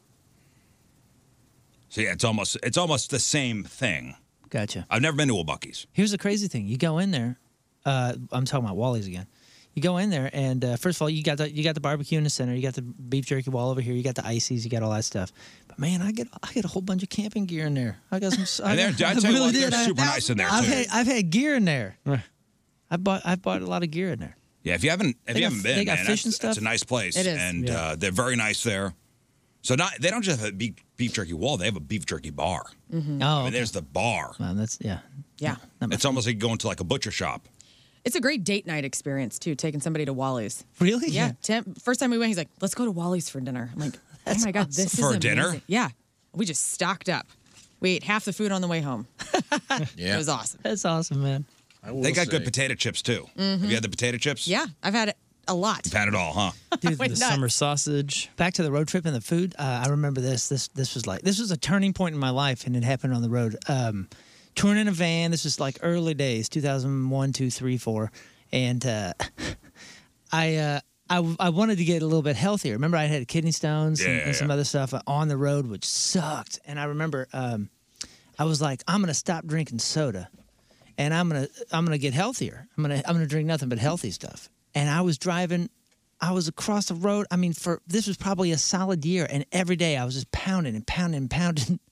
S2: So yeah, it's almost it's almost the same thing.
S12: Gotcha.
S2: I've never been to a Bucky's.
S12: Here's the crazy thing: you go in there. Uh, I'm talking about Wally's again. You go in there, and uh, first of all, you got the you got the barbecue in the center. You got the beef jerky wall over here. You got the ices. You got all that stuff. But man, I get I get a whole bunch of camping gear in there. I got some. I,
S2: And they're- I
S12: I
S2: tell you
S12: really
S2: what, they're
S12: did. I-
S2: super nice in there,
S12: I've
S2: too.
S12: had I've had gear in there. I bought I bought a lot of gear in there.
S2: Yeah, if you haven't if you
S12: They got-
S2: haven't been,
S12: they got
S2: man, that's,
S12: fish and
S2: that's
S12: stuff.
S2: a nice place,
S12: It is.
S2: and
S12: Yeah.
S2: uh, they're very nice there. So not they don't just have a beef, beef jerky wall; they have a beef jerky bar.
S12: Mhm.
S2: I
S12: Oh,
S2: mean, there's the bar.
S12: Um, that's yeah.
S4: Mm-hmm. Yeah.
S2: It's almost like going to like a butcher shop.
S4: It's a great date night experience too, taking somebody to Wally's.
S12: Really?
S4: Yeah. Tim, first time we went, he's like, "Let's go to Wally's for dinner." I'm like, "Oh my god, this is
S2: For
S4: amazing.
S2: dinner?
S4: Yeah. We just stocked up. We ate half the food on the way home.
S5: yeah,
S4: It was awesome.
S12: That's awesome, man.
S5: will
S2: They got
S5: say-
S2: good potato chips too. Have
S4: Mhm.
S12: Mm-hmm.
S2: you had the potato chips?
S4: Yeah, I've had it a lot.
S2: You've had it all, huh?
S12: Dude,
S4: Why
S12: the
S4: not?
S12: summer sausage. Back to the road trip and the food. Uh, I remember this. This this was like this was a turning point in my life, and it happened on the road. Um, touring in a van. This was like early days, 2001, 2, 3, 4. and uh, I. Uh, I, w- I wanted to get a little bit healthier. Remember, I had kidney stones and,
S18: Yeah, yeah,
S12: and some
S18: yeah.
S12: other stuff on the road, which sucked. And I remember um, I was like, I'm gonna stop drinking soda, and I'm gonna I'm gonna get healthier. I'm gonna I'm gonna drink nothing but healthy stuff. And I was driving, I was across the road. I mean, for this was probably a solid year, and every day I was just pounding and pounding and pounding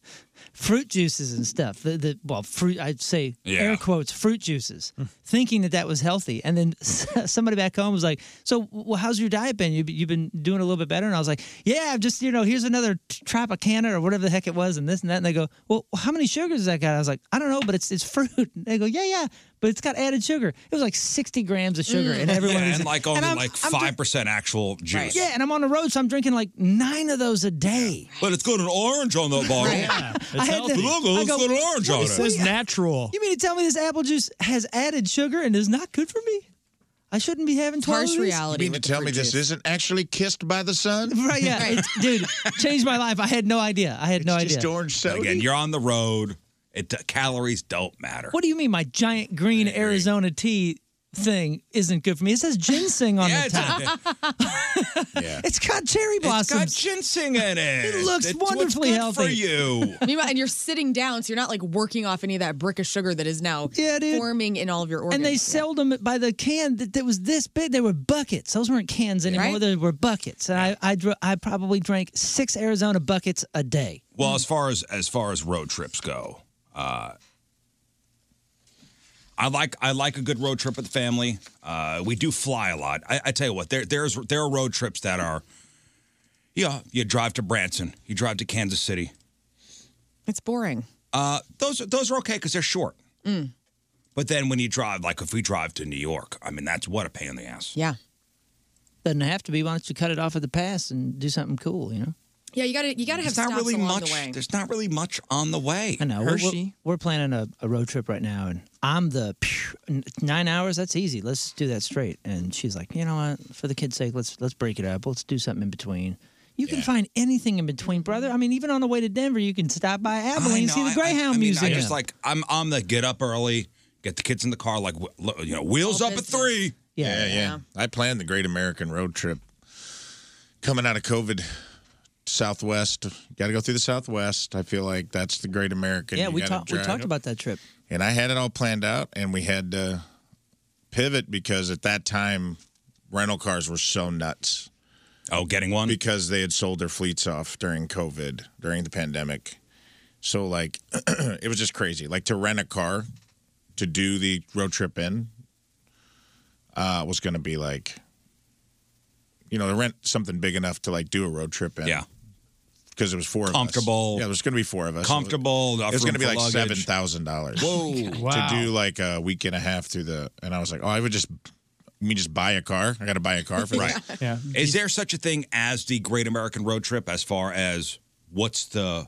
S12: fruit juices and stuff. The, the well, fruit I'd say air quotes fruit juices, thinking that that was healthy. And then somebody back home was like, "So, well, how's your diet been? You you've been doing a little bit better?" And I was like, "Yeah, I've just you know here's another t- Tropicana or whatever the heck it was, and this and that." And they go, "Well, how many sugars does that got?" I was like, "I don't know, but it's it's fruit." And they go, "Yeah, yeah." But it's got added sugar. It was like 60 grams of sugar in every one of
S2: Mm. Yeah,
S12: these.
S2: and like only
S12: I'm-
S2: like
S12: I'm drink-
S2: five percent actual juice.
S12: Yeah, and I'm on the road, so I'm drinking like nine of those a day.
S2: But it's got an orange on the bottle.
S12: I had to-
S2: Oh, Look,
S12: I
S2: it's
S12: go,
S2: got an orange on
S12: "What
S2: it.
S12: is this
S2: natural.
S12: You mean to tell me this apple juice has added sugar and is not good for me? I shouldn't be having 12 of these?
S5: You mean to tell me this isn't actually kissed by the sun?
S12: Right, yeah. It's, dude, changed my life. I had no idea. I had no idea.
S2: soda. Again, you're on the road. It calories don't matter.
S12: What do you mean my giant green Arizona tea thing isn't good for me? It says ginseng on the top. it's got cherry blossoms.
S2: It's got ginseng in it.
S12: It looks
S2: It's what's
S12: wonderfully
S2: good
S12: healthy.
S2: for you.
S4: Meanwhile, and you're sitting down, so you're not like working off any of that brick of sugar that is now forming in all of your organs.
S12: And they sold them by the can that, that was this big. They were buckets. Those weren't cans anymore.
S4: Right.
S12: They were buckets. And I, I, dr- I probably drank six Arizona buckets a day.
S2: Well, as far as as far as road trips go, uh, I like I like a good road trip with the family. Uh, we do fly a lot. I, I tell you what, there there's there are road trips that are, yeah, you drive to Branson, you drive to Kansas City.
S4: It's boring.
S2: Uh, those are- those are okay because they're short.
S4: Mm.
S2: But then when you drive, like if we drive to New York, I mean that's what a pain in the ass.
S4: Yeah.
S12: Doesn't have to be. Why don't you cut it off at the pass and do something cool, you know?
S4: Yeah, you gotta you gotta have
S2: There's not
S4: stops
S2: really
S4: along
S2: much-
S4: the way.
S2: There's not really much on the way.
S12: I know. We're- We're, we're planning a, a road trip right now, and I'm the phew, n- nine hours. That's easy. Let's do that straight. And she's like, you know what? For the kids' sake, let's let's break it up. Let's do something in between. You can find anything in between, brother. I mean, even on the way to Denver, you can stop by Abilene and see the Greyhound
S2: I mean,
S12: Museum.
S2: I just like I'm I'm the get up early, get the kids in the car, like wh- lo- you know, wheels up at three.
S5: Yeah, yeah, I planned the Great American Road Trip coming out of COVID. Southwest, got to go through the Southwest. I feel like that's the Great American.
S12: yeah,
S5: You
S12: we
S5: gotta
S12: talked we
S5: drive-
S12: talked about that trip.
S5: and I had it all planned out, and we had to pivot because at that time, rental cars were so nuts.
S2: Oh, getting one
S5: because they had sold their fleets off during COVID, during the pandemic. So like, it was just crazy. Like to rent a car to do the road trip in uh, was going to be like, you know, to rent something big enough to like do a road trip in. Yeah. Because it was four of us.
S2: Comfortable.
S5: Yeah, there's going to be four of us.
S2: Comfortable, enough
S5: It's going to
S2: room
S5: be
S2: for
S5: like seven
S2: luggage.
S5: thousand dollars.
S2: Whoa. Wow.
S5: To do like a week and a half through the, and I was like, oh, I would just, you mean just buy a car? I got to buy a car for
S2: right.
S5: this.
S2: Yeah. Is there such a thing as the Great American Road Trip? As far as what's the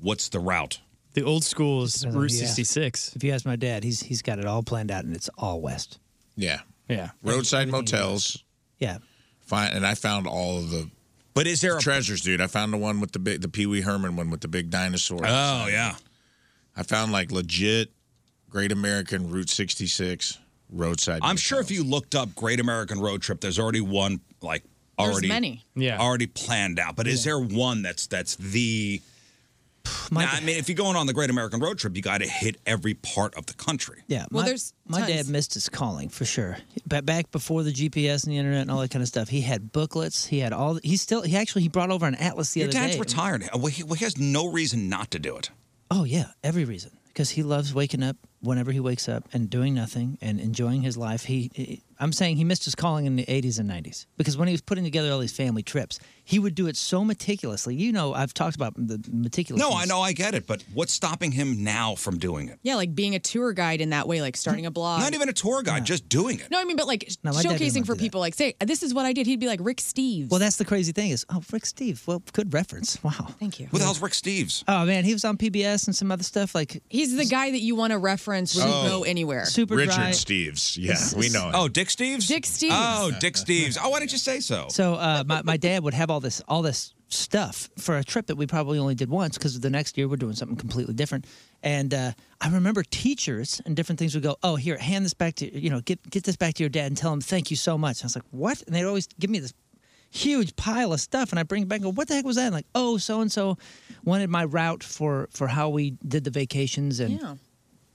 S2: what's the route?
S12: The old school is
S2: Route
S12: 66. uh, If you ask my dad, he's he's got it all planned out, and it's all west.
S5: Yeah.
S12: Yeah.
S5: Roadside motels.
S12: Yeah.
S5: Find and I found all of the. But is there treasures, dude? I found the one with the big, the Pee Wee Herman one with the big dinosaur.
S2: Oh, yeah.
S5: I found like legit Great American Route 66 roadside.
S2: I'm sure if you looked up Great American Road Trip, there's already one like
S5: There's
S2: already
S5: many.
S2: yeah already planned out. But is there one that's that's the now, I mean, if you're going on the Great American Road Trip, you got to hit every part of the country.
S12: Yeah.
S2: Well,
S12: my,
S2: there's
S12: my
S2: tons.
S12: dad missed his calling for sure. But back before the GPS and the internet and all that kind of stuff, he had booklets. He had all. He still. He actually he brought over an atlas the
S2: Your
S12: other
S2: dad's
S12: day.
S2: retired. Well he, well, he has no reason not to do it.
S12: Oh yeah, every reason because he loves waking up whenever he wakes up and doing nothing and enjoying his life. He, he- I'm saying he missed his calling in the 80s and 90s because when he was putting together all these family trips, he would do it so meticulously. You know, I've talked about the meticulous.
S2: No, I know, I get it, but what's stopping him now from doing it?
S4: Yeah, like being a tour guide in that way, like starting a blog.
S2: Not even a tour guide, just doing it.
S4: No, I mean, but like
S12: No, my dad didn't
S4: showcasing for people, like say, this is what I did. He'd be like Rick Steves.
S12: Well, that's the crazy thing is, oh, Rick Steve. Well, good reference. Wow.
S4: Thank you.
S2: Who the hell's Rick Steves?
S12: Oh man, he was on PBS and some other stuff like
S4: He's the guy that you want to friends wouldn't
S5: Oh.
S4: go anywhere.
S5: Richard Steves. Yeah, we know.
S2: Oh, Dick Steves?
S4: Dick Steves.
S2: Oh, Dick Steves. Oh, why didn't you say so?
S12: So uh, my, my dad would have all this all this stuff for a trip that we probably only did once because the next year we're doing something completely different. And uh, I remember teachers and different things would go, "Oh, here, hand this back to you know, get get this back to your dad and tell him thank you so much." And I was like, "What?" And they'd always give me this huge pile of stuff, and I bring it back and go, "What the heck was that?" And like, "Oh, so and so wanted my route for for how we did the vacations and."
S4: Yeah.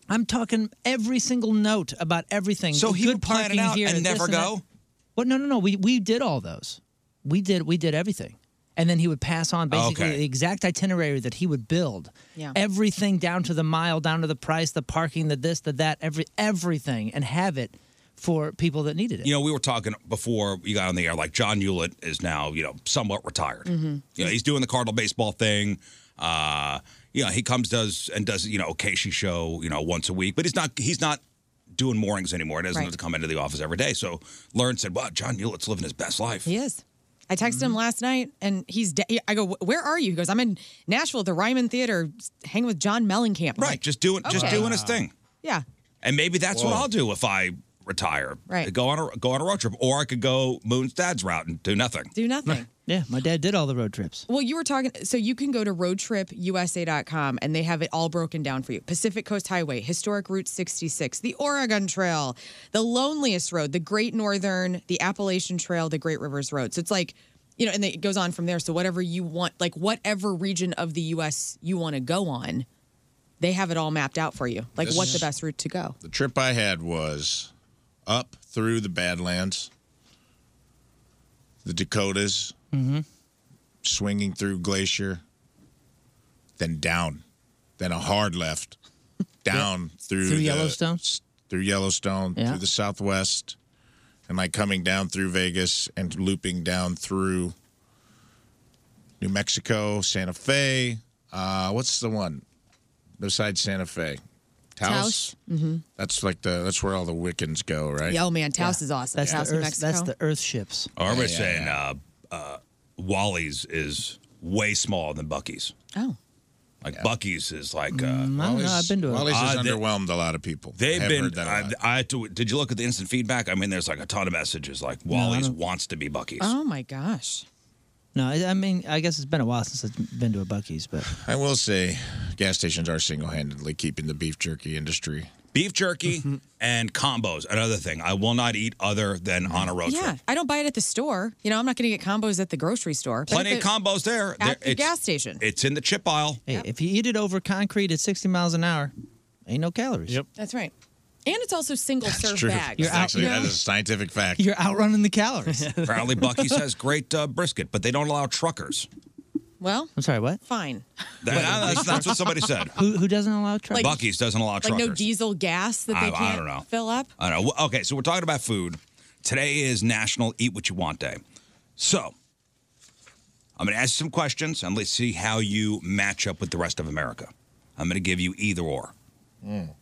S12: I'm talking every single note about everything.
S2: So he
S12: Good
S2: would plan it
S12: parking
S2: out
S12: here,
S2: and
S12: this
S2: never
S12: that.
S2: go?
S12: Well, no, no, no. We we did all those. We did we did everything, and then he would pass on basically
S2: Okay.
S12: the exact itinerary that he would build.
S4: Yeah.
S12: Everything down to the mile, down to the price, the parking, the this, the that, every everything, and have it for people that needed it.
S2: You know, we were talking before you got on the air, like John Hewlett is now, you know, somewhat retired.
S12: Mhm.
S2: You know, he's doing the Cardinal baseball thing. Uh, you know, he comes does and does, you know, a Casey show, you know, once a week, but he's not he's not doing mornings anymore. He doesn't
S4: Right.
S2: have to come into the office every day. So Learn said, Wow, John Hewlett's living his best life.
S4: He is. I texted
S12: Mm-hmm.
S4: him last night, and he's. De- I go, "Where are you?" He goes, "I'm in Nashville, at the Ryman Theater, hanging with John Mellencamp." I'm
S2: Right.
S4: like,
S2: Just doing just
S4: okay.
S2: doing his thing.
S4: Yeah.
S2: And maybe that's what
S4: Whoa.
S2: I'll do if I retire.
S4: Right.
S2: Go on a go on a road trip. Or I could go Moon's dad's route and do nothing.
S4: Do nothing.
S12: Yeah, my dad did all the road trips.
S4: Well, you were talking, so you can go to roadtripusa.com and they have it all broken down for you. Pacific Coast Highway, Historic Route 66, the Oregon Trail, the Loneliest Road, the Great Northern, the Appalachian Trail, the Great Rivers Road. So it's like, you know, and it goes on from there. So whatever you want, like whatever region of the U.S. you want to go on, they have it all mapped out for you. Like
S5: This
S4: what's the
S5: is-
S4: best route to go?
S5: The trip I had was up through the Badlands, the Dakotas,
S12: Mm-hmm.
S5: swinging through Glacier, then down, then a hard left, down through
S12: Through
S5: the-
S12: Yellowstone?
S5: s- through Yellowstone,
S12: Yeah.
S5: through the Southwest, and like coming down through Vegas and looping down through New Mexico, Santa Fe. Uh, what's the one besides Santa Fe? Taos.
S4: Mm-hmm.
S5: That's like the that's where all the Wiccans go, right?
S4: Yeah, oh man, Taos is awesome.
S12: That's
S4: Taos
S12: the
S4: in
S12: earth. That's
S4: Mexico.
S12: the earth ships.
S2: Or we're
S12: Yeah, yeah,
S2: saying Uh, uh, Wally's is way smaller than Bucky's.
S4: Oh.
S2: Like Bucky's is like. Uh,
S12: Mm, I don't know. I've been to it. Wally's has
S5: underwhelmed a lot of people.
S2: They've
S5: I have
S2: been.
S5: heard that a lot.
S2: I, I, did you look at the instant feedback? I mean, there's like a ton of messages like
S12: No, I
S2: Wally's
S12: don't-
S2: wants to be Bucky's.
S4: Oh my gosh.
S12: No, I, I mean, I guess it's been a while since I've been to a Bucky's, but
S5: I will say, gas stations are single-handedly keeping the beef jerky industry.
S2: Beef jerky
S12: Mm-hmm.
S2: and combos. Another thing, I will not eat other than
S12: Mm-hmm.
S2: on a road
S4: yeah,
S2: trip.
S4: I don't buy it at the store. You know, I'm not going to get combos at the grocery store. But
S2: Plenty
S4: at
S2: of
S4: the-
S2: combos there. There-
S4: at the
S2: it's-
S4: gas station.
S2: It's in the chip aisle.
S12: hey, if you eat it over concrete at 60 miles an hour, ain't no calories. Yep.
S4: That's right. And it's also single serve bags.
S12: You're out-
S5: actually
S12: you
S5: that
S12: know-
S5: is a scientific fact.
S12: You're outrunning the calories.
S2: Apparently, Bucky's has great uh, brisket, but they don't allow truckers.
S4: Well,
S12: I'm sorry, what?
S4: fine.
S2: That- that's, that's what somebody said.
S12: Who, who doesn't allow
S4: Like-
S12: trucks?
S2: Bucky's doesn't allow
S4: Like
S2: truckers.
S4: no diesel gas that
S2: I-
S4: they
S2: I
S4: can't
S2: don't know.
S4: fill up.
S2: I know. Well, Okay, so we're talking about food. Today is National Eat What You Want Day. So I'm going to ask you some questions and let's see how you match up with the rest of America. I'm going to give you either or.
S5: Mm.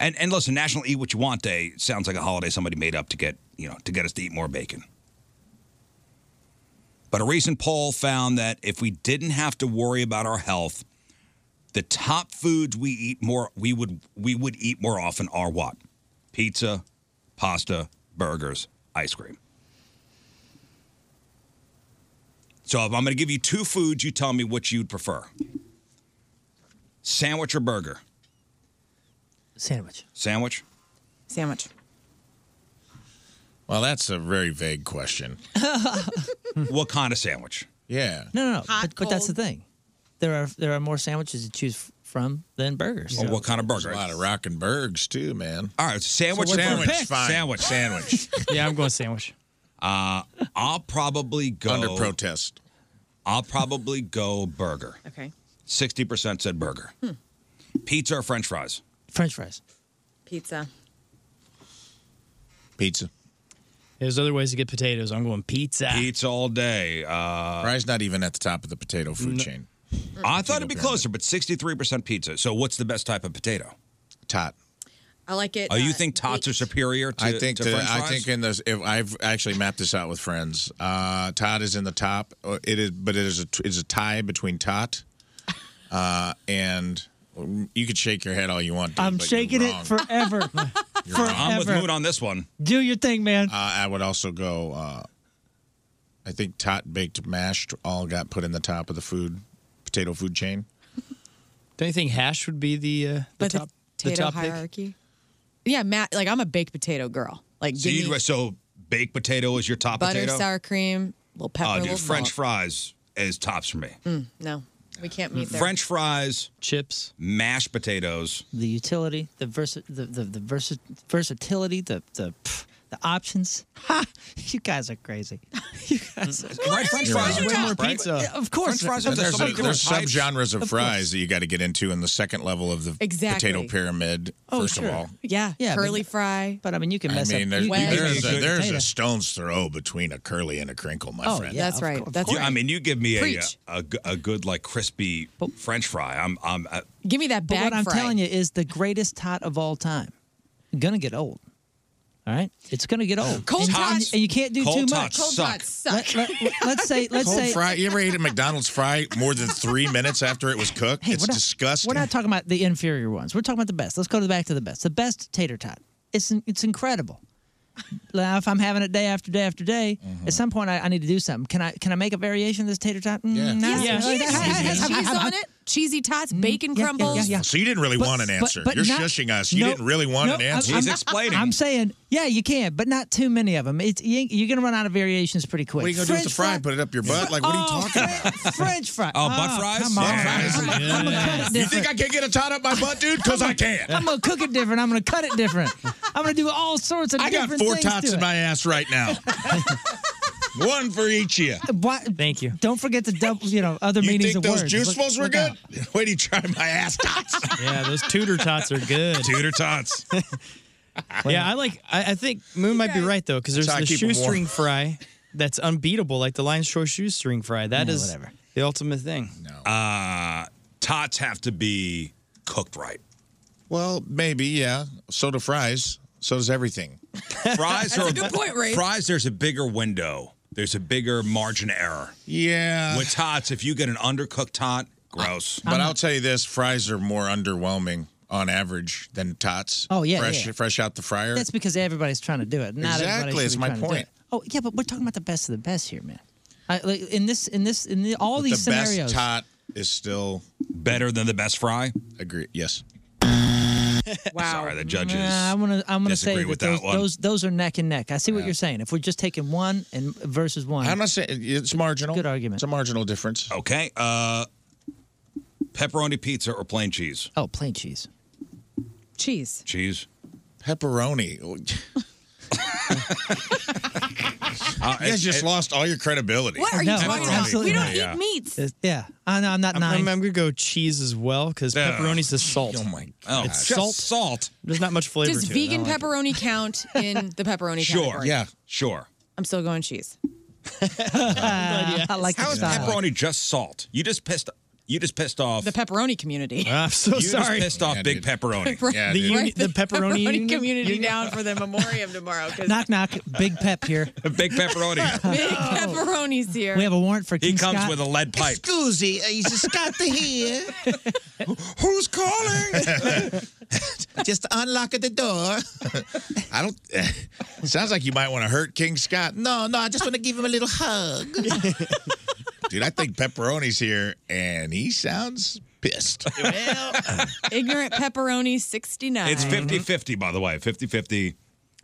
S2: And and listen, National Eat What You Want Day sounds like a holiday somebody made up to get you know to get us to eat more bacon. But a recent poll found that if we didn't have to worry about our health, the top foods we eat more we would we would eat more often are what? Pizza, pasta, burgers, ice cream. So if I'm going to give you two foods, you tell me which you'd prefer. Sandwich or burger?
S12: Sandwich.
S2: Sandwich?
S4: Sandwich.
S5: Well, that's a very vague question.
S2: what kind of sandwich?
S5: Yeah.
S12: No, no, no. but, but that's the thing. There are there are more sandwiches to choose f- from than burgers.
S5: Well,
S2: kind of burger?
S5: a lot of rockin' burgers too, man.
S2: All right, sandwich,
S5: so sandwich,
S2: sandwich,
S5: fine.
S2: sandwich, sandwich.
S14: yeah, I'm going sandwich.
S2: Uh, I'll probably go
S5: Under protest.
S2: I'll probably go burger.
S4: Okay.
S2: Sixty percent said burger.
S4: Hmm.
S2: Pizza or French fries?
S12: French fries.
S4: Pizza.
S5: Pizza.
S14: There's other ways to get potatoes. I'm going pizza.
S2: Pizza all day. Uh,
S5: Fries not even at the top of the potato food
S14: No.
S5: chain.
S2: I thought it'd be closer, but sixty-three percent pizza. So what's the best type of potato?
S5: Tot.
S4: I like it.
S2: Oh, you
S4: uh,
S2: think tots are superior to,
S5: I think
S2: to
S5: the-
S2: French
S5: I
S2: fries?
S5: think in this if I've actually mapped this out with friends. Uh, tot is in the top. Uh, It is, but it is a it is a tie between tot uh, and You could shake your head all you want. dude,
S12: I'm
S5: but
S12: shaking
S5: you're
S12: it
S5: wrong.
S12: forever.
S5: You're wrong.
S12: I'm with forever. Moon
S2: on this one.
S12: Do your thing, man.
S5: Uh, I would also go. Uh, I think tot baked mashed all got put in the top of the food potato food chain.
S14: Don't you think hash would be the uh, the
S4: But
S14: top the,
S4: potato
S14: top pick?
S4: hierarchy. Yeah, Matt. Like I'm a baked potato girl. Like
S2: So,
S4: give me
S2: you, so baked potato is your top
S4: butter,
S2: potato?
S4: sour cream, little pepper,
S2: Oh,
S4: little
S2: dude, French
S4: salt.
S2: fries is tops for me.
S4: Mm, no, we can't
S14: Mm.
S4: meet there.
S2: French fries,
S14: chips,
S2: mashed potatoes.
S12: The utility, the versa- the the, the versa- versatility, the the pff, the options. Ha! You guys are crazy. you guys are crazy.
S2: Right, French
S5: You're
S2: fries
S5: wrong.
S2: are
S5: Way more
S2: top, right?
S5: pizza.
S12: Of course,
S2: French fries
S5: And
S2: are there's so
S5: there's a-
S2: many different
S5: there's
S2: types.
S5: subgenres of,
S4: Of
S5: fries
S4: course.
S5: that you got to get into in the second level of the
S4: Exactly.
S5: potato pyramid.
S4: Oh,
S5: first
S4: sure.
S5: of all,
S4: Yeah,
S12: Yeah, but-
S4: curly fry.
S12: But I mean, you can
S5: I
S12: mess
S5: mean,
S12: up.
S5: there's,
S12: you can
S5: there's,
S12: mess up
S5: a, there's
S12: potato.
S5: a stone's throw between a curly and a crinkle, my
S12: Oh,
S5: friend.
S12: yeah, That's of right. cou- of That's
S2: You-
S12: right.
S2: I mean, you give me a, uh,
S4: Preach.
S2: a, a good like crispy French fry. I'm I'm uh,
S4: Give me that
S12: But
S4: bag
S12: what I'm
S4: fry.
S12: telling you is the greatest tot of all time. Gonna get old. All right, it's gonna get old.
S4: Cold
S12: and,
S4: tots-
S12: and you can't do
S5: Cold
S12: too much.
S5: tots Cold suck. tots
S4: suck.
S12: Let, us say, let's
S5: Cold
S12: say,
S5: fry. You ever ate a McDonald's fry more than three minutes after it was cooked?
S12: Hey,
S5: it's
S12: we're not-
S5: disgusting.
S12: We're not talking about the inferior ones. We're talking about the best. Let's go to the back to the best. The best tater tot. It's it's incredible. now, if I'm having it day after day after day,
S5: Mm-hmm.
S12: at some point I, I need to do something. Can I can I make a variation of this tater tot? Mm, no.
S4: Yes,
S12: Like,
S4: cheese,
S12: I- I- I-
S4: cheese,
S12: I- I-
S4: cheese
S12: I-
S4: on it, cheesy tots, bacon
S12: Mm, yeah, yeah,
S4: crumbles.
S12: yeah, yeah.
S5: So you didn't really
S12: But-
S5: want an
S12: but-
S5: answer.
S12: but
S5: You're
S12: not-
S5: shushing us. You
S12: no,
S5: didn't really want
S12: no,
S5: an
S12: I'm-
S5: answer.
S12: I'm- I'm saying, yeah, you can, but not too many of them. It's, you, you're going to run out of variations pretty quick.
S5: what are you gonna do with the
S12: French
S5: fry?
S12: Oh,
S5: Put it up your butt? Like, what are you talking about?
S12: French fry.
S5: Oh, butt fries?
S12: Come on.
S5: Yes,
S12: I'm,
S5: yes.
S12: I'm gonna cut it
S5: You
S12: different.
S5: think I can't get a tot up my butt, dude? 'Cause I can't.
S12: I'm gonna cook it different. I'm gonna cut it different. I'm gonna do all sorts of
S5: I got
S12: different
S5: four
S12: things
S5: tots
S12: to
S5: in
S12: it.
S5: my ass right now. One for each of you.
S12: Why-
S14: Thank you.
S12: Don't forget to double, you know, other
S5: You
S12: meanings
S5: think
S12: of
S5: those
S12: words.
S5: juice
S12: Look-
S5: balls were
S12: look
S5: good?
S12: out.
S5: Wait, he tried my ass tots.
S14: Yeah, those Tudor tots are good.
S2: Tudor tots.
S14: yeah, I like. I, I think Moon might be right though, because
S5: That's
S14: there's
S5: how I
S14: the
S5: keep 'em warm.
S14: shoestring fry that's unbeatable, like the Lion's Choice shoestring fry. That
S2: Yeah,
S14: is
S2: whatever.
S14: the ultimate thing.
S2: uh, tots have to be cooked right.
S5: Well, maybe, yeah. So do fries. So does everything.
S2: Fries
S5: That's
S2: are
S5: a good point, Ray.
S2: Fries, there's a bigger window. There's a bigger margin of error.
S5: Yeah.
S2: With tots, if you get an undercooked tot, gross.
S5: But I'll tell you this: fries are more underwhelming on average than tots.
S12: Oh, yeah,
S5: fresh,
S12: yeah.
S5: fresh out the fryer.
S12: That's because everybody's trying to do it. Not everybody
S5: Exactly,
S12: should be
S5: it's my
S12: trying to do
S5: point.
S12: it. Oh yeah, but we're talking about the best of the best here, man. I, like, in this, in this, in the, all
S5: But
S12: these
S5: the
S12: scenarios.
S5: best tot is still
S2: better than the best fry.
S5: Agree. Yes.
S2: wow. Sorry, the judges.
S12: Nah, I'm gonna, I'm gonna say
S2: disagree
S12: that,
S2: with that
S12: those,
S2: one.
S12: those, those are neck and neck. I see what you're saying. If we're just taking one and versus one,
S5: I'm not saying it's marginal. Good argument. It's a marginal difference.
S2: Okay. Uh, pepperoni pizza or plain cheese?
S12: Oh, plain cheese.
S4: Cheese.
S2: Cheese.
S5: Pepperoni.
S2: Uh,
S5: you guys just lost all your credibility.
S4: What are you talking about? We don't eat meats.
S12: yeah, I know I'm not
S14: I'm,
S12: nine.
S14: I'm, I'm gonna go cheese as well because
S12: Ugh.
S14: pepperoni's the salt. Oh my
S2: god,
S14: it's
S2: Just
S14: salt.
S2: Salt.
S14: There's not much flavor
S4: Does
S14: to
S4: vegan
S14: it. I don't like
S4: pepperoni count in the pepperoni category?
S2: Sure.
S4: I'm still going cheese.
S12: I like
S2: How is pepperoni just salt? You just pissed. You just pissed off.
S4: the pepperoni community.
S12: Ah,
S14: I'm so
S2: you
S14: sorry.
S2: Just pissed off
S14: Yeah,
S2: big
S14: dude.
S2: pepperoni.
S14: Yeah, The dude. uni-
S4: Write
S14: the pepperoni union-
S4: community
S14: union-
S4: down for the memoriam tomorrow because
S12: knock knock. Big Pep here.
S2: big pepperoni.
S4: big pepperoni's here.
S12: We have a warrant for.
S2: He
S12: King
S2: comes
S12: Scott.
S2: with a lead pipe.
S12: Excuse me,
S18: He's got the here.
S2: Who's
S18: calling? Just unlock the door.
S5: I don't. sounds like you might want to hurt King Scott.
S18: No, no, I just want to give him a little hug.
S5: Dude, I think pepperoni's here, and he sounds pissed.
S4: Ignorant pepperoni 69.
S2: It's 50 50, by the way. 50 50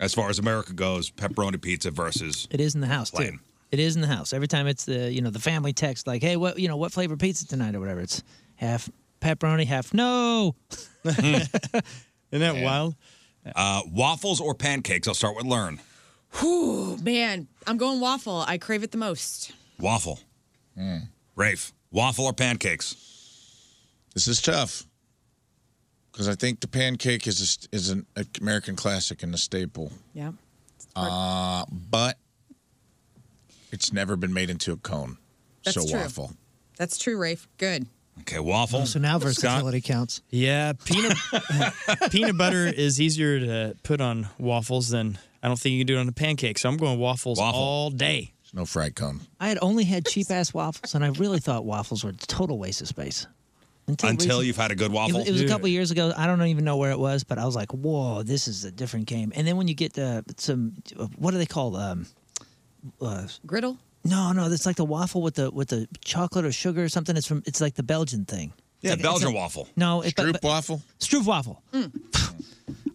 S2: as far as America goes, pepperoni pizza versus.
S12: It is in the house too.
S2: Plain.
S12: It is in the house. Every time it's the you know the family text like, hey, what you know what flavor pizza tonight or whatever. It's half pepperoni, half no.
S14: Isn't that wild?
S2: Uh, waffles or pancakes? I'll start with Learn.
S4: Whew, man, I'm going waffle. I crave it the most.
S2: Waffle. Rafe, waffle or pancakes?
S5: This is tough because I think the pancake is a, st- is an American classic and a staple.
S4: Yeah.
S5: Uh, but it's never been made into a cone.
S4: That's
S5: so
S4: true.
S5: waffle.
S4: That's true, Rafe. Good.
S2: Okay, waffle.
S12: Oh, So now versatility counts.
S14: Yeah, peanut peanut butter is easier to put on waffles than I don't think you can do it on a pancake. So I'm going waffles all day.
S5: There's no fried cone.
S12: I had only had cheap ass waffles, and I really thought waffles were a total waste of space. Until recent-
S2: you've had a good
S12: It
S2: waffle.
S12: was- It was, a couple years ago. I don't even know where it was, but I was like, "Whoa, this is a different game." And then when you get uh, some, what do they call um, uh,
S4: griddle?
S12: No, no, it's like the waffle with the with the chocolate or sugar or something. It's from it's like the Belgian thing. It's
S2: Yeah,
S12: like- it's
S2: Belgian
S12: like-
S2: waffle.
S12: No, it,
S2: Stroop waffle?
S12: Stroop waffle.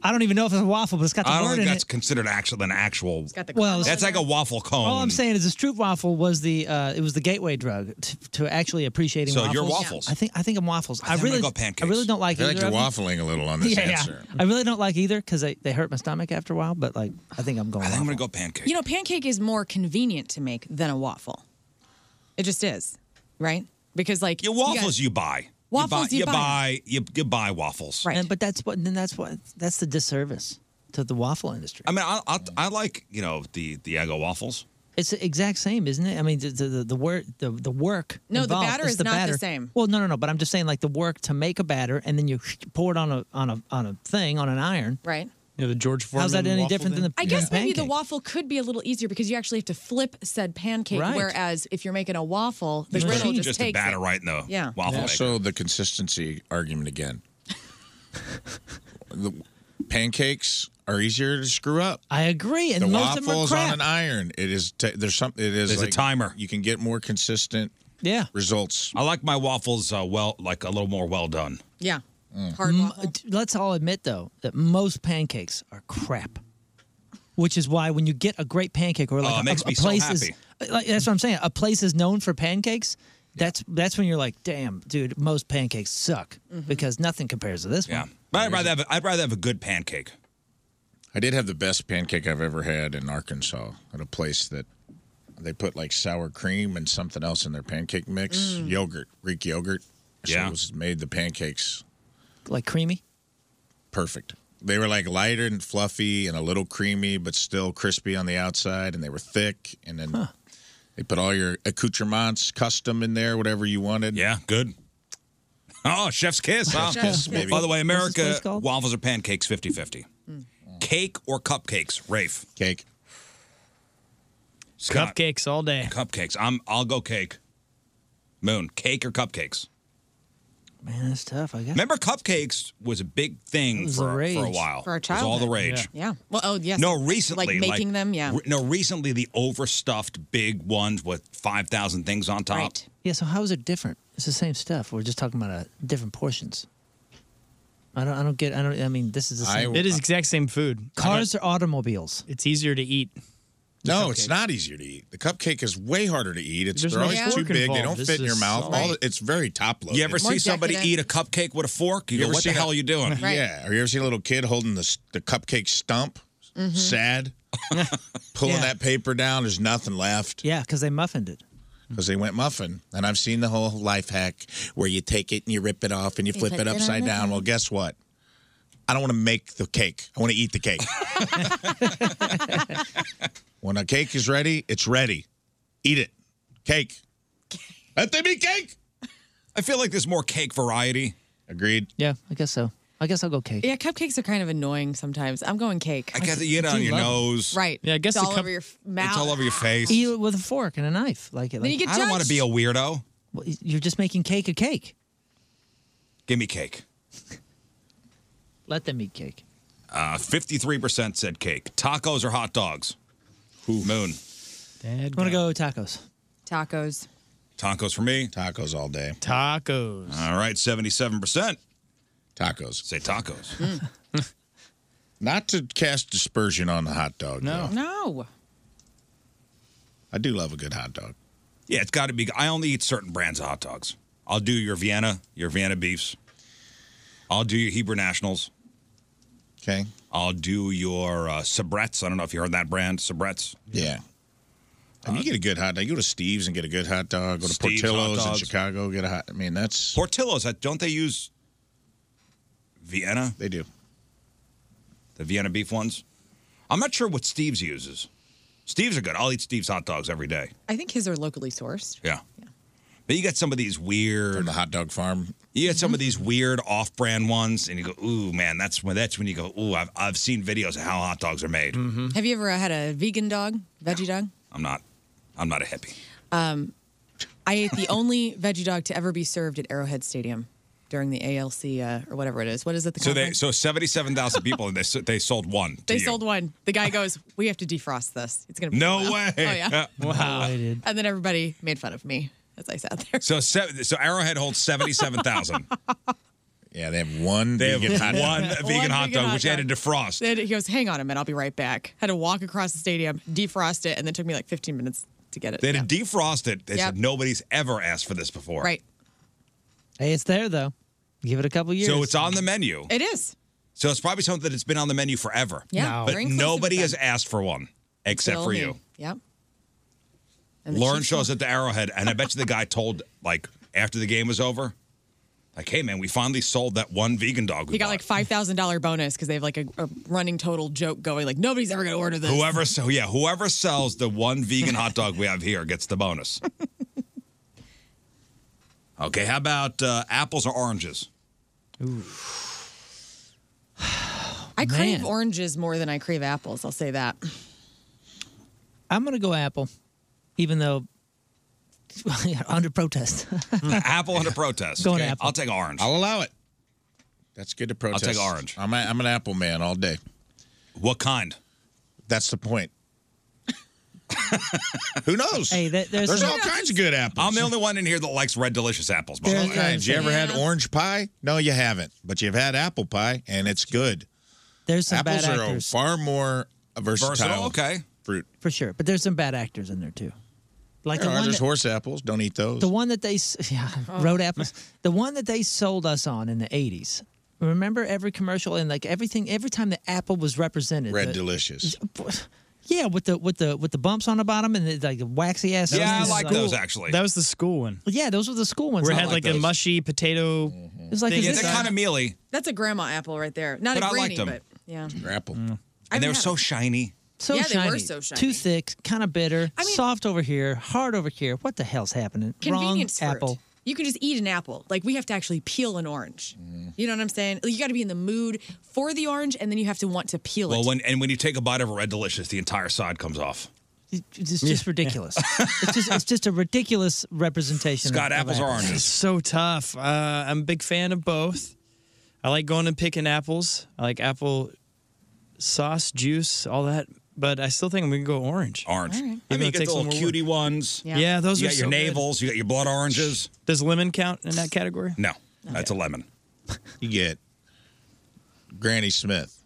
S12: I don't even know if it's a waffle, but it's got the
S2: I don't
S12: word
S2: think
S12: in
S2: that's
S12: it.
S2: considered actual an actual.
S12: the Well,
S2: that's like a waffle cone.
S12: All I'm saying is the Stroop waffle was the uh, it was the gateway drug to, to actually appreciating.
S2: So
S12: waffles.
S2: your waffles.
S12: I think I think I'm waffles. I,
S2: I'm gonna
S12: really
S2: go pancakes.
S12: I really don't
S5: I
S12: like.
S5: feel like
S12: either
S5: you're
S12: of them.
S5: waffling a little on this
S12: yeah,
S5: answer.
S12: yeah. I really don't like either because they, they hurt my stomach after a while. But like, I think I'm going. I think I'm
S2: gonna go pancake.
S4: You know, pancake is more convenient to make than a waffle. It just is, right? Because like
S2: Your
S4: you got-
S2: waffles you buy.
S4: Waffles
S2: you
S4: you
S2: buy.
S4: buy.
S2: you, you buy waffles.
S12: Right. And, but that's what. Then that's what. That's the disservice to the waffle industry.
S2: I mean, I, I, I like you know the the Eggo waffles.
S12: It's the exact same, isn't it? I mean, the the the, the work the, the work.
S4: No, the
S12: involved
S4: batter is
S12: the
S4: not the
S12: batter.
S4: same.
S12: Well, no, no, no. But I'm just saying, like the work to make a batter, and then you pour it on a on a on a thing on an iron.
S4: Right.
S14: Yeah, the George Foreman.
S12: How's that any different than the?
S4: I guess
S12: the
S4: maybe the
S12: pancake?
S4: waffle could be a little easier because you actually have to flip said pancake.
S5: Right.
S4: Whereas if you're making a waffle, the
S5: Just
S4: griddle
S5: to-
S4: just,
S5: just to
S4: takes
S5: batter
S4: it.
S5: right in the
S4: yeah.
S5: waffle Also, the consistency argument again. the pancakes are easier to screw up.
S12: I agree, and
S5: the
S12: most of them are
S5: waffles on
S12: crap.
S5: an iron. It is t- there's some. It is
S2: There's a
S5: like
S2: timer.
S5: You can get more consistent.
S12: Yeah.
S5: Results.
S2: I like my waffles uh, well, like a little more well done.
S4: Yeah.
S2: Mm.
S12: M- Mm, d- Let's all admit though that most pancakes are crap. Which is why when you get a great pancake or like
S2: Oh, it
S12: a,
S2: makes
S12: a
S2: me so
S12: place is uh,
S2: happy.
S12: like, that's what I'm saying. A place is known for pancakes. That's that's when you're like, damn, dude, most pancakes suck
S4: Mm-hmm.
S12: because nothing compares to this
S2: Yeah,
S12: one.
S2: but I'd rather have a, I'd rather have a good pancake.
S5: I did have the best pancake I've ever had in Arkansas at a place that they put like sour cream and something else in their pancake mix,
S12: Mm.
S5: yogurt, Greek yogurt.
S12: Yeah.
S5: so it was made the pancakes
S12: Like creamy.
S5: perfect. They were like lighter and fluffy and a little creamy, but still crispy on the outside, and they were thick. And then they put all your accoutrements, custom in there, whatever you wanted. Yeah,
S2: good. Oh, chef's kiss. Huh?
S5: Chef's kiss, baby.
S2: By the way,
S5: What's this place
S2: America
S5: called?
S2: waffles or pancakes 50-50. Cake or cupcakes, Rafe?
S5: Cake.
S2: cupcakes all day. Cupcakes. I'm I'll go cake. Moon, cake or cupcakes?
S12: Man, that's tough. I guess.
S2: Remember cupcakes was a big thing
S12: was
S2: for,
S12: the rage.
S2: for a while.
S4: for our
S2: It was
S4: childhood.
S2: all the rage.
S4: Yeah. Well, oh yes.
S2: No, recently,
S4: like making them. Yeah.
S2: re- no, recently the overstuffed big ones with five thousand things on top.
S12: Yeah. So how is it different? It's the same stuff. We're just talking about uh, different portions. I don't. I don't get. I don't. I mean, this is the same.
S14: it is exact same food.
S12: Cars or automobiles?
S14: It's easier to eat.
S5: No, it's not easier to eat. The cupcake is way harder to eat. It's
S14: There's
S5: they're
S14: no
S5: always too
S14: fork
S5: big. They
S14: involved.
S5: don't
S14: This
S5: fit in your
S14: is
S5: mouth.
S14: right.
S5: All the- it's very top loaded.
S2: You ever see somebody eat a cupcake with a fork? You, go,
S5: ever
S2: what the
S5: seen a-
S2: hell are you doing?
S5: Yeah. Or you ever seen a little kid holding the s- the cupcake stump? Mm-hmm.
S12: Mhm.
S5: Sad. Pulling that paper down. There's nothing left.
S12: Yeah, because they muffined it.
S5: Because they went muffin. And I've seen the whole life hack where you take it and you rip it off and you
S12: You
S5: flip
S12: put
S5: it
S12: it on
S5: upside
S12: the
S5: down.
S12: top.
S5: Well, guess what? I don't want to make the cake. I want to eat the cake. when a cake is ready, it's ready. Eat it. Cake. Let there be cake.
S2: I feel like there's more cake variety.
S5: Agreed.
S12: Yeah, I guess so. I guess I'll go cake.
S4: Yeah, cupcakes are kind of annoying sometimes. I'm going cake.
S2: I guess you get it on your nose.
S4: Right. it's all over your f- mouth.
S2: It's all over your face.
S12: Eat it E, with a fork and a knife, like it.
S4: Then
S12: Like,
S4: you get
S2: I don't want to be a weirdo.
S12: Well, y- you're just making cake a cake.
S2: Give me cake.
S12: Let them eat cake.
S2: Uh, 53% said cake. Tacos or hot dogs? Moon.
S12: I'm gonna go tacos.
S4: Tacos.
S2: Tacos for me.
S5: Tacos all day.
S2: Tacos. All right, 77%.
S5: Tacos.
S2: Say tacos.
S5: Not to cast dispersion on the hot dog. though.
S4: No.
S5: I do love a good hot dog.
S2: Yeah, it's got to be. I only eat certain brands of hot dogs. I'll do your Vienna, your Vienna beefs. I'll do your Hebrew Nationals.
S5: Okay.
S2: I'll do your uh, Sabrets. I don't know if you heard that brand, Sabrets.
S5: Yeah. And you get a good hot dog. You go to Steve's and get a good hot dog. Go to
S2: Steve's hot
S5: Portillo's in
S2: dogs.
S5: Chicago. Get a hot. I mean, that's
S2: Portillo's. I- Don't they use Vienna?
S5: They do.
S2: The Vienna beef ones. I'm not sure what Steve's uses. Steve's are good. I'll eat Steve's hot dogs every day.
S4: I think his are locally sourced.
S2: Yeah. But you got some of these weird from
S5: the hot dog farm.
S2: You got some of these weird off-brand ones, and you go, "Ooh, man, that's when that's when you go, ooh, I've I've seen videos of how hot dogs are made."
S4: Have you ever had a vegan dog, veggie dog?
S2: I'm not, I'm not a hippie.
S4: Um, I ate the only veggie dog to ever be served at Arrowhead Stadium. during the ALC uh, or whatever it is. What is it? The
S2: So they
S4: conference?
S2: so seventy seven thousand people and they s- they sold one. to
S4: They
S2: you.
S4: sold one. The guy goes, "We have to defrost this. It's gonna be
S2: No
S4: wild."
S2: way.
S4: Oh yeah.
S2: Wow.
S4: And then everybody made fun of me as I sat there.
S2: So se- so Arrowhead holds seventy seven thousand.
S5: Yeah, they have one.
S2: They have
S5: vegan hot dog.
S2: one vegan
S4: One
S2: hot
S4: vegan
S2: dog,
S4: hot
S2: which they had to defrost.
S4: Then he goes, "Hang on a minute, I'll be right back." Had to walk across the stadium, defrost it, and then took me like 15 minutes to get it.
S2: They had to defrost it. They
S4: Yep.
S2: said nobody's ever asked for this before.
S4: Right.
S12: Hey, it's there though. Give it a couple years.
S2: So it's on the menu.
S4: It is.
S2: So it's probably something that's been on the menu forever.
S4: Yeah, No.
S2: But
S4: we're inclusive
S2: nobody
S4: then.
S2: has asked for one except
S4: Still
S2: for
S4: me.
S2: you.
S4: Yep. And the
S2: Lauren
S4: Chiefs
S2: shows up to Arrowhead, and I bet you the guy told, like, after the game was over, like, hey, man, we finally sold that one vegan dog.
S4: He got like five thousand dollar bonus because they have like a, a running total joke going like nobody's ever gonna order this.
S2: Whoever, so yeah, whoever sells the one vegan hot dog we have here gets the bonus. okay, how about uh, apples or oranges?
S4: I crave oranges more than I crave apples. I'll say that.
S12: I'm gonna go Apple, even though under protest.
S2: Apple under protest.
S12: Go on apple.
S2: I'll take orange.
S5: I'll allow it. That's good to protest.
S2: take orange.
S5: I'm, a, I'm an apple man all day.
S2: What kind?
S5: That's the point. Who knows?
S2: Hey,
S12: that,
S5: there's, all kinds of good apples.
S2: I'm the only one in here that likes red delicious apples. by the
S5: All
S2: way.
S5: right, you ever had orange pie? No, you haven't. But you've had apple pie, and it's good.
S12: There's some
S5: apples
S12: bad
S5: are
S12: actors.
S5: a far more versatile.
S12: Versatile,
S2: okay.
S5: Fruit.
S12: For sure, but there's some bad actors in there too. Like
S5: there
S12: the
S5: are,
S12: one
S5: there's
S12: that-
S5: horse apples. Don't eat those.
S12: The one that they s- yeah,
S4: Oh.
S12: road apples. The one that they sold us on in the '80s. Remember every commercial and like everything. Every time the apple was represented,
S5: Red
S12: the-
S5: delicious.
S12: Yeah, with the with the with the bumps on the bottom and the, like the waxy ass. things,
S14: That was the school one.
S12: yeah, those were the school ones.
S14: Where it
S12: I
S14: had like,
S12: liked
S14: a
S12: those. Mm-hmm.
S14: mushy potato.
S12: It's like,
S14: is
S2: yeah,
S14: this-
S2: they're kind of mealy.
S4: That's a grandma apple right there. Not
S2: But
S4: a
S2: I liked
S4: greenie,
S2: them.
S4: but yeah.
S5: Apple.
S14: Mm.
S2: And they
S4: haven't
S2: were
S4: had
S2: so shiny.
S12: So
S4: Yeah, they
S12: shiny,
S4: were so shiny.
S12: Too thick, kind of bitter, soft over here, hard over here. What the hell's happening?
S4: Convenience
S12: Wrong
S4: fruit.
S12: apple.
S4: You can just eat an apple. Like we have to actually peel an orange.
S2: Mm-hmm.
S4: You know what I'm saying? Like, You got to be in the mood for the orange, and then you have to want to peel
S2: Well,
S4: it.
S2: when and when you take a bite of a red delicious, the entire side comes off.
S12: It's just ridiculous. it's just it's just a ridiculous representation. of- of
S14: It's so tough. Uh, I'm a big fan of both. I like going and picking apples. I like apple sauce, juice, all that. But I still think I'm gonna go orange.
S2: Orange. I
S14: Even
S2: mean,
S14: though
S2: you
S14: it
S2: get
S14: takes
S2: the
S14: a
S2: little
S14: more
S2: cutie
S14: work.
S2: ones.
S14: Yeah. Yeah, those
S2: you
S14: are
S2: got
S14: so
S2: your
S14: good.
S2: navels. You got your blood oranges.
S14: Does lemon count in that category?
S2: No, that's a lemon.
S5: You get Granny Smith,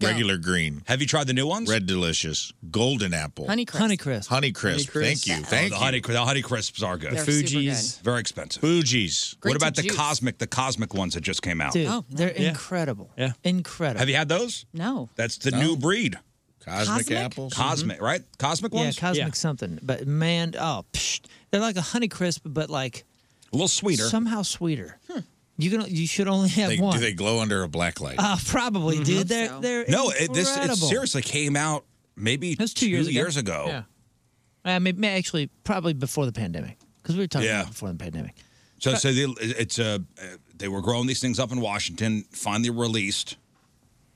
S5: regular green.
S2: Have you tried the new ones?
S5: Red delicious, golden apple,
S4: Honeycrisp.
S12: Honeycrisp.
S5: Honeycrisp. Thank you. Thank
S2: Oh, the
S5: you.
S2: Honey, the honey crisps are good.
S5: The They're super Fugees. good.
S2: Very expensive.
S5: Fuji's.
S12: Great
S2: what about
S12: to
S2: the
S12: juice.
S2: cosmic? The cosmic ones that just came out.
S12: Dude, they're incredible.
S2: Oh, Yeah.
S12: Incredible.
S2: Have you had those?
S4: No.
S2: That's the new breed.
S12: Cosmic Cosmic? apples?
S2: Cosmic, right? Cosmic
S12: yeah,
S2: ones.
S12: cosmic something. But man, oh, psh, they're like a honey crisp, but like
S2: a little sweeter.
S12: Somehow sweeter. You can you should only have
S5: They, do
S12: one.
S5: they glow under a black light?
S12: Uh, probably,
S5: Mm-hmm.
S12: dude. They're they're
S2: no, it, this it
S12: incredible.
S2: seriously came out maybe two
S12: years ago.
S2: ago.
S12: Yeah. I mean, may- actually, probably before the pandemic, because we were talking
S2: Yeah.
S12: about before the pandemic.
S2: So, so they, it's uh, uh, they were growing these things up in Washington. Finally released.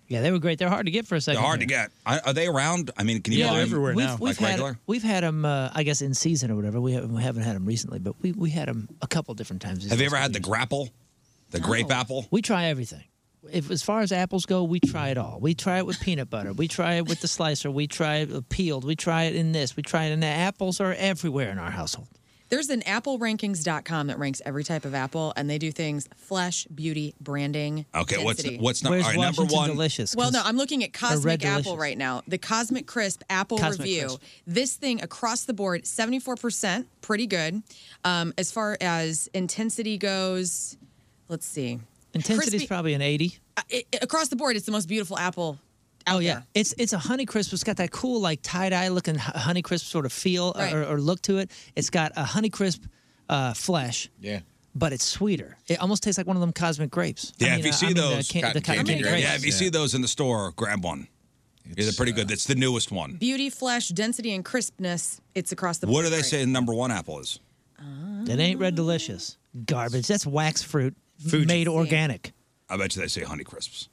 S12: Yeah, they were great. They're hard to get for a 2nd
S2: They're hard to get. I, are they around? I mean, can you buy them
S12: we've,
S2: like
S12: We've had,
S2: regular?
S12: we've had them, uh, I guess, in season or whatever. We haven't, we haven't had them recently, but we, we had them a couple different times.
S2: Have you ever had the grapple, the grape apple?
S12: We try everything. If, as far as apples go, we try it all. We try it with peanut butter. We try it with the slicer. We try it peeled. We try it in this. We try it in that. Apples are everywhere in our household.
S4: There's an AppleRankings.com that ranks every type of apple, and they do things flesh, beauty, branding.
S2: Okay, what's
S4: density.
S2: what's number?
S12: Where's
S2: all right, number
S12: Washington
S2: one.
S12: Delicious?
S4: Well, no, I'm looking at Cosmic
S12: Red
S4: Apple
S12: Delicious.
S4: right now. The Cosmic Crisp Apple
S12: Cosmic
S4: review.
S12: Crisp.
S4: This thing across the board, 74%, pretty good. Um, as far as intensity goes, let's see.
S12: Intensity's
S4: Crispy-
S12: probably an 80.
S4: Uh, it- it- across the board, it's the most beautiful apple.
S12: Oh yeah, it's it's a honey crisp. It's got that cool like tie dye looking honey crisp sort of feel uh,
S4: Right.
S12: or, or look to it. It's got a honey crisp uh, flesh,
S5: Yeah.
S12: but it's sweeter. It almost tastes like one of them cosmic grapes. I
S2: Yeah, if
S12: mean,
S2: you
S12: uh,
S2: see
S12: I mean, the
S2: those,
S12: can- the cotton candy grapes.
S2: yeah, if you see those in the store, grab one. Yeah, they're
S12: uh,
S2: pretty good. That's the newest one.
S4: Beauty, flesh, density, and crispness, it's across the board.
S2: What do they
S4: right.
S2: say number one apple is?
S12: That ain't red delicious. Garbage. That's wax fruit
S2: Fuji.
S12: made organic.
S2: I bet you they say honey crisps.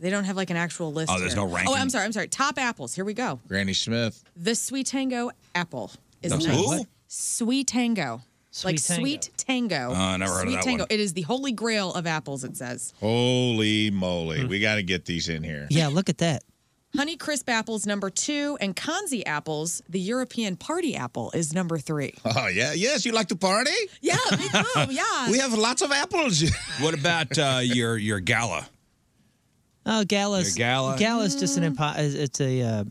S4: They don't have like an actual list.
S2: Oh, there's
S4: here.
S2: no ranking.
S4: Oh, I'm sorry. I'm sorry. Top apples. Here we go.
S5: Granny Smith.
S4: The Sweet Tango apple is
S5: The
S4: next.
S5: who?
S4: Sweet Tango.
S5: Sweet
S4: like
S5: Tango.
S4: Sweet Tango.
S5: Uh, never heard of
S4: Sweet
S5: that
S4: Tango.
S5: one.
S4: It is the holy grail of apples. It says
S5: Holy moly. We got to get these in here.
S12: Hmm. Yeah, look at that.
S4: Honey Crisp apples number two, and Kanzi apples, the European party apple, is number three.
S5: Oh, yeah. Yes, you like to party?
S4: Yeah, me
S12: Oh,
S4: too. Yeah.
S5: We have lots of apples.
S2: what about uh, your your gala?
S12: Oh, Gala's
S2: Your gala?
S12: Gala's just an impo- is- It's a. Uh,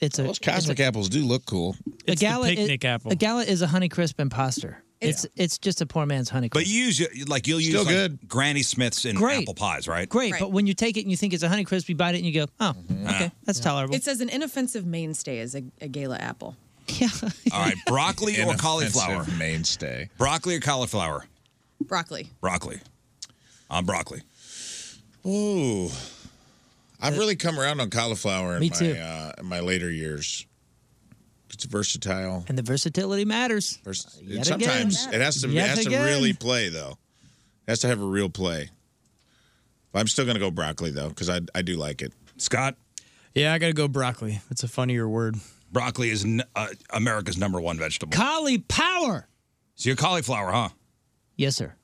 S12: it's a.
S5: Those cosmic apples do look cool.
S12: a gala is- A gala is a Honeycrisp imposter. It's it's just a poor man's Honeycrisp.
S2: But you use it- like you'll use
S12: Still
S2: like,
S12: good.
S2: Granny Smiths and
S12: Great.
S2: apple pies, right?
S12: Great, but when you take it and you think it's a Honeycrisp, you bite it and you go, oh,
S5: Mm-hmm.
S12: okay,
S5: Ah.
S12: that's tolerable.
S4: It says an inoffensive mainstay is a, a gala apple.
S2: All right, broccoli or
S5: Inoffensive
S2: cauliflower?
S5: Mainstay.
S2: Broccoli or cauliflower?
S4: Broccoli.
S2: Broccoli. I'm broccoli.
S5: Ooh. I've really come around on cauliflower in
S12: Me
S5: my
S12: too.
S5: Uh, in my later years. It's versatile.
S12: and the versatility matters. Uh,
S5: It- sometimes it has to it
S12: Yet
S5: has to
S12: again.
S5: really play though. It has to have a real play. I'm still gonna go broccoli though because I I do like it.
S2: Scott.
S14: Yeah, I gotta go broccoli. It's a funnier word.
S2: Broccoli is n- uh, America's number one vegetable.
S12: Collie power.
S2: So you're cauliflower, huh?
S12: Yes, sir.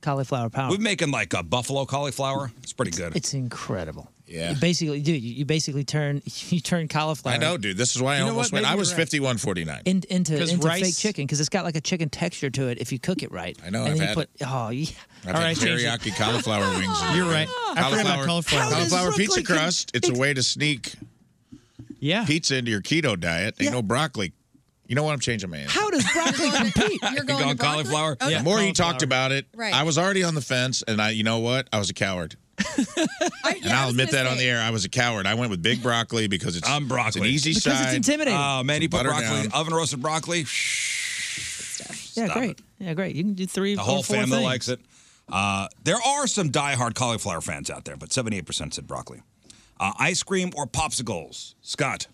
S12: Cauliflower power.
S2: We're making like a buffalo cauliflower. It's pretty good.
S12: Oh. It's incredible.
S5: Yeah.
S12: You basically, dude, you, you basically turn you turn cauliflower.
S5: I know, dude. This is why
S12: You
S5: I
S12: know
S5: almost
S12: what?
S5: went.
S12: Maybe
S5: I
S12: you're
S5: was
S12: right.
S5: 5149.
S12: in- into,
S5: 'Cause
S12: into fake
S5: rice-
S12: chicken because it's got like a chicken texture to it if you cook it right. I
S5: know,
S12: And
S5: I've
S12: then you
S5: had
S12: put oh yeah.
S5: I've had teriyaki cauliflower wings.
S14: You're right. I forgot about cauliflower. How does
S5: Cauliflower
S14: broccoli
S5: pizza
S14: con-
S5: crust. It's a way to sneak
S14: yeah.
S5: pizza into your keto diet. Ain't no broccoli. You know what? I'm changing my answer.
S12: How does broccoli compete?
S4: You're
S5: You going cauliflower?
S4: Okay.
S5: The more he talked about it,
S4: Right.
S5: I was already on the fence, and I, you know what? I was a coward. and I'll admit that on the air. I was a coward. I went with big broccoli because it's I'm broccoli. an easy side.
S2: Oh man, you put
S5: Butter
S2: broccoli,
S5: down.
S2: oven roasted broccoli.
S12: Yeah, great. Yeah, great. You can do three.
S2: The whole
S12: or four
S2: family
S12: things.
S2: likes it. Uh, there are some diehard cauliflower fans out there, but 78% said broccoli. Uh, ice cream or popsicles, Scott?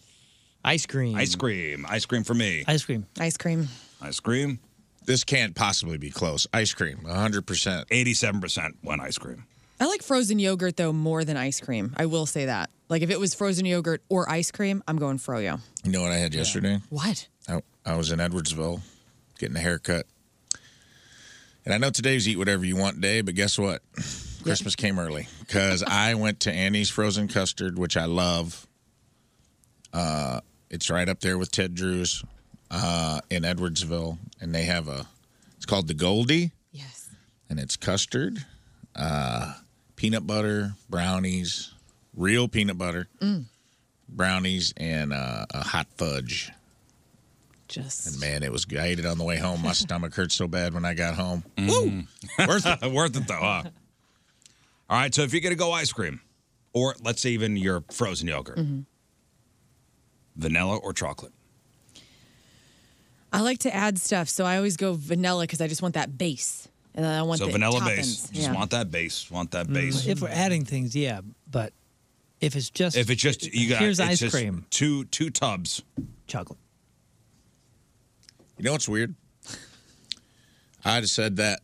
S14: Ice cream.
S2: Ice cream. Ice cream for me.
S12: Ice cream.
S4: Ice cream.
S2: Ice cream.
S5: This can't possibly be close. Ice cream, 100%.
S2: 87% went ice cream.
S4: I like frozen yogurt though more than ice cream. I will say that. Like if it was frozen yogurt or ice cream, I'm going froyo.
S5: You know what I had yesterday?
S4: What?
S5: I, I was in Edwardsville getting a haircut. And I know today's eat whatever you want day, but guess what? Christmas came early because I went to Annie's Frozen Custard, which I love. Uh, it's right up there with Ted Drew's uh, in Edwardsville. And they have a, it's called the Goldie. Yes. And it's custard, uh, peanut butter, brownies, real peanut butter,
S4: Mm.
S5: brownies, and uh, a hot fudge.
S4: Just
S5: and man, it was. I ate it on the way home. My stomach hurt so bad when I got home. Woo! Worth it.
S2: Worth it though, huh? All right, so if you're going to go ice cream, or let's say even your frozen yogurt,
S4: Mhm.
S2: vanilla or chocolate?
S4: I like to add stuff, so I always go vanilla because I just want that base, and then I want
S2: so
S4: the
S2: vanilla
S4: toppings.
S2: base. Just
S4: Yeah.
S2: want that base. Want
S14: Mm-hmm.
S2: that base.
S12: Mm, If we're adding things, yeah, but if it's just
S2: If it's just you got
S12: here's
S2: it's
S12: ice
S2: just
S12: cream,
S2: two two tubs.
S12: chocolate.
S5: You know what's weird? I'd have said that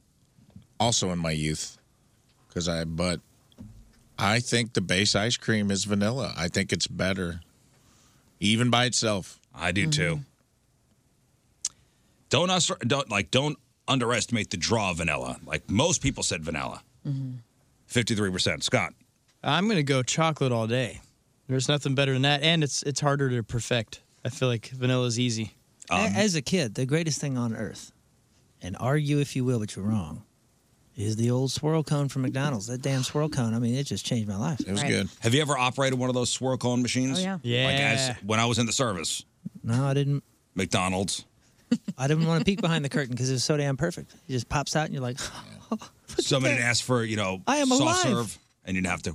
S5: also in my youth because I, but I think the base ice cream is vanilla. I think it's better, even by itself.
S2: I do too.
S4: Mm-hmm.
S2: Don't us don't like don't underestimate the draw of vanilla. Like most people said vanilla.
S12: Mm-hmm.
S2: Fifty three percent. Scott.
S14: I'm gonna go chocolate all day. There's nothing better than that, and it's it's harder to perfect. I feel like vanilla's easy.
S12: A- As a kid, the greatest thing on earth, and argue if you will, but you're wrong, is the old swirl cone from McDonald's. That damn swirl cone. I mean, it just changed my life.
S2: It was good. Have you ever operated one of those swirl cone machines?
S12: Oh, yeah.
S2: Like
S12: Yeah.
S2: as when I was in the service,
S12: No, I didn't.
S2: McDonald's.
S12: I didn't want to peek behind the curtain because it was so damn perfect. It just pops out, and you're like,
S2: Somebody asked for you know
S12: I am
S2: soft
S12: alive.
S2: serve, and you'd have to.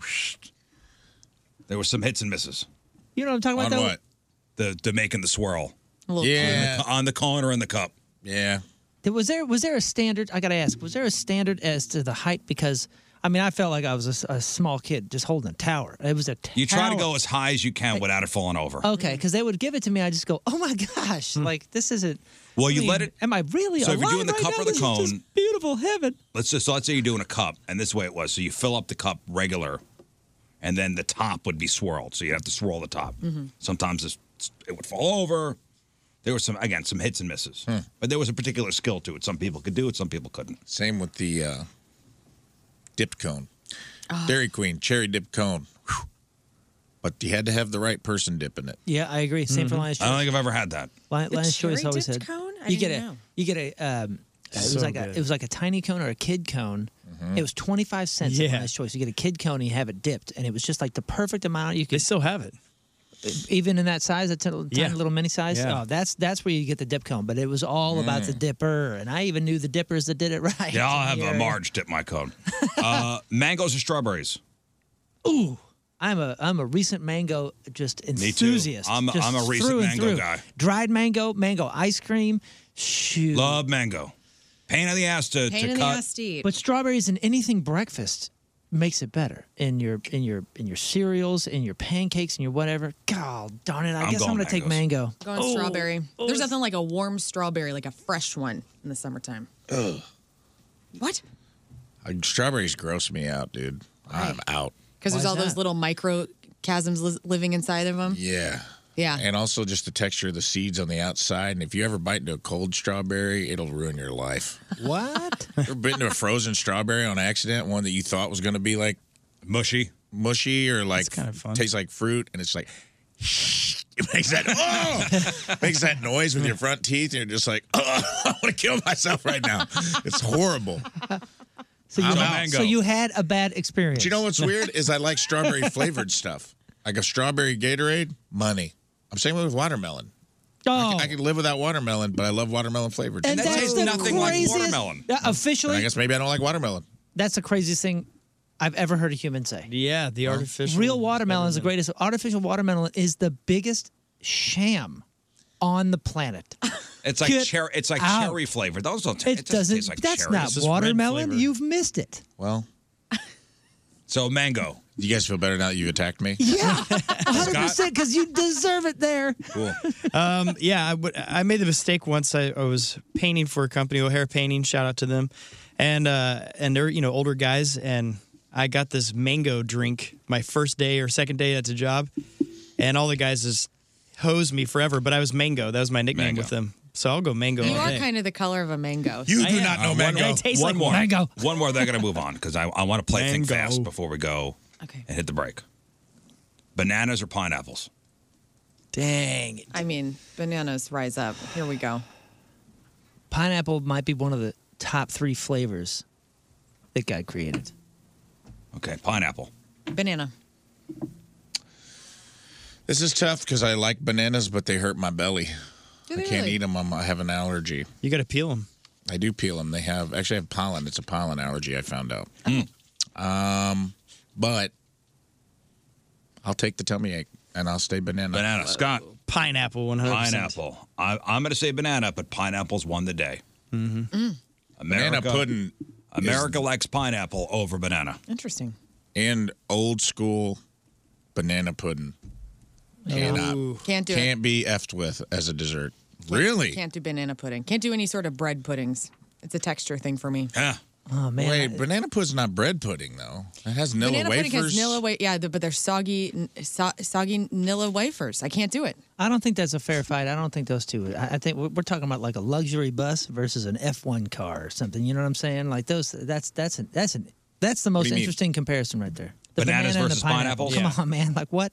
S2: There were some hits and misses.
S12: you know what I'm talking about? that one?
S2: The the making the swirl.
S12: A little
S2: On
S12: Yeah.
S2: the, on the cone or in the cup.
S5: Yeah.
S12: There- Was there was there a standard? I gotta ask. Was there a standard as to the height? Because I mean, I felt like I was a s- a, small kid just holding a tower. It was a tower.
S2: You try to go as high as you can without it falling over.
S12: Okay, because they would give it to me. I just go, oh my gosh, like this isn't.
S2: Hmm. Well,
S12: I
S2: you
S12: mean,
S2: let it-
S12: Am I really?
S2: So if you're
S12: alive
S2: doing the
S12: right
S2: cup
S12: now?
S2: or the
S12: This is just
S2: cone-
S12: beautiful heaven.
S2: Let's just so let's say you're doing a cup, and this way it was. So you fill up the cup regular, and then the top would be swirled. So you'd have to swirl the top.
S12: Mhm.
S2: Sometimes it's, it would fall over. there was some again some hits and misses,
S5: Hmm.
S2: but there was a particular skill to it. Some people could do it, some people couldn't.
S5: Same with the uh, Mm. dipped cone, Dairy Queen cherry dip cone. Whew. But you had to have the right person dipping it.
S12: Yeah, Mm-hmm. I agree. Same for
S2: Mm-hmm.
S12: Lion's Choice.
S5: I've ever had that.
S12: Lion,
S5: The
S12: Lion's Choice
S5: cherry
S12: always
S5: dipped
S12: had.
S4: cone? I
S12: you get
S4: didn't
S12: a
S4: know.
S12: you get a um, uh, it was
S4: So
S12: like a
S4: good.
S12: it was like a tiny cone or a kid cone.
S2: Mm-hmm.
S12: It was twenty five cents at
S14: Yeah.
S12: Lion's Choice. You get a kid cone and you have it dipped, and it was just like the perfect amount. You could they still have it, even in that size, that tiny
S14: Yeah.
S12: little mini size.
S14: Yeah.
S12: Oh, that's that's where you get the dip cone. But it was all about the dipper, and I even knew the dippers that did it right.
S2: Yeah, I'll Mm. have
S12: Yeah.
S2: a Marge dip my cone. uh, mangoes or strawberries?
S12: Ooh, I'm a I'm a recent mango just
S2: too.
S12: enthusiast.
S2: I'm-
S12: just
S2: I'm a recent
S12: through and
S2: mango
S12: through.
S2: guy.
S12: Dried mango, mango ice cream. Shoot,
S2: Love mango. Pain in the ass to, to cut.
S12: But strawberries in anything breakfast makes it better in your in your in your cereals, in your pancakes, in your whatever. God darn it! I
S2: I'm
S12: guess I'm
S2: going
S12: gonna take mango.
S4: Going strawberry. There's nothing like a warm strawberry, like a fresh one in the summertime.
S5: Ugh.
S4: What?
S5: Uh, Strawberries gross me out, dude. I'm out.
S4: Because there's all those little microchasms li- living inside of them.
S5: Yeah.
S4: Yeah.
S5: And also just the texture of the seeds on the outside. And if you ever bite into a cold strawberry, it'll ruin your life.
S12: What?
S5: ever bit into a frozen strawberry on accident? One that you thought was going to be like
S2: mushy,
S5: mushy, or like tastes like fruit, and it's like it makes that oh makes that noise with your front teeth, and you're just like, oh, I want to kill myself right now. It's horrible.
S12: So you,
S5: I'm out.
S12: so you had a bad experience.
S5: Do you know what's weird is I like strawberry flavored stuff, like a strawberry Gatorade. Money. I'm same with watermelon.
S12: Oh.
S5: I, can, I can live without watermelon, but I love watermelon flavored.
S12: And that's the craziest, Yeah,
S5: And I
S12: officially,
S5: guess maybe I don't like watermelon.
S12: that's the craziest thing I've ever heard a human say.
S14: Yeah, the artificial.
S12: Real watermelon is the greatest. Artificial watermelon is the biggest sham on the planet.
S2: It's like
S12: Get
S2: cherry. It's like
S12: out.
S2: cherry flavor. Those don't.
S12: It, doesn't.
S2: taste like
S12: that's
S2: cherry.
S12: not
S2: This is red
S12: watermelon.
S2: flavor.
S12: You've missed it.
S5: Well,
S2: so mango.
S5: Do you guys feel better now that you've attacked me?
S12: Yeah, hundred percent. Because you deserve it there.
S5: Cool.
S14: um, yeah, I, would- I made the mistake once. I, I was painting for a company, O'Hare Painting. Shout out to them, and uh, and they're you know older guys, and I got this mango drink my first day or second day at the job, and all the guys just hosed me forever. But I was mango. That was my nickname with them. So I'll go mango.
S4: you
S14: all
S4: are
S14: day.
S4: kind of the color of a mango.
S14: I am.
S2: Uh, one more-
S14: It tastes
S2: one
S14: like
S2: more.
S14: mango.
S2: One more. They're gonna move on because I, I want to play things fast before we go and hit the break. Bananas or pineapples?
S12: Dang.
S4: I mean, bananas rise up. Here we go.
S12: Pineapple might be one of the top three flavors that God created.
S2: Okay, pineapple.
S4: Banana.
S5: This is tough because I like bananas, but they hurt my belly.
S4: Do
S5: I
S4: they
S5: can't
S4: really?
S5: eat them. I'm, I have an allergy.
S14: You got to peel them.
S5: I do peel them. They have actually I have pollen. It's a pollen allergy. I found out.
S2: Mm.
S5: Um, but I'll take the tummy ache and I'll stay banana.
S2: Banana. Scott.
S14: Pineapple. One hundred.
S2: Pineapple. I, I'm gonna say banana, but pineapple's won the day.
S14: Mm-hmm.
S4: Mm,
S5: Banana pudding
S2: America likes pineapple over banana.
S4: Interesting.
S5: And old school banana pudding. Cannot.
S4: Can't do
S5: Can't be effed with as a dessert. really?
S4: it. Can't do banana pudding. Can't do any sort of bread puddings. It's a texture thing for me.
S2: Yeah.
S12: Oh
S4: man,
S5: Wait, banana pudding's not bread pudding though. It has Nilla
S4: banana
S5: wafers.
S4: pudding has Nilla wa- Yeah, the- but they're soggy, n- so- soggy Nilla wafers. I can't do it.
S12: I don't think that's a fair fight. I don't think those two. I, I think we're, we're talking about like a luxury bus versus an F1 car or something. You know what I'm saying? Like those. That's that's an, that's an, that's the
S2: do
S12: most
S2: you mean?
S12: interesting comparison right there. The
S2: Bananas
S12: banana and the
S2: versus pineapple?
S12: Come
S2: Yeah.
S12: on, man. Like what?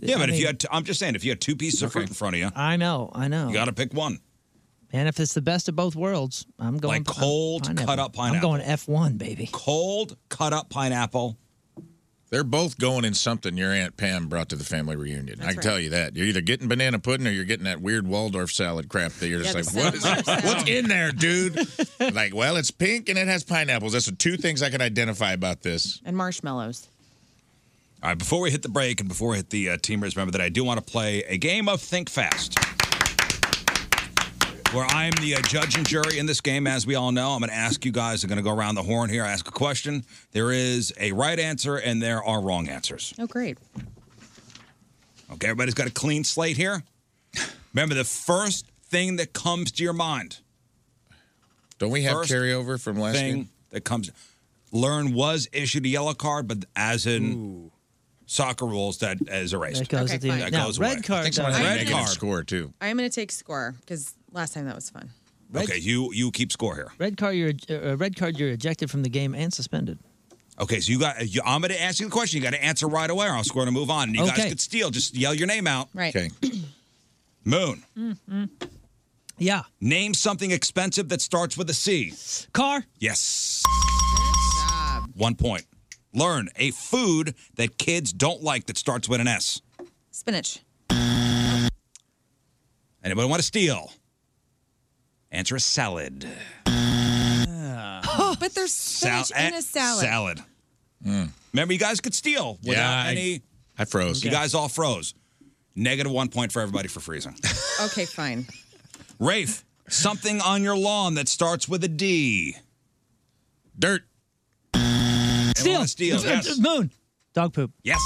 S2: Yeah,
S12: I
S2: but if
S12: mean-
S2: you had, t- I'm just saying, if you had two pieces of fruit in front of you,
S12: I know, I know.
S2: you got to pick one.
S12: And if it's the best of both worlds, I'm going
S2: Like cold, cut up
S12: I'm
S2: pineapple.
S12: going F1, baby.
S2: Cold cut up pineapple.
S5: They're both going in something your Aunt Pam brought to the family reunion. I
S2: That's
S5: can
S2: right.
S5: tell you that. You're either getting banana pudding or you're getting that weird Waldorf salad crap that you're just
S2: Yeah, the
S5: like, what is
S2: Waldorf salad.
S5: what's in there, dude? like, well, it's pink and it has pineapples. That's the two things I can identify about this.
S4: And marshmallows.
S2: All right, before we hit the break and before we hit the uh, teamers, remember that I do want to play a game of Think Fast. Where I'm the uh, judge and jury in this game, as we all know. I'm going to ask you guys, I'm going to go around the horn here, ask a question. There is a right answer and there are wrong answers.
S4: Oh, great.
S2: Okay, everybody's got a clean slate here. Remember the first thing that comes to your mind.
S5: Don't we have carryover from last
S2: thing
S5: game?
S2: That comes. Learn was issued a yellow card, but as in soccer rules that is erased.
S12: That goes Okay, at the end.
S2: That
S12: Now,
S2: goes
S12: red
S2: away.
S12: card I think someone does- had to
S2: Red
S12: make it a
S2: card
S5: score too.
S4: I am going to take score because last time that was fun.
S2: Okay, you you keep score here.
S12: Red card, you're uh, uh, red card. You're ejected from the game and suspended.
S2: Okay, so you got. You, I'm going to ask you the question. You got to answer right away, or else we're going to move on. And you
S12: Okay.
S2: guys could steal. Just yell your name out.
S4: Right.
S2: Okay. Moon.
S12: Yeah.
S2: Name something expensive that starts with a C.
S12: Car.
S2: Yes. One point. Learn a food that kids don't like that starts with an S.
S4: Spinach.
S2: Anybody want to steal? Answer is salad.
S12: Ah.
S4: but there's
S2: Uh-huh.
S4: spinach
S2: Sal- eh,
S4: in a salad.
S2: Salad. Remember, you guys could steal without
S5: Hmm. Yeah, I-
S2: any.
S5: I froze.
S2: You guys all froze. Negative one point for everybody for freezing.
S4: Okay, fine.
S2: Rafe, something on your lawn that starts with a D. Dirt. Steal. Steal. Yes.
S12: Moon. Dog poop.
S2: Yes.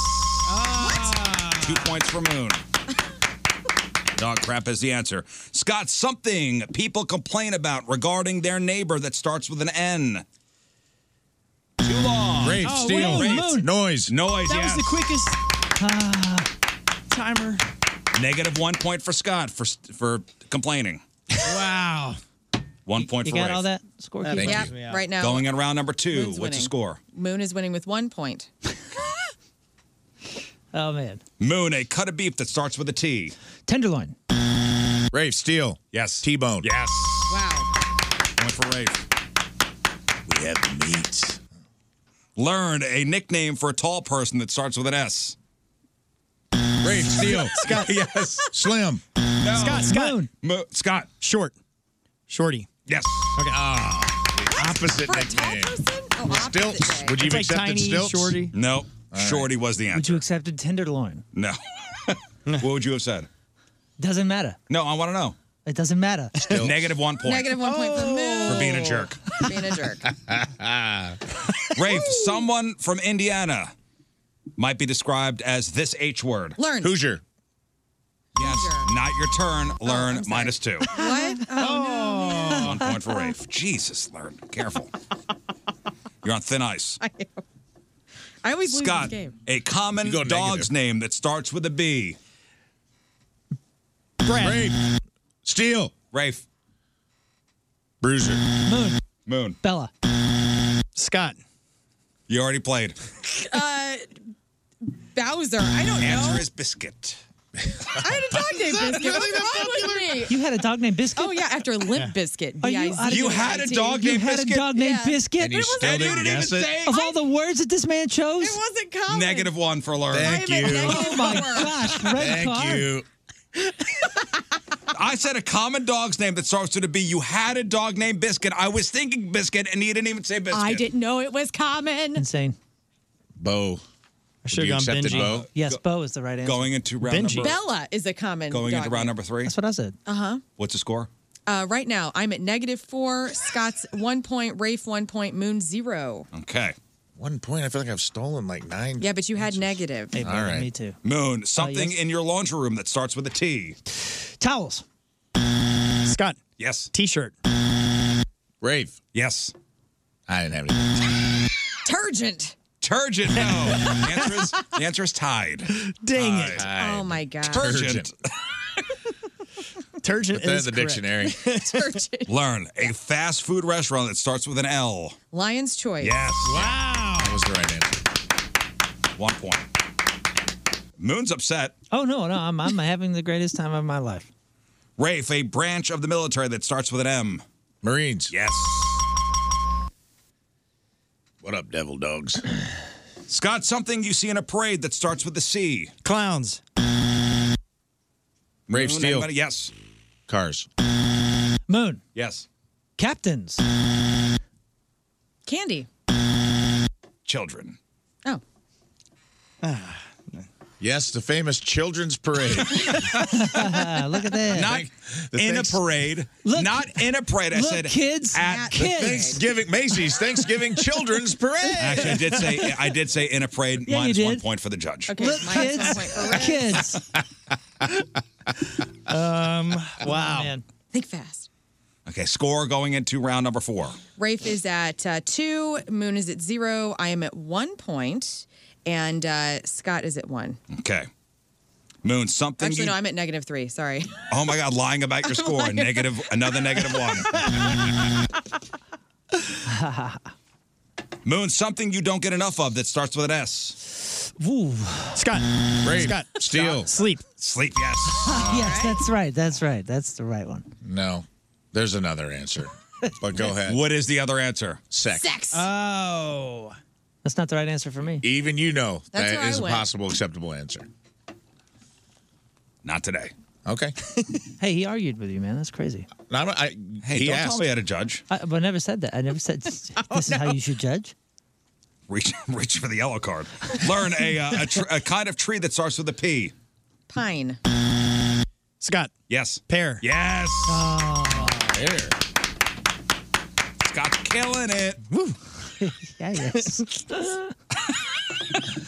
S14: Ah.
S2: Two points for Moon. Dog crap is the answer. Scott, something people complain about regarding their neighbor that starts with an N. Too long.
S5: Rafe,
S14: Oh, steal. wait,
S2: Rafe,
S14: Moon.
S2: Noise. Noise,
S14: That
S2: yes.
S14: was the quickest uh, timer.
S2: Negative one point for Scott for for complaining.
S14: Wow.
S2: One point
S12: You
S2: for
S12: got
S2: Rafe.
S12: all that score?
S4: That
S2: Thank
S4: pisses
S2: you.
S4: me off. right now-
S2: Going in round number two.
S4: Moon's
S2: What's
S4: winning.
S2: the score?
S4: Moon is winning with one point.
S12: Oh man.
S2: Moon, a cut of beef that starts with a T.
S12: Tenderloin.
S2: Rafe, steal. Yes. T-bone. Yes.
S4: Wow.
S2: Point for Rafe. We have the meat. Learn a nickname for a tall person that starts with an S. Rafe, steal. Scott. yes. Slim. No.
S14: Scott, Scott.
S2: Mo- Scott.
S14: Short. Shorty.
S2: Yes.
S14: Okay.
S2: Ah.
S5: Opposite nickname.
S4: Oh,
S5: Stilts. Would you have
S12: It's like
S5: accepted
S12: tiny,
S5: stilts?
S12: shorty.
S2: No. Shorty was the answer.
S12: Would you accepted tenderloin?
S2: No. what would you have said?
S12: Doesn't matter.
S2: No, I want to know.
S12: It doesn't matter.
S2: Negative one point.
S4: Negative one point
S12: Oh.
S4: for Moon.
S2: For
S1: Oh.
S2: being a jerk.
S4: Being a jerk.
S2: Rafe, someone from Indiana might be described as this H word.
S4: Learn.
S2: Hoosier. Yes. Not your turn. Learn minus two.
S4: What? Oh, no.
S2: One point for Rafe. Jesus, learn. Careful. You're on thin ice.
S4: I always lose
S2: Scott,
S4: this game.
S2: a common
S4: You go
S2: dog's name that starts with a B.
S14: Brad.
S2: Rafe. Steal. Rafe. Bruiser.
S12: Moon.
S2: Moon.
S12: Bella.
S14: Scott.
S2: You already played.
S4: Uh, Bowser. I don't know.
S2: Answer is biscuit.
S4: I had a dog named
S18: That's
S4: Biscuit.
S18: not
S4: What's
S18: even
S4: wrong with me?
S12: You had a dog named Biscuit.
S4: Oh yeah, after Limp Biscuit.
S12: Are you
S4: B-I-Z-Z-I-T.
S12: out of your mind? You had a dog named
S4: Yeah.
S12: Biscuit.
S4: And you But it still wasn't- didn't guess it?
S12: Of all the words that this man chose, it
S4: wasn't common.
S2: Negative one for Laura.
S12: Thank
S4: I'm a you. negative
S12: Oh my
S4: four.
S12: gosh, red
S2: Thank
S12: card.
S2: you. I said a common dog's name that starts with a B. You had a dog named Biscuit. I was thinking Biscuit, and you didn't even say Biscuit.
S4: I didn't know it was common.
S12: Insane.
S2: Bo.
S14: I should have gone Benji.
S12: Yes, Bo is the right answer.
S2: Going into round number.
S4: Bella is a common.
S2: Going into round number three. That's
S12: what I said.
S4: Uh huh.
S2: What's the score?
S4: Uh, right now, I'm at negative four. Scott's one point. Rafe one point. Moon zero.
S2: Okay.
S5: One point. I feel like I've stolen like nine.
S4: Yeah, but you had negative.
S5: Hey, All man, right. me
S12: too.
S2: Moon, something
S4: yes.
S2: in your laundry room that starts with a T.
S12: Towels.
S14: Scott.
S2: Yes.
S14: T-shirt.
S2: Rave. Yes.
S5: I didn't have any.
S4: Turgent.
S2: Turgent. No. the, answer is, the answer is tied.
S14: Dang
S2: it.
S4: Oh my god.
S2: Turgent.
S14: Turgent
S2: Put that in is the correct. dictionary.
S4: Turgent.
S2: Learn a fast food restaurant that starts with an L.
S4: Lion's choice.
S2: Yes.
S14: Wow.
S2: That was the right answer. One point. Moon's upset.
S12: Oh no, no, I'm, I'm having the greatest time of my life.
S2: Rafe, a branch of the military that starts with an M. Marines. Yes. What up, devil dogs? Scott, something you see in a parade that starts with a C.
S14: Clowns.
S5: Rafe
S2: Moon,
S5: Steele.
S2: anybody? Yes.
S5: Cars.
S12: Moon.
S2: Yes.
S12: Captains.
S4: Candy.
S2: Children.
S4: Oh.
S5: Yes, the famous children's parade.
S12: Look at that.
S2: Not in a parade. Not in a parade. I
S5: Look,
S2: said
S5: kids,
S2: At
S5: the Thanksgiving Macy's Thanksgiving Children's Parade.
S2: Actually, I did say I did say in a parade.
S5: Yeah, you
S2: minus one
S5: did.
S2: point for the judge.
S4: Okay.
S12: Look,
S4: minus
S12: kids.
S4: one point for Rafe.
S12: Kids.
S14: um.
S5: Oh,
S14: Wow.
S4: Think fast.
S2: Okay. Score going into round number four.
S4: Rafe is at uh, two, Moon is at zero, I am at one point, and uh, Scott is at one.
S2: Okay. Moon, something.
S4: Actually,
S2: you-
S4: no, I'm at negative three. Sorry.
S2: oh my God, lying about your
S4: I'm
S2: score.
S4: lying.
S2: Negative, another negative one. Moon, something you don't get enough of that starts with an S.
S12: Ooh.
S14: Scott.
S2: Brave.
S14: Scott.
S2: Steal.
S14: Sleep.
S2: Sleep, yes.
S12: Ah, yes, that's right. That's right. That's the right one.
S5: No, there's another answer. But go ahead.
S2: What is the other answer?
S5: Sex.
S12: Oh. That's not the right answer for me.
S5: Even you know
S12: That's
S5: that
S12: where I
S5: is a
S12: went.
S5: possible acceptable answer.
S2: Not today.
S5: Okay.
S12: Hey, he argued with you, man. That's crazy.
S5: No, I, I,
S2: Hey,
S5: he
S2: don't
S5: asked.
S2: tell me how to judge. Oh,
S12: I, but I never said that. I never said this is how you should judge.
S2: Reach, reach for the yellow card. Learn a, uh, a, tr- a kind of tree that starts with a P.
S4: Pine.
S14: Scott.
S2: Yes.
S14: Pear.
S2: Yes.
S12: Oh.
S2: There. Scott's killing it. Woo.
S12: yeah, yes.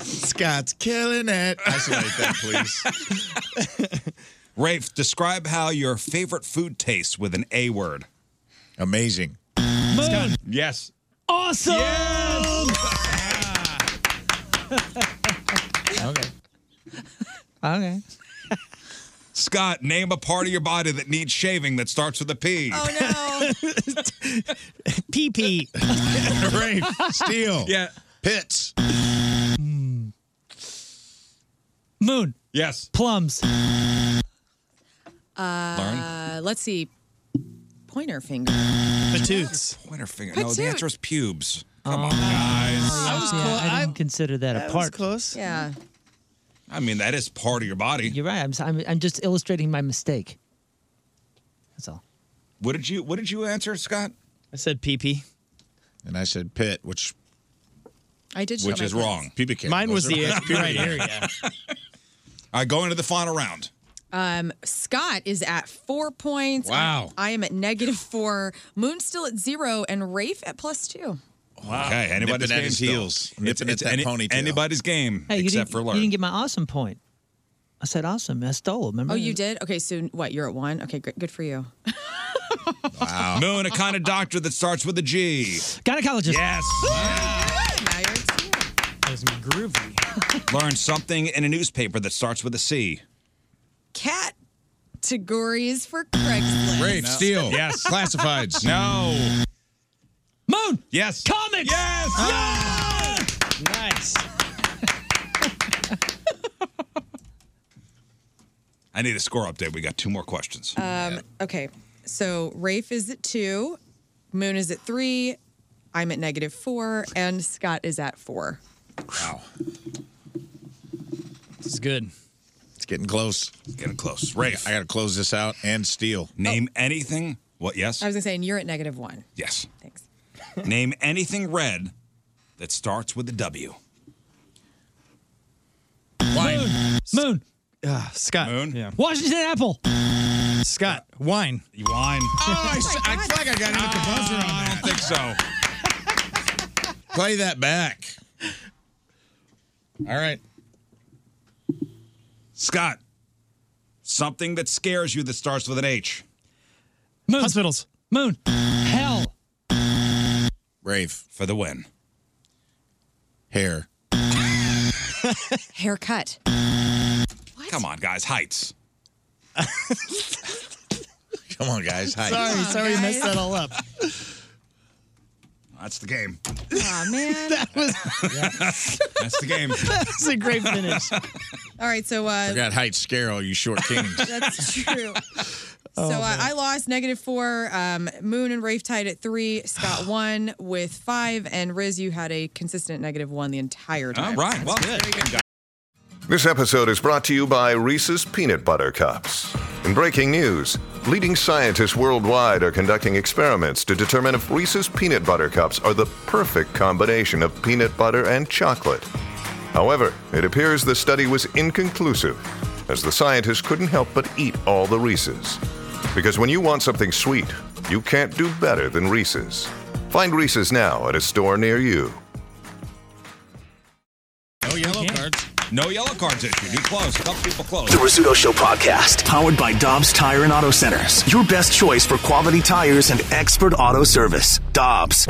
S5: Scott's killing it. Isolate that, please.
S2: Rafe, describe how your favorite food tastes with an A word.
S5: Amazing.
S2: Moon. Yes.
S12: Awesome.
S5: okay.
S12: Okay.
S2: Scott, name a part of your body that needs shaving that starts with a P.
S4: Oh
S14: no. Pee pee.
S5: Rafe. Steal.
S2: Yeah.
S5: Pits.
S12: Moon.
S2: Yes.
S12: Plums.
S4: Uh, Let's see. Pointer finger.
S14: Patoots.
S2: Pointer finger.
S4: Patoots.
S2: No, the answer is pubes.
S12: Come on,
S2: guys.
S12: I was close. I didn't consider that, a part.
S14: close.
S4: Yeah.
S2: I mean, that is part of your body.
S12: You're right. I'm, s- I'm, I'm just illustrating my mistake.
S2: What did you What did you answer, Scott?
S14: I said pee pee.
S5: And I said pit, which
S4: I did.
S5: Which is wrong. Pubic hair.
S14: Mine was
S5: Those are
S14: the
S5: wrong.
S14: uh, right area.
S2: All right, going to the final round.
S4: Um, Scott is at four points.
S2: Wow.
S4: I am at negative four. Moon still at zero, and Rafe at plus two.
S2: Wow. Okay, anybody's
S5: Nipping at
S2: game
S5: his
S2: still.
S5: heels.
S2: It's-
S5: Nipping at
S2: it's
S5: that
S2: any-
S5: ponytail.
S2: Anybody's game
S12: Hey, you
S2: except
S12: didn't,
S2: for
S12: you
S2: Lurk.
S12: didn't get my awesome point. I said awesome. I stole. Remember?
S4: Oh, you did? Okay, so what? You're at one? Okay, good, good for you.
S2: Wow. Moon, a kind of doctor that starts with a G.
S12: Gynecologist.
S2: Yes.
S4: Now you're at two.
S14: That was groovy.
S2: Learn something in a newspaper that starts with a C.
S4: Categories for Craigslist.
S5: Rafe, steal.
S2: Yes.
S5: Classifieds.
S2: No.
S12: Moon.
S2: Yes.
S12: Comics. Ah.
S2: Yes.
S12: Nice.
S2: I need a score update. We got two more questions.
S4: Um, okay, so Rafe is at two, Moon is at three, I'm at negative four, and Scott is at four.
S2: Wow.
S14: This is good.
S5: It's getting close.
S2: getting close. Rafe.
S5: I got to close this out and steal.
S2: Name anything. What? Yes.
S4: I was gonna say, and you're at negative one.
S2: Yes.
S4: Thanks.
S2: Name anything red that starts with a W.
S12: Moon. Moon.
S14: Uh, Scott. Moon. Yeah.
S12: Washington Apple.
S14: Scott. Wine.
S2: You wine.
S5: Oh, I, s- I feel like I got to hit the buzzer on that.
S2: I don't think so.
S5: Play that back. All right.
S2: Scott. Something that scares you that starts with an H.
S12: Moon.
S14: Hospitals.
S12: Moon. Hell.
S5: Rafe.
S2: For the win.
S5: Hair.
S4: Haircut.
S2: Come on, guys. Heights.
S5: Come on, guys. Hi.
S14: Sorry, sorry, you messed that all up.
S2: That's the game.
S4: Oh man.
S14: That was
S2: That's the game.
S14: that's a great finish.
S4: All right, so
S5: I
S4: uh,
S5: got height scare all you short kings.
S4: That's true. so uh, I lost negative four. Um, Moon and Rafe tied at three. Scott won with five, and Riz, you had a consistent negative one the entire
S2: All
S4: time.
S2: right. Well,
S19: This episode is brought to you by Reese's Peanut Butter Cups. In breaking news, leading scientists worldwide are conducting experiments to determine if Reese's Peanut Butter Cups are the perfect combination of peanut butter and chocolate. However, it appears the study was inconclusive, as the scientists couldn't help but eat all the Reese's. Because when you want something sweet, you can't do better than Reese's. Find Reese's now at a store near you.
S2: No yellow cards. No yellow cards issued. You close. A couple people close.
S1: The Rizzuto Show podcast, powered by Dobbs Tire and Auto Centers. Your best choice for quality tires and expert auto service. Dobbs.